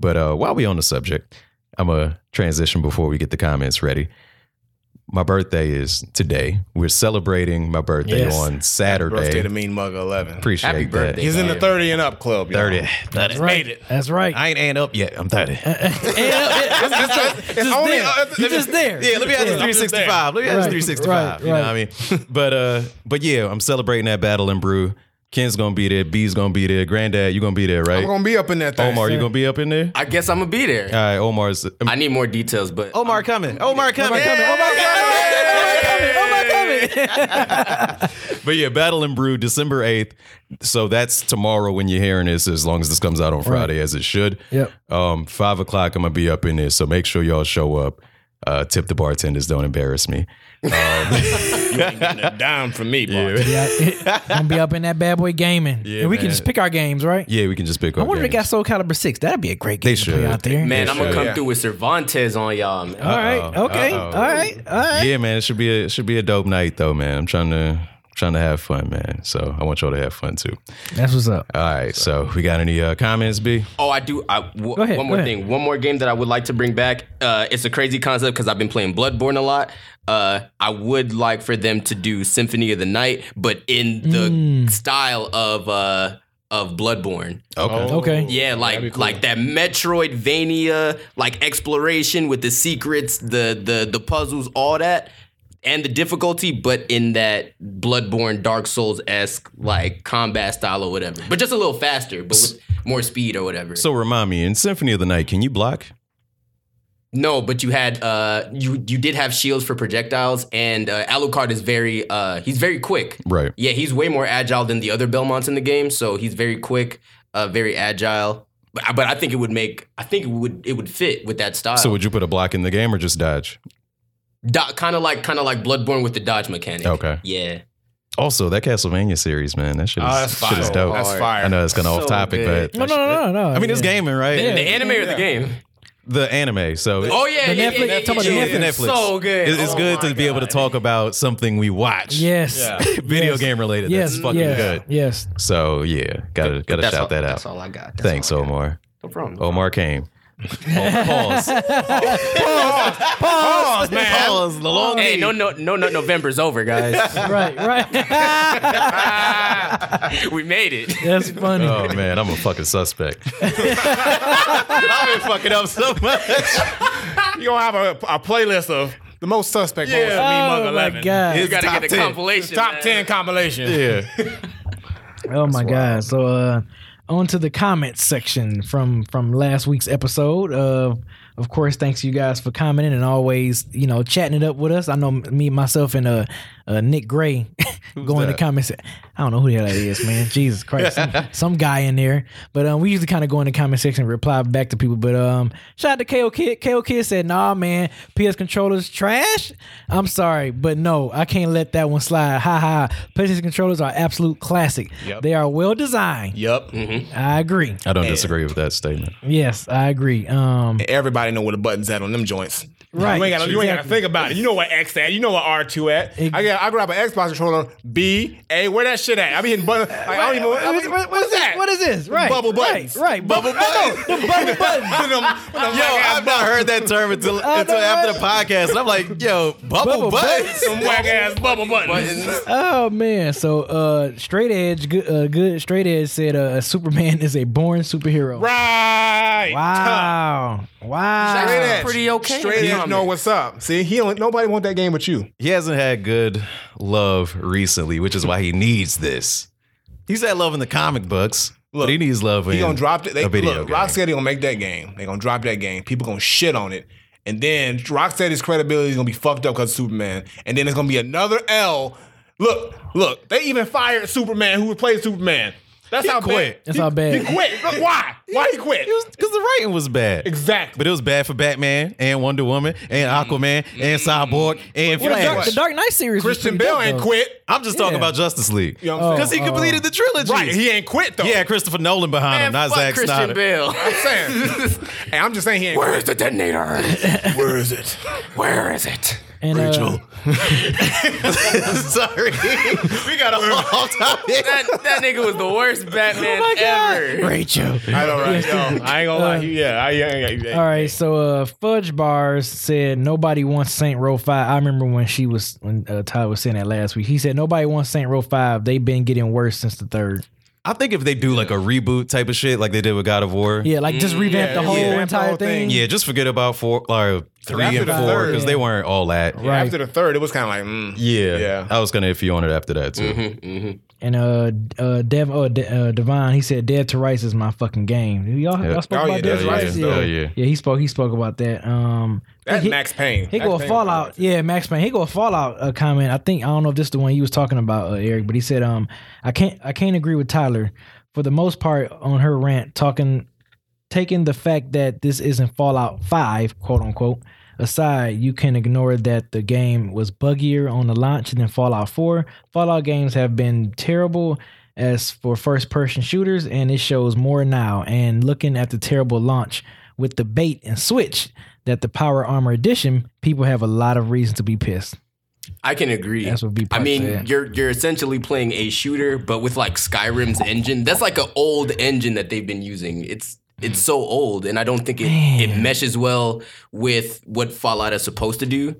Speaker 1: But uh, while we on the subject, I'm a transition before we get the comments ready. My birthday is today. We're celebrating my birthday
Speaker 4: Yes.
Speaker 1: on Saturday.
Speaker 5: Birthday to Mean Mug Eleven.
Speaker 1: Appreciate
Speaker 3: Happy
Speaker 1: that.
Speaker 3: birthday.
Speaker 5: He's in the
Speaker 3: Yeah.
Speaker 5: thirty and up club. y'all.
Speaker 1: 30.
Speaker 4: That's right. That's right.
Speaker 1: I ain't ain't up yet. I'm 30.
Speaker 5: It's only.
Speaker 4: there.
Speaker 5: uh,
Speaker 4: You're just there.
Speaker 1: Yeah, let me have this 365. Let me have
Speaker 4: Right,
Speaker 1: this 365.
Speaker 4: right,
Speaker 1: you know what I mean? But uh, but yeah, I'm celebrating that battle and brew. Ken's gonna be there. B's gonna be there. Granddad, you gonna be there, right?
Speaker 5: I'm gonna be up in that thing.
Speaker 1: Omar, you gonna be up in there?
Speaker 3: I guess I'm gonna be there.
Speaker 1: All right, Omar's.
Speaker 3: I need more details, but
Speaker 1: Omar coming. Omar coming. But yeah, Battle and Brew, December 8th. So that's tomorrow when you're hearing this, as long as this comes out on Friday, as it should.
Speaker 4: Yep.
Speaker 1: Um, five o'clock, I'm gonna be up in there. So make sure y'all show up. Uh, tip the bartenders, don't embarrass me.
Speaker 5: A dime from me, boy.
Speaker 4: Yeah, I'm gonna be up in that bad boy gaming,
Speaker 1: Yeah,
Speaker 4: and we can
Speaker 1: man.
Speaker 4: just pick our games, right?
Speaker 1: Yeah, we can just pick
Speaker 4: I
Speaker 1: up.
Speaker 4: wonder if they got Soul Calibur Six. That'd be a great game
Speaker 1: They
Speaker 4: to play
Speaker 1: should.
Speaker 4: out there.
Speaker 3: man,
Speaker 1: Yeah, Uh,
Speaker 3: I'm gonna
Speaker 1: sure.
Speaker 3: come
Speaker 5: Yeah.
Speaker 3: through with Cervantes on y'all. Man.
Speaker 4: All right.
Speaker 1: Uh-oh.
Speaker 4: Okay.
Speaker 1: Uh-oh.
Speaker 4: All right. All right.
Speaker 1: Yeah, man, it should be a it should be a dope night though, man. I'm trying to trying to have fun, man. So I want y'all to have fun too.
Speaker 4: That's what's up.
Speaker 1: All right, so we got any uh, comments, B?
Speaker 3: Oh, I do. I w-
Speaker 4: ahead,
Speaker 3: one
Speaker 4: go
Speaker 3: more
Speaker 4: ahead.
Speaker 3: thing. One more game that I would like to bring back. Uh, it's a crazy concept because I've been playing Bloodborne a lot. Uh, I would like for them to do Symphony of the Night, but in the
Speaker 1: Mm.
Speaker 3: style of uh, of Bloodborne.
Speaker 1: Okay.
Speaker 4: Okay.
Speaker 3: Yeah, like like that Metroidvania, like exploration with the secrets, the the the puzzles, all that, and the difficulty, but in that Bloodborne, Dark Souls esque like combat style or whatever, but just a little faster, but with more speed or whatever.
Speaker 1: So remind me, in Symphony of the Night, can you block?
Speaker 3: no, but you had uh you you did have shields for projectiles, and uh, Alucard is very uh he's very quick.
Speaker 1: Right.
Speaker 3: Yeah, he's way more agile than the other Belmonts in the game, so he's very quick, uh, very agile. But, I- but I think it would make I think it would it would fit with that style.
Speaker 1: So would you put a block in the game or just dodge?
Speaker 3: kind of like kind of like Bloodborne with the dodge mechanic.
Speaker 1: Okay.
Speaker 3: Yeah.
Speaker 1: Also, that Castlevania series, man, that shit is,
Speaker 3: Ah,
Speaker 5: Oh, that's
Speaker 1: shit is
Speaker 5: fire.
Speaker 1: dope.
Speaker 5: That's fire.
Speaker 1: I know it's kind of
Speaker 3: So
Speaker 1: off topic,
Speaker 3: good.
Speaker 1: but
Speaker 4: No, no, no, no, no.
Speaker 1: I mean, it's
Speaker 4: Yeah.
Speaker 1: gaming, right?
Speaker 3: The anime or the game?
Speaker 1: The anime. So
Speaker 3: Oh yeah,
Speaker 4: The
Speaker 3: yeah,
Speaker 4: Netflix-
Speaker 3: yeah, yeah,
Speaker 4: talking about
Speaker 3: yeah,
Speaker 4: the
Speaker 3: yeah.
Speaker 1: Netflix.
Speaker 3: So good.
Speaker 1: It's, it's
Speaker 3: Oh
Speaker 1: good
Speaker 3: my
Speaker 1: to be able to
Speaker 3: God.
Speaker 1: talk about something we watch.
Speaker 4: Yes.
Speaker 1: Video
Speaker 4: Yes.
Speaker 1: game related.
Speaker 4: Yes.
Speaker 1: That's fucking
Speaker 4: yes.
Speaker 1: good.
Speaker 4: Yes.
Speaker 1: So yeah, gotta gotta
Speaker 3: That's
Speaker 1: shout
Speaker 3: all-
Speaker 1: that out.
Speaker 3: That's all I got. That's
Speaker 1: Thanks, Oh.
Speaker 3: all I got.
Speaker 1: Omar.
Speaker 3: No problem.
Speaker 1: Omar came. Pause.
Speaker 5: Pause, man.
Speaker 1: Pause. The long
Speaker 3: Hey,
Speaker 1: game.
Speaker 3: no, no, no, no. November's over, guys.
Speaker 4: Right. Right.
Speaker 3: we made it.
Speaker 4: That's funny.
Speaker 1: Oh man, I'm a fucking suspect. I've been fucking up so much.
Speaker 5: You gonna have a, a playlist of the most suspect yeah. moments from me,
Speaker 4: Oh
Speaker 5: Mother
Speaker 4: my
Speaker 5: 11.
Speaker 4: god.
Speaker 3: We gotta get a compilation.
Speaker 5: Top
Speaker 3: man.
Speaker 5: ten compilation.
Speaker 1: Yeah.
Speaker 4: Oh my god. So uh on to the comments section from from last week's episode. Uh of course, thanks you guys for commenting and always, you know, chatting it up with us. I know me, myself, and uh, uh Nick Gray go in the
Speaker 1: that?
Speaker 4: comments. I don't know who the hell that is, man. Jesus Christ, some, some guy in there. But um, we usually kind of go in the comment section and reply back to people. But um, shout out to KO Kid. KO Kid said, "Nah, man, PS controllers trash." I'm sorry, but no, I can't let that one slide. Ha ha. PlayStation controllers are absolute classic. They are well designed.
Speaker 5: Yep.
Speaker 1: Mm-hmm.
Speaker 4: I agree.
Speaker 1: I don't disagree with that statement.
Speaker 4: Yes, I agree. Um,
Speaker 5: Everybody know where the buttons at on them joints.
Speaker 4: Right.
Speaker 5: You ain't got to
Speaker 4: Exactly.
Speaker 5: think about it. You know where X at. You know where R two at.
Speaker 4: Ex-
Speaker 5: I got. I grab an Xbox controller. B A. Where that shit at? I be hitting button. Like, I don't even. I
Speaker 4: What-
Speaker 5: be-
Speaker 4: what-
Speaker 5: what's that?
Speaker 4: What is this? Right.
Speaker 5: Bubble
Speaker 4: right,
Speaker 5: buttons.
Speaker 4: Right.
Speaker 5: Bubble buttons.
Speaker 4: I know, the bubble buttons.
Speaker 5: With them- with them
Speaker 1: Yo,
Speaker 5: whack-ass
Speaker 1: I've not heard that term until, until after the podcast. And I'm like, yo,
Speaker 4: Bubble
Speaker 1: Oh, bubble butts.
Speaker 5: Some whack ass bubble buttons.
Speaker 4: Oh man! So uh, straight edge, good, uh, good straight edge said uh, Superman is a born superhero.
Speaker 5: Right.
Speaker 4: Wow! Wow!
Speaker 5: Straight edge.
Speaker 3: Uh, Pretty okay.
Speaker 5: Straight edge. Know what's up? See, he don't, nobody want that game with you.
Speaker 1: He hasn't had good love recently, which is why he needs this. He's had love in the comic books, but he needs love in
Speaker 5: He gonna drop it. They,
Speaker 1: a video
Speaker 5: look,
Speaker 1: game.
Speaker 5: Rocksteady gonna make that game. They gonna drop that game. People gonna shit on it, and then Rocksteady's credibility is gonna be fucked up because of Superman. And then it's gonna be another L. Look, look. They even fired Superman, who played Superman. That's how
Speaker 1: quit.
Speaker 5: Bad.
Speaker 4: That's how bad.
Speaker 5: He quit. Look, why? Why he quit?
Speaker 1: Because the writing was bad.
Speaker 5: Exactly.
Speaker 1: But it was bad for Batman and Wonder Woman and Aquaman and Cyborg and
Speaker 4: The
Speaker 1: Flash.
Speaker 4: Dark, the Dark Knight series. was
Speaker 5: Christian
Speaker 4: pretty
Speaker 5: Bale
Speaker 4: dope,
Speaker 5: ain't
Speaker 4: though.
Speaker 5: quit.
Speaker 1: I'm just talking
Speaker 4: Yeah.
Speaker 1: about Justice League.
Speaker 5: You know what I'm
Speaker 1: Because he
Speaker 4: Oh,
Speaker 1: completed the trilogy.
Speaker 5: Right. He ain't quit though.
Speaker 1: yeah, Christopher Nolan behind him, not
Speaker 3: fuck
Speaker 1: Zack
Speaker 3: Christian
Speaker 1: Snyder.
Speaker 3: Bale.
Speaker 5: I'm saying. and I'm just saying he ain't quit.
Speaker 3: Where's the detonator?
Speaker 5: Where is it?
Speaker 3: Where is it?
Speaker 4: And, uh,
Speaker 1: Sorry. we got a long topic.
Speaker 3: That, that nigga was the worst Batman ever.
Speaker 4: Rachel.
Speaker 5: I know, right? No, I ain't gonna lie. He- Yeah, I, I, I, I,
Speaker 4: All right, so uh, Fudge Bars said nobody wants Saint Row Five. I remember when she was when uh, Tyler was saying that last week. He said nobody wants Saint Row Five. They've been getting worse since the third.
Speaker 1: I think if they do like a reboot type of shit, like they did with God of War,
Speaker 4: Yeah, like just revamp
Speaker 5: Mm, yeah,
Speaker 4: the whole
Speaker 5: revamp the
Speaker 4: entire
Speaker 5: whole
Speaker 4: thing.
Speaker 5: thing.
Speaker 1: Yeah, just forget about four, or three
Speaker 5: after
Speaker 1: and
Speaker 5: the
Speaker 1: four
Speaker 5: third-
Speaker 1: because they weren't all that.
Speaker 4: Right.
Speaker 5: After the third, it was kind of like, mm,
Speaker 1: Yeah.
Speaker 5: Yeah.
Speaker 1: I was kind of iffy on it after that too.
Speaker 4: And uh, uh, Dev, oh, De- uh, Devon, he said Dead to Rights is my fucking game. Y'all, y'all spoke
Speaker 5: Oh,
Speaker 4: about
Speaker 5: yeah,
Speaker 4: Dead to
Speaker 5: yeah,
Speaker 4: Rights?
Speaker 1: yeah, yeah.
Speaker 4: yeah, he spoke. He spoke about that. Um,
Speaker 5: That's
Speaker 4: he-
Speaker 5: Max Payne.
Speaker 4: He
Speaker 5: Max
Speaker 4: go a
Speaker 5: Payne.
Speaker 4: Fallout. Yeah, Max Payne. He go a Fallout uh, comment. I think I don't know if this is the one you was talking about, uh, Eric, but he said, um, I can't I can't agree with Tyler for the most part on her rant, talking taking the fact that this isn't Fallout Five, quote unquote. Aside, you can ignore that the game was buggier on the launch than Fallout 4. Fallout games have been terrible as for first person shooters, and it shows more now. And looking at the terrible launch with the bait and switch, that the Power Armor Edition, people have a lot of reason to be pissed.
Speaker 3: I can agree.
Speaker 4: That's what B.
Speaker 3: I
Speaker 4: Park
Speaker 3: mean,
Speaker 4: said.
Speaker 3: you're you're essentially playing a shooter, but with like Skyrim's engine. That's like an old engine that they've been using. It's it's so old, and I don't think it, it meshes well with what Fallout is supposed to do.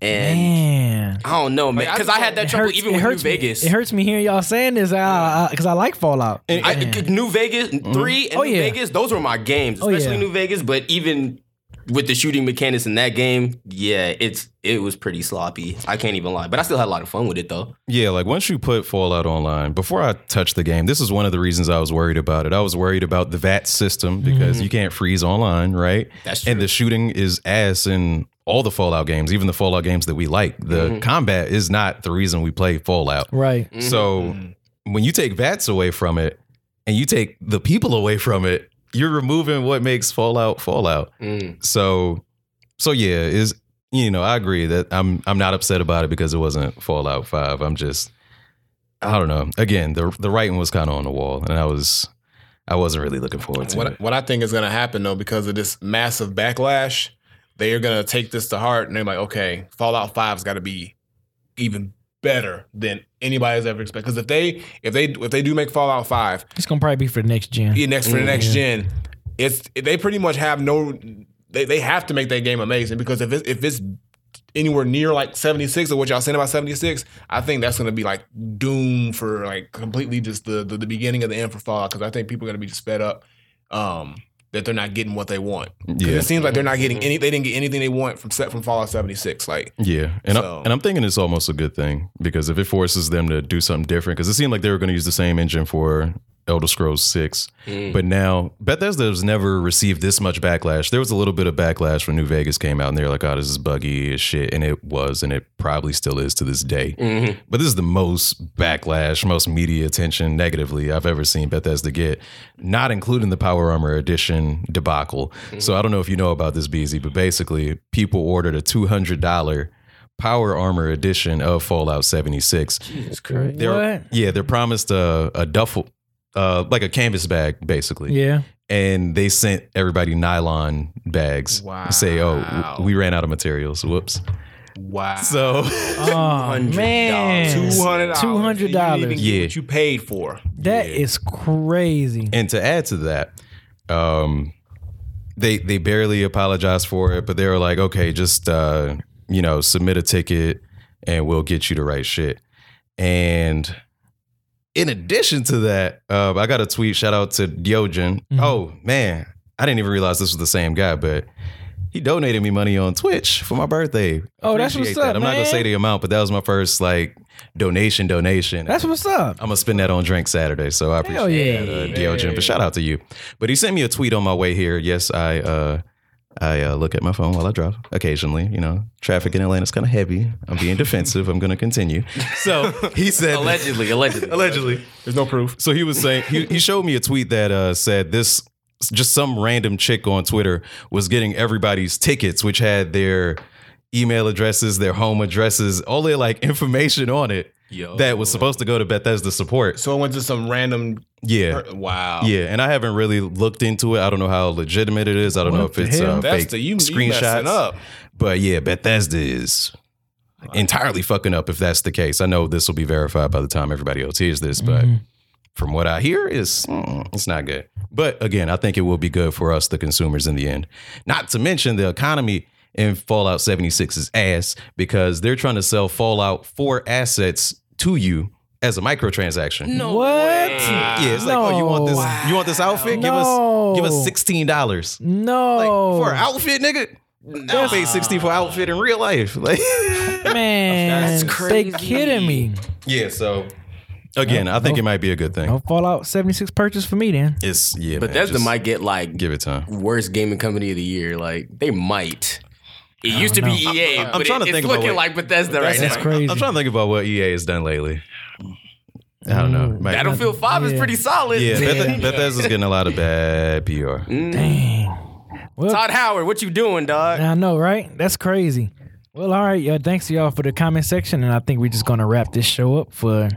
Speaker 3: And
Speaker 4: Man.
Speaker 3: I don't know, man,
Speaker 5: Like, I
Speaker 3: because
Speaker 5: just
Speaker 3: I had that
Speaker 4: It
Speaker 3: trouble
Speaker 4: hurts-
Speaker 3: even
Speaker 4: it
Speaker 3: with New
Speaker 4: hurts me-
Speaker 3: Vegas.
Speaker 4: It hurts me hearing y'all saying this because I, like Fallout.
Speaker 3: I,
Speaker 4: Man.
Speaker 3: New Vegas three and
Speaker 4: Oh,
Speaker 3: New
Speaker 4: yeah.
Speaker 3: Vegas, those were my games,
Speaker 4: Oh, yeah.
Speaker 3: especially New Vegas. But even with the shooting mechanics in that game, yeah, it's it was pretty sloppy. I can't even lie, but I still had a lot of fun with it though.
Speaker 1: Yeah, like once you put Fallout Online, before I touched the game, this is one of the reasons I was worried about it. I was worried about the VAT system because
Speaker 4: Mm-hmm.
Speaker 1: you can't freeze online, right?
Speaker 3: That's
Speaker 1: And the shooting is ass in all the Fallout games, even the Fallout games that we like. The
Speaker 5: Mm-hmm.
Speaker 1: combat is not the reason we play Fallout.
Speaker 4: right.
Speaker 5: Mm-hmm.
Speaker 1: So when you take VATs away from it and you take the people away from it, you're removing what makes Fallout Fallout.
Speaker 3: Mm.
Speaker 1: So so yeah, is you know, I agree that I'm I'm not upset about it because it wasn't Fallout 5. I'm just I don't know. Again, the the writing was kind of on the wall and I was I wasn't really looking forward to
Speaker 5: Uh, What
Speaker 1: it.
Speaker 5: what I think is going to happen though, because of this massive backlash, they are going to take this to heart, and they're like, okay, Fallout Five's got to be even better than anybody's ever expected. Because if they if they if they do make Fallout Five,
Speaker 4: It's going to probably be for the next gen.
Speaker 5: yeah, next for the next gen, it's they pretty much have no. They, they have to make that game amazing because if it's, if it's anywhere near like 76 or what y'all saying about 76, I think that's going to be like doom for like completely just the the, the beginning of the end for Fallout because I think people are going to be just fed up um, that they're not getting what they want. 'Cause
Speaker 1: Yeah.
Speaker 5: It seems like they're not getting any. They didn't get anything they want from set from Fallout 76. Like
Speaker 1: Yeah, and
Speaker 5: So-
Speaker 1: I, and I'm thinking it's almost a good thing because if it forces them to do something different, because it seemed like they were going to use the same engine for Elder Scrolls Six, but now Bethesda has never received this much backlash. There was a little bit of backlash when New Vegas came out, and they were like, "Oh, this is buggy as shit," and it was, and it probably still is to this day.
Speaker 3: Mm-hmm.
Speaker 1: But this is the most backlash, most media attention negatively I've ever seen Bethesda get, not including the Power Armor Edition debacle. So I don't know if you know about this, BZ, but basically, people ordered a two hundred dollar Power Armor Edition of Fallout seventy six.
Speaker 4: What?
Speaker 1: Yeah, they're promised a a duffel, uh, like a canvas bag, basically
Speaker 4: Yeah.
Speaker 1: and they sent everybody nylon bags. Wow. Say, oh, w- we ran out of materials. Whoops.
Speaker 5: wow,
Speaker 1: So,
Speaker 4: Oh, man.
Speaker 5: two hundred dollars,
Speaker 4: $200.
Speaker 1: Yeah.
Speaker 5: what you paid for.
Speaker 4: That is crazy.
Speaker 1: and to add to that, um, they they barely apologized for it, but they were like, okay, just uh, you know, submit a ticket, and we'll get you the right shit. And in addition to that, uh, I got a tweet. Shout out to Diogen.
Speaker 4: Mm-hmm.
Speaker 1: Oh man, I didn't even realize this was the same guy, but he donated me money on Twitch for my birthday.
Speaker 4: Oh, that's
Speaker 1: Appreciate
Speaker 4: what's up,
Speaker 1: that. I'm not gonna
Speaker 4: man.
Speaker 1: say the amount, but that was my first like donation. Donation.
Speaker 4: That's what's up.
Speaker 1: I'm gonna spend that on drink Saturday, so I appreciate
Speaker 4: Hell yeah.
Speaker 1: that, uh, Diogen. But shout out to you. But he sent me a tweet on my way here. Yes, I uh, I uh, look at my phone while I drive occasionally. You know, traffic in Atlanta's kind of heavy. I'm being defensive. I'm gonna continue. So he said,
Speaker 3: Allegedly, allegedly,
Speaker 1: allegedly.
Speaker 5: There's no proof.
Speaker 1: So he was saying he, he showed me a tweet that uh, said this just some random chick on Twitter was getting everybody's tickets, which had their email addresses, their home addresses, all their like information on it
Speaker 3: Yo.
Speaker 1: that was supposed to go to Bethesda support.
Speaker 5: So it went to some random.
Speaker 1: Yeah.
Speaker 5: per- Wow.
Speaker 1: Yeah, and I haven't really looked into it. I don't know how legitimate it is. I don't know if
Speaker 4: the
Speaker 1: it's
Speaker 4: hell?
Speaker 1: uh,
Speaker 5: That's
Speaker 1: fake
Speaker 5: the- you- you
Speaker 1: screenshots
Speaker 5: messing up.
Speaker 1: But yeah, Bethesda is entirely fucking up if that's the case. I know this will be verified by the time everybody else hears this, but
Speaker 5: Mm-hmm.
Speaker 1: from what I hear, is it's not good. But again, I think it will be good for us, the consumers, in the end. Not to mention the economy in Fallout 76 is ass because they're trying to sell Fallout 4 assets to you as a microtransaction. No
Speaker 4: What?
Speaker 1: yeah, it's like, oh, you want this?
Speaker 4: No.
Speaker 1: You want this outfit?
Speaker 4: No.
Speaker 1: Give us, give us sixteen dollars
Speaker 4: No.
Speaker 1: for an outfit, nigga. I pay sixty for outfit in real life. Like,
Speaker 4: man.
Speaker 3: That's
Speaker 4: They kidding me.
Speaker 1: yeah. So Again, I think it might be a good thing.
Speaker 4: No Fallout 76 purchase for me then.
Speaker 1: It's yeah, man,
Speaker 3: Bethesda
Speaker 1: just
Speaker 3: might get like
Speaker 1: give it time.
Speaker 3: worst gaming company of the year. Like they might. It used to be
Speaker 4: know.
Speaker 3: EA,
Speaker 1: I'm
Speaker 3: but it-
Speaker 1: trying to
Speaker 3: it's
Speaker 1: think about
Speaker 3: looking
Speaker 1: what-
Speaker 3: like Bethesda right
Speaker 4: That's
Speaker 3: now.
Speaker 4: crazy.
Speaker 1: I'm trying to think about what EA has done lately. I don't know.
Speaker 4: Mm.
Speaker 1: Might-
Speaker 3: Battlefield Five
Speaker 4: Yeah.
Speaker 3: is pretty solid.
Speaker 1: yeah, Beth- Bethesda's getting a lot of bad
Speaker 5: Mm.
Speaker 1: PR.
Speaker 4: Dang. Well,
Speaker 3: Todd Howard, what you doing, dog?
Speaker 4: I know, right? That's crazy. Well, all right, y'all. Thanks to y'all for the comment section, and I think we're just gonna wrap this show up for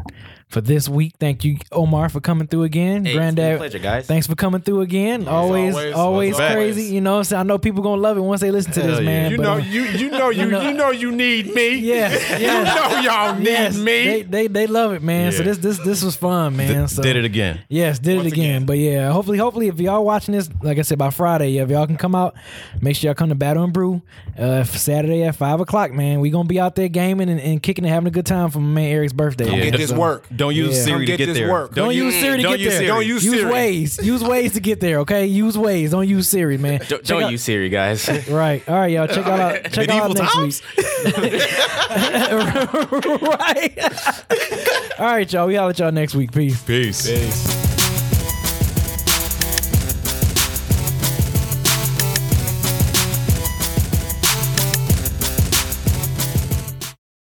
Speaker 4: for this week. Thank you, Omar, for coming through again. Granddad,
Speaker 3: pleasure, guys.
Speaker 4: thanks for coming through again. always,
Speaker 5: always,
Speaker 4: always,
Speaker 5: as
Speaker 1: always.
Speaker 4: crazy. You know, what I'm saying? I know people gonna love it once they listen to
Speaker 1: Hell
Speaker 4: this,
Speaker 1: yeah.
Speaker 4: man.
Speaker 5: You
Speaker 4: but,
Speaker 5: know,
Speaker 4: uh,
Speaker 5: you you know you you know you need me.
Speaker 4: yeah,
Speaker 5: You
Speaker 4: yeah.
Speaker 5: know y'all need
Speaker 4: Yes,
Speaker 5: me.
Speaker 4: They, they they love it, man. So
Speaker 1: Yeah.
Speaker 4: this this this was fun, man. so
Speaker 1: Did it again.
Speaker 4: Yes, did it again. But yeah, hopefully, hopefully, if y'all watching this, like I said, by Friday, yeah, if y'all can come out, make sure y'all come to Battle and Brew uh, f- Saturday at five o'clock, man. We gonna be out there gaming and, and kicking and having a good time for my man Eric's birthday.
Speaker 1: Yeah.
Speaker 5: Get this
Speaker 4: So-
Speaker 5: work.
Speaker 1: Don't use
Speaker 4: Yeah.
Speaker 1: Siri
Speaker 5: Don't
Speaker 1: to
Speaker 5: get
Speaker 1: get
Speaker 5: this
Speaker 1: there.
Speaker 5: work.
Speaker 4: Don't, use Siri to
Speaker 1: don't
Speaker 4: get
Speaker 1: use
Speaker 4: there.
Speaker 1: Siri.
Speaker 5: Don't use
Speaker 4: use
Speaker 5: Siri.
Speaker 4: ways. Use ways to get there. Okay, use ways. Don't use Siri, man.
Speaker 3: Don't,
Speaker 4: Check
Speaker 3: don't
Speaker 4: out-
Speaker 3: use Siri, guys.
Speaker 4: Right. All right, y'all. Check out our, check out our
Speaker 1: Medieval
Speaker 4: next
Speaker 1: times?
Speaker 4: week. right. All right, y'all. We holler at y'all next week. Peace.
Speaker 1: Peace.
Speaker 5: Peace.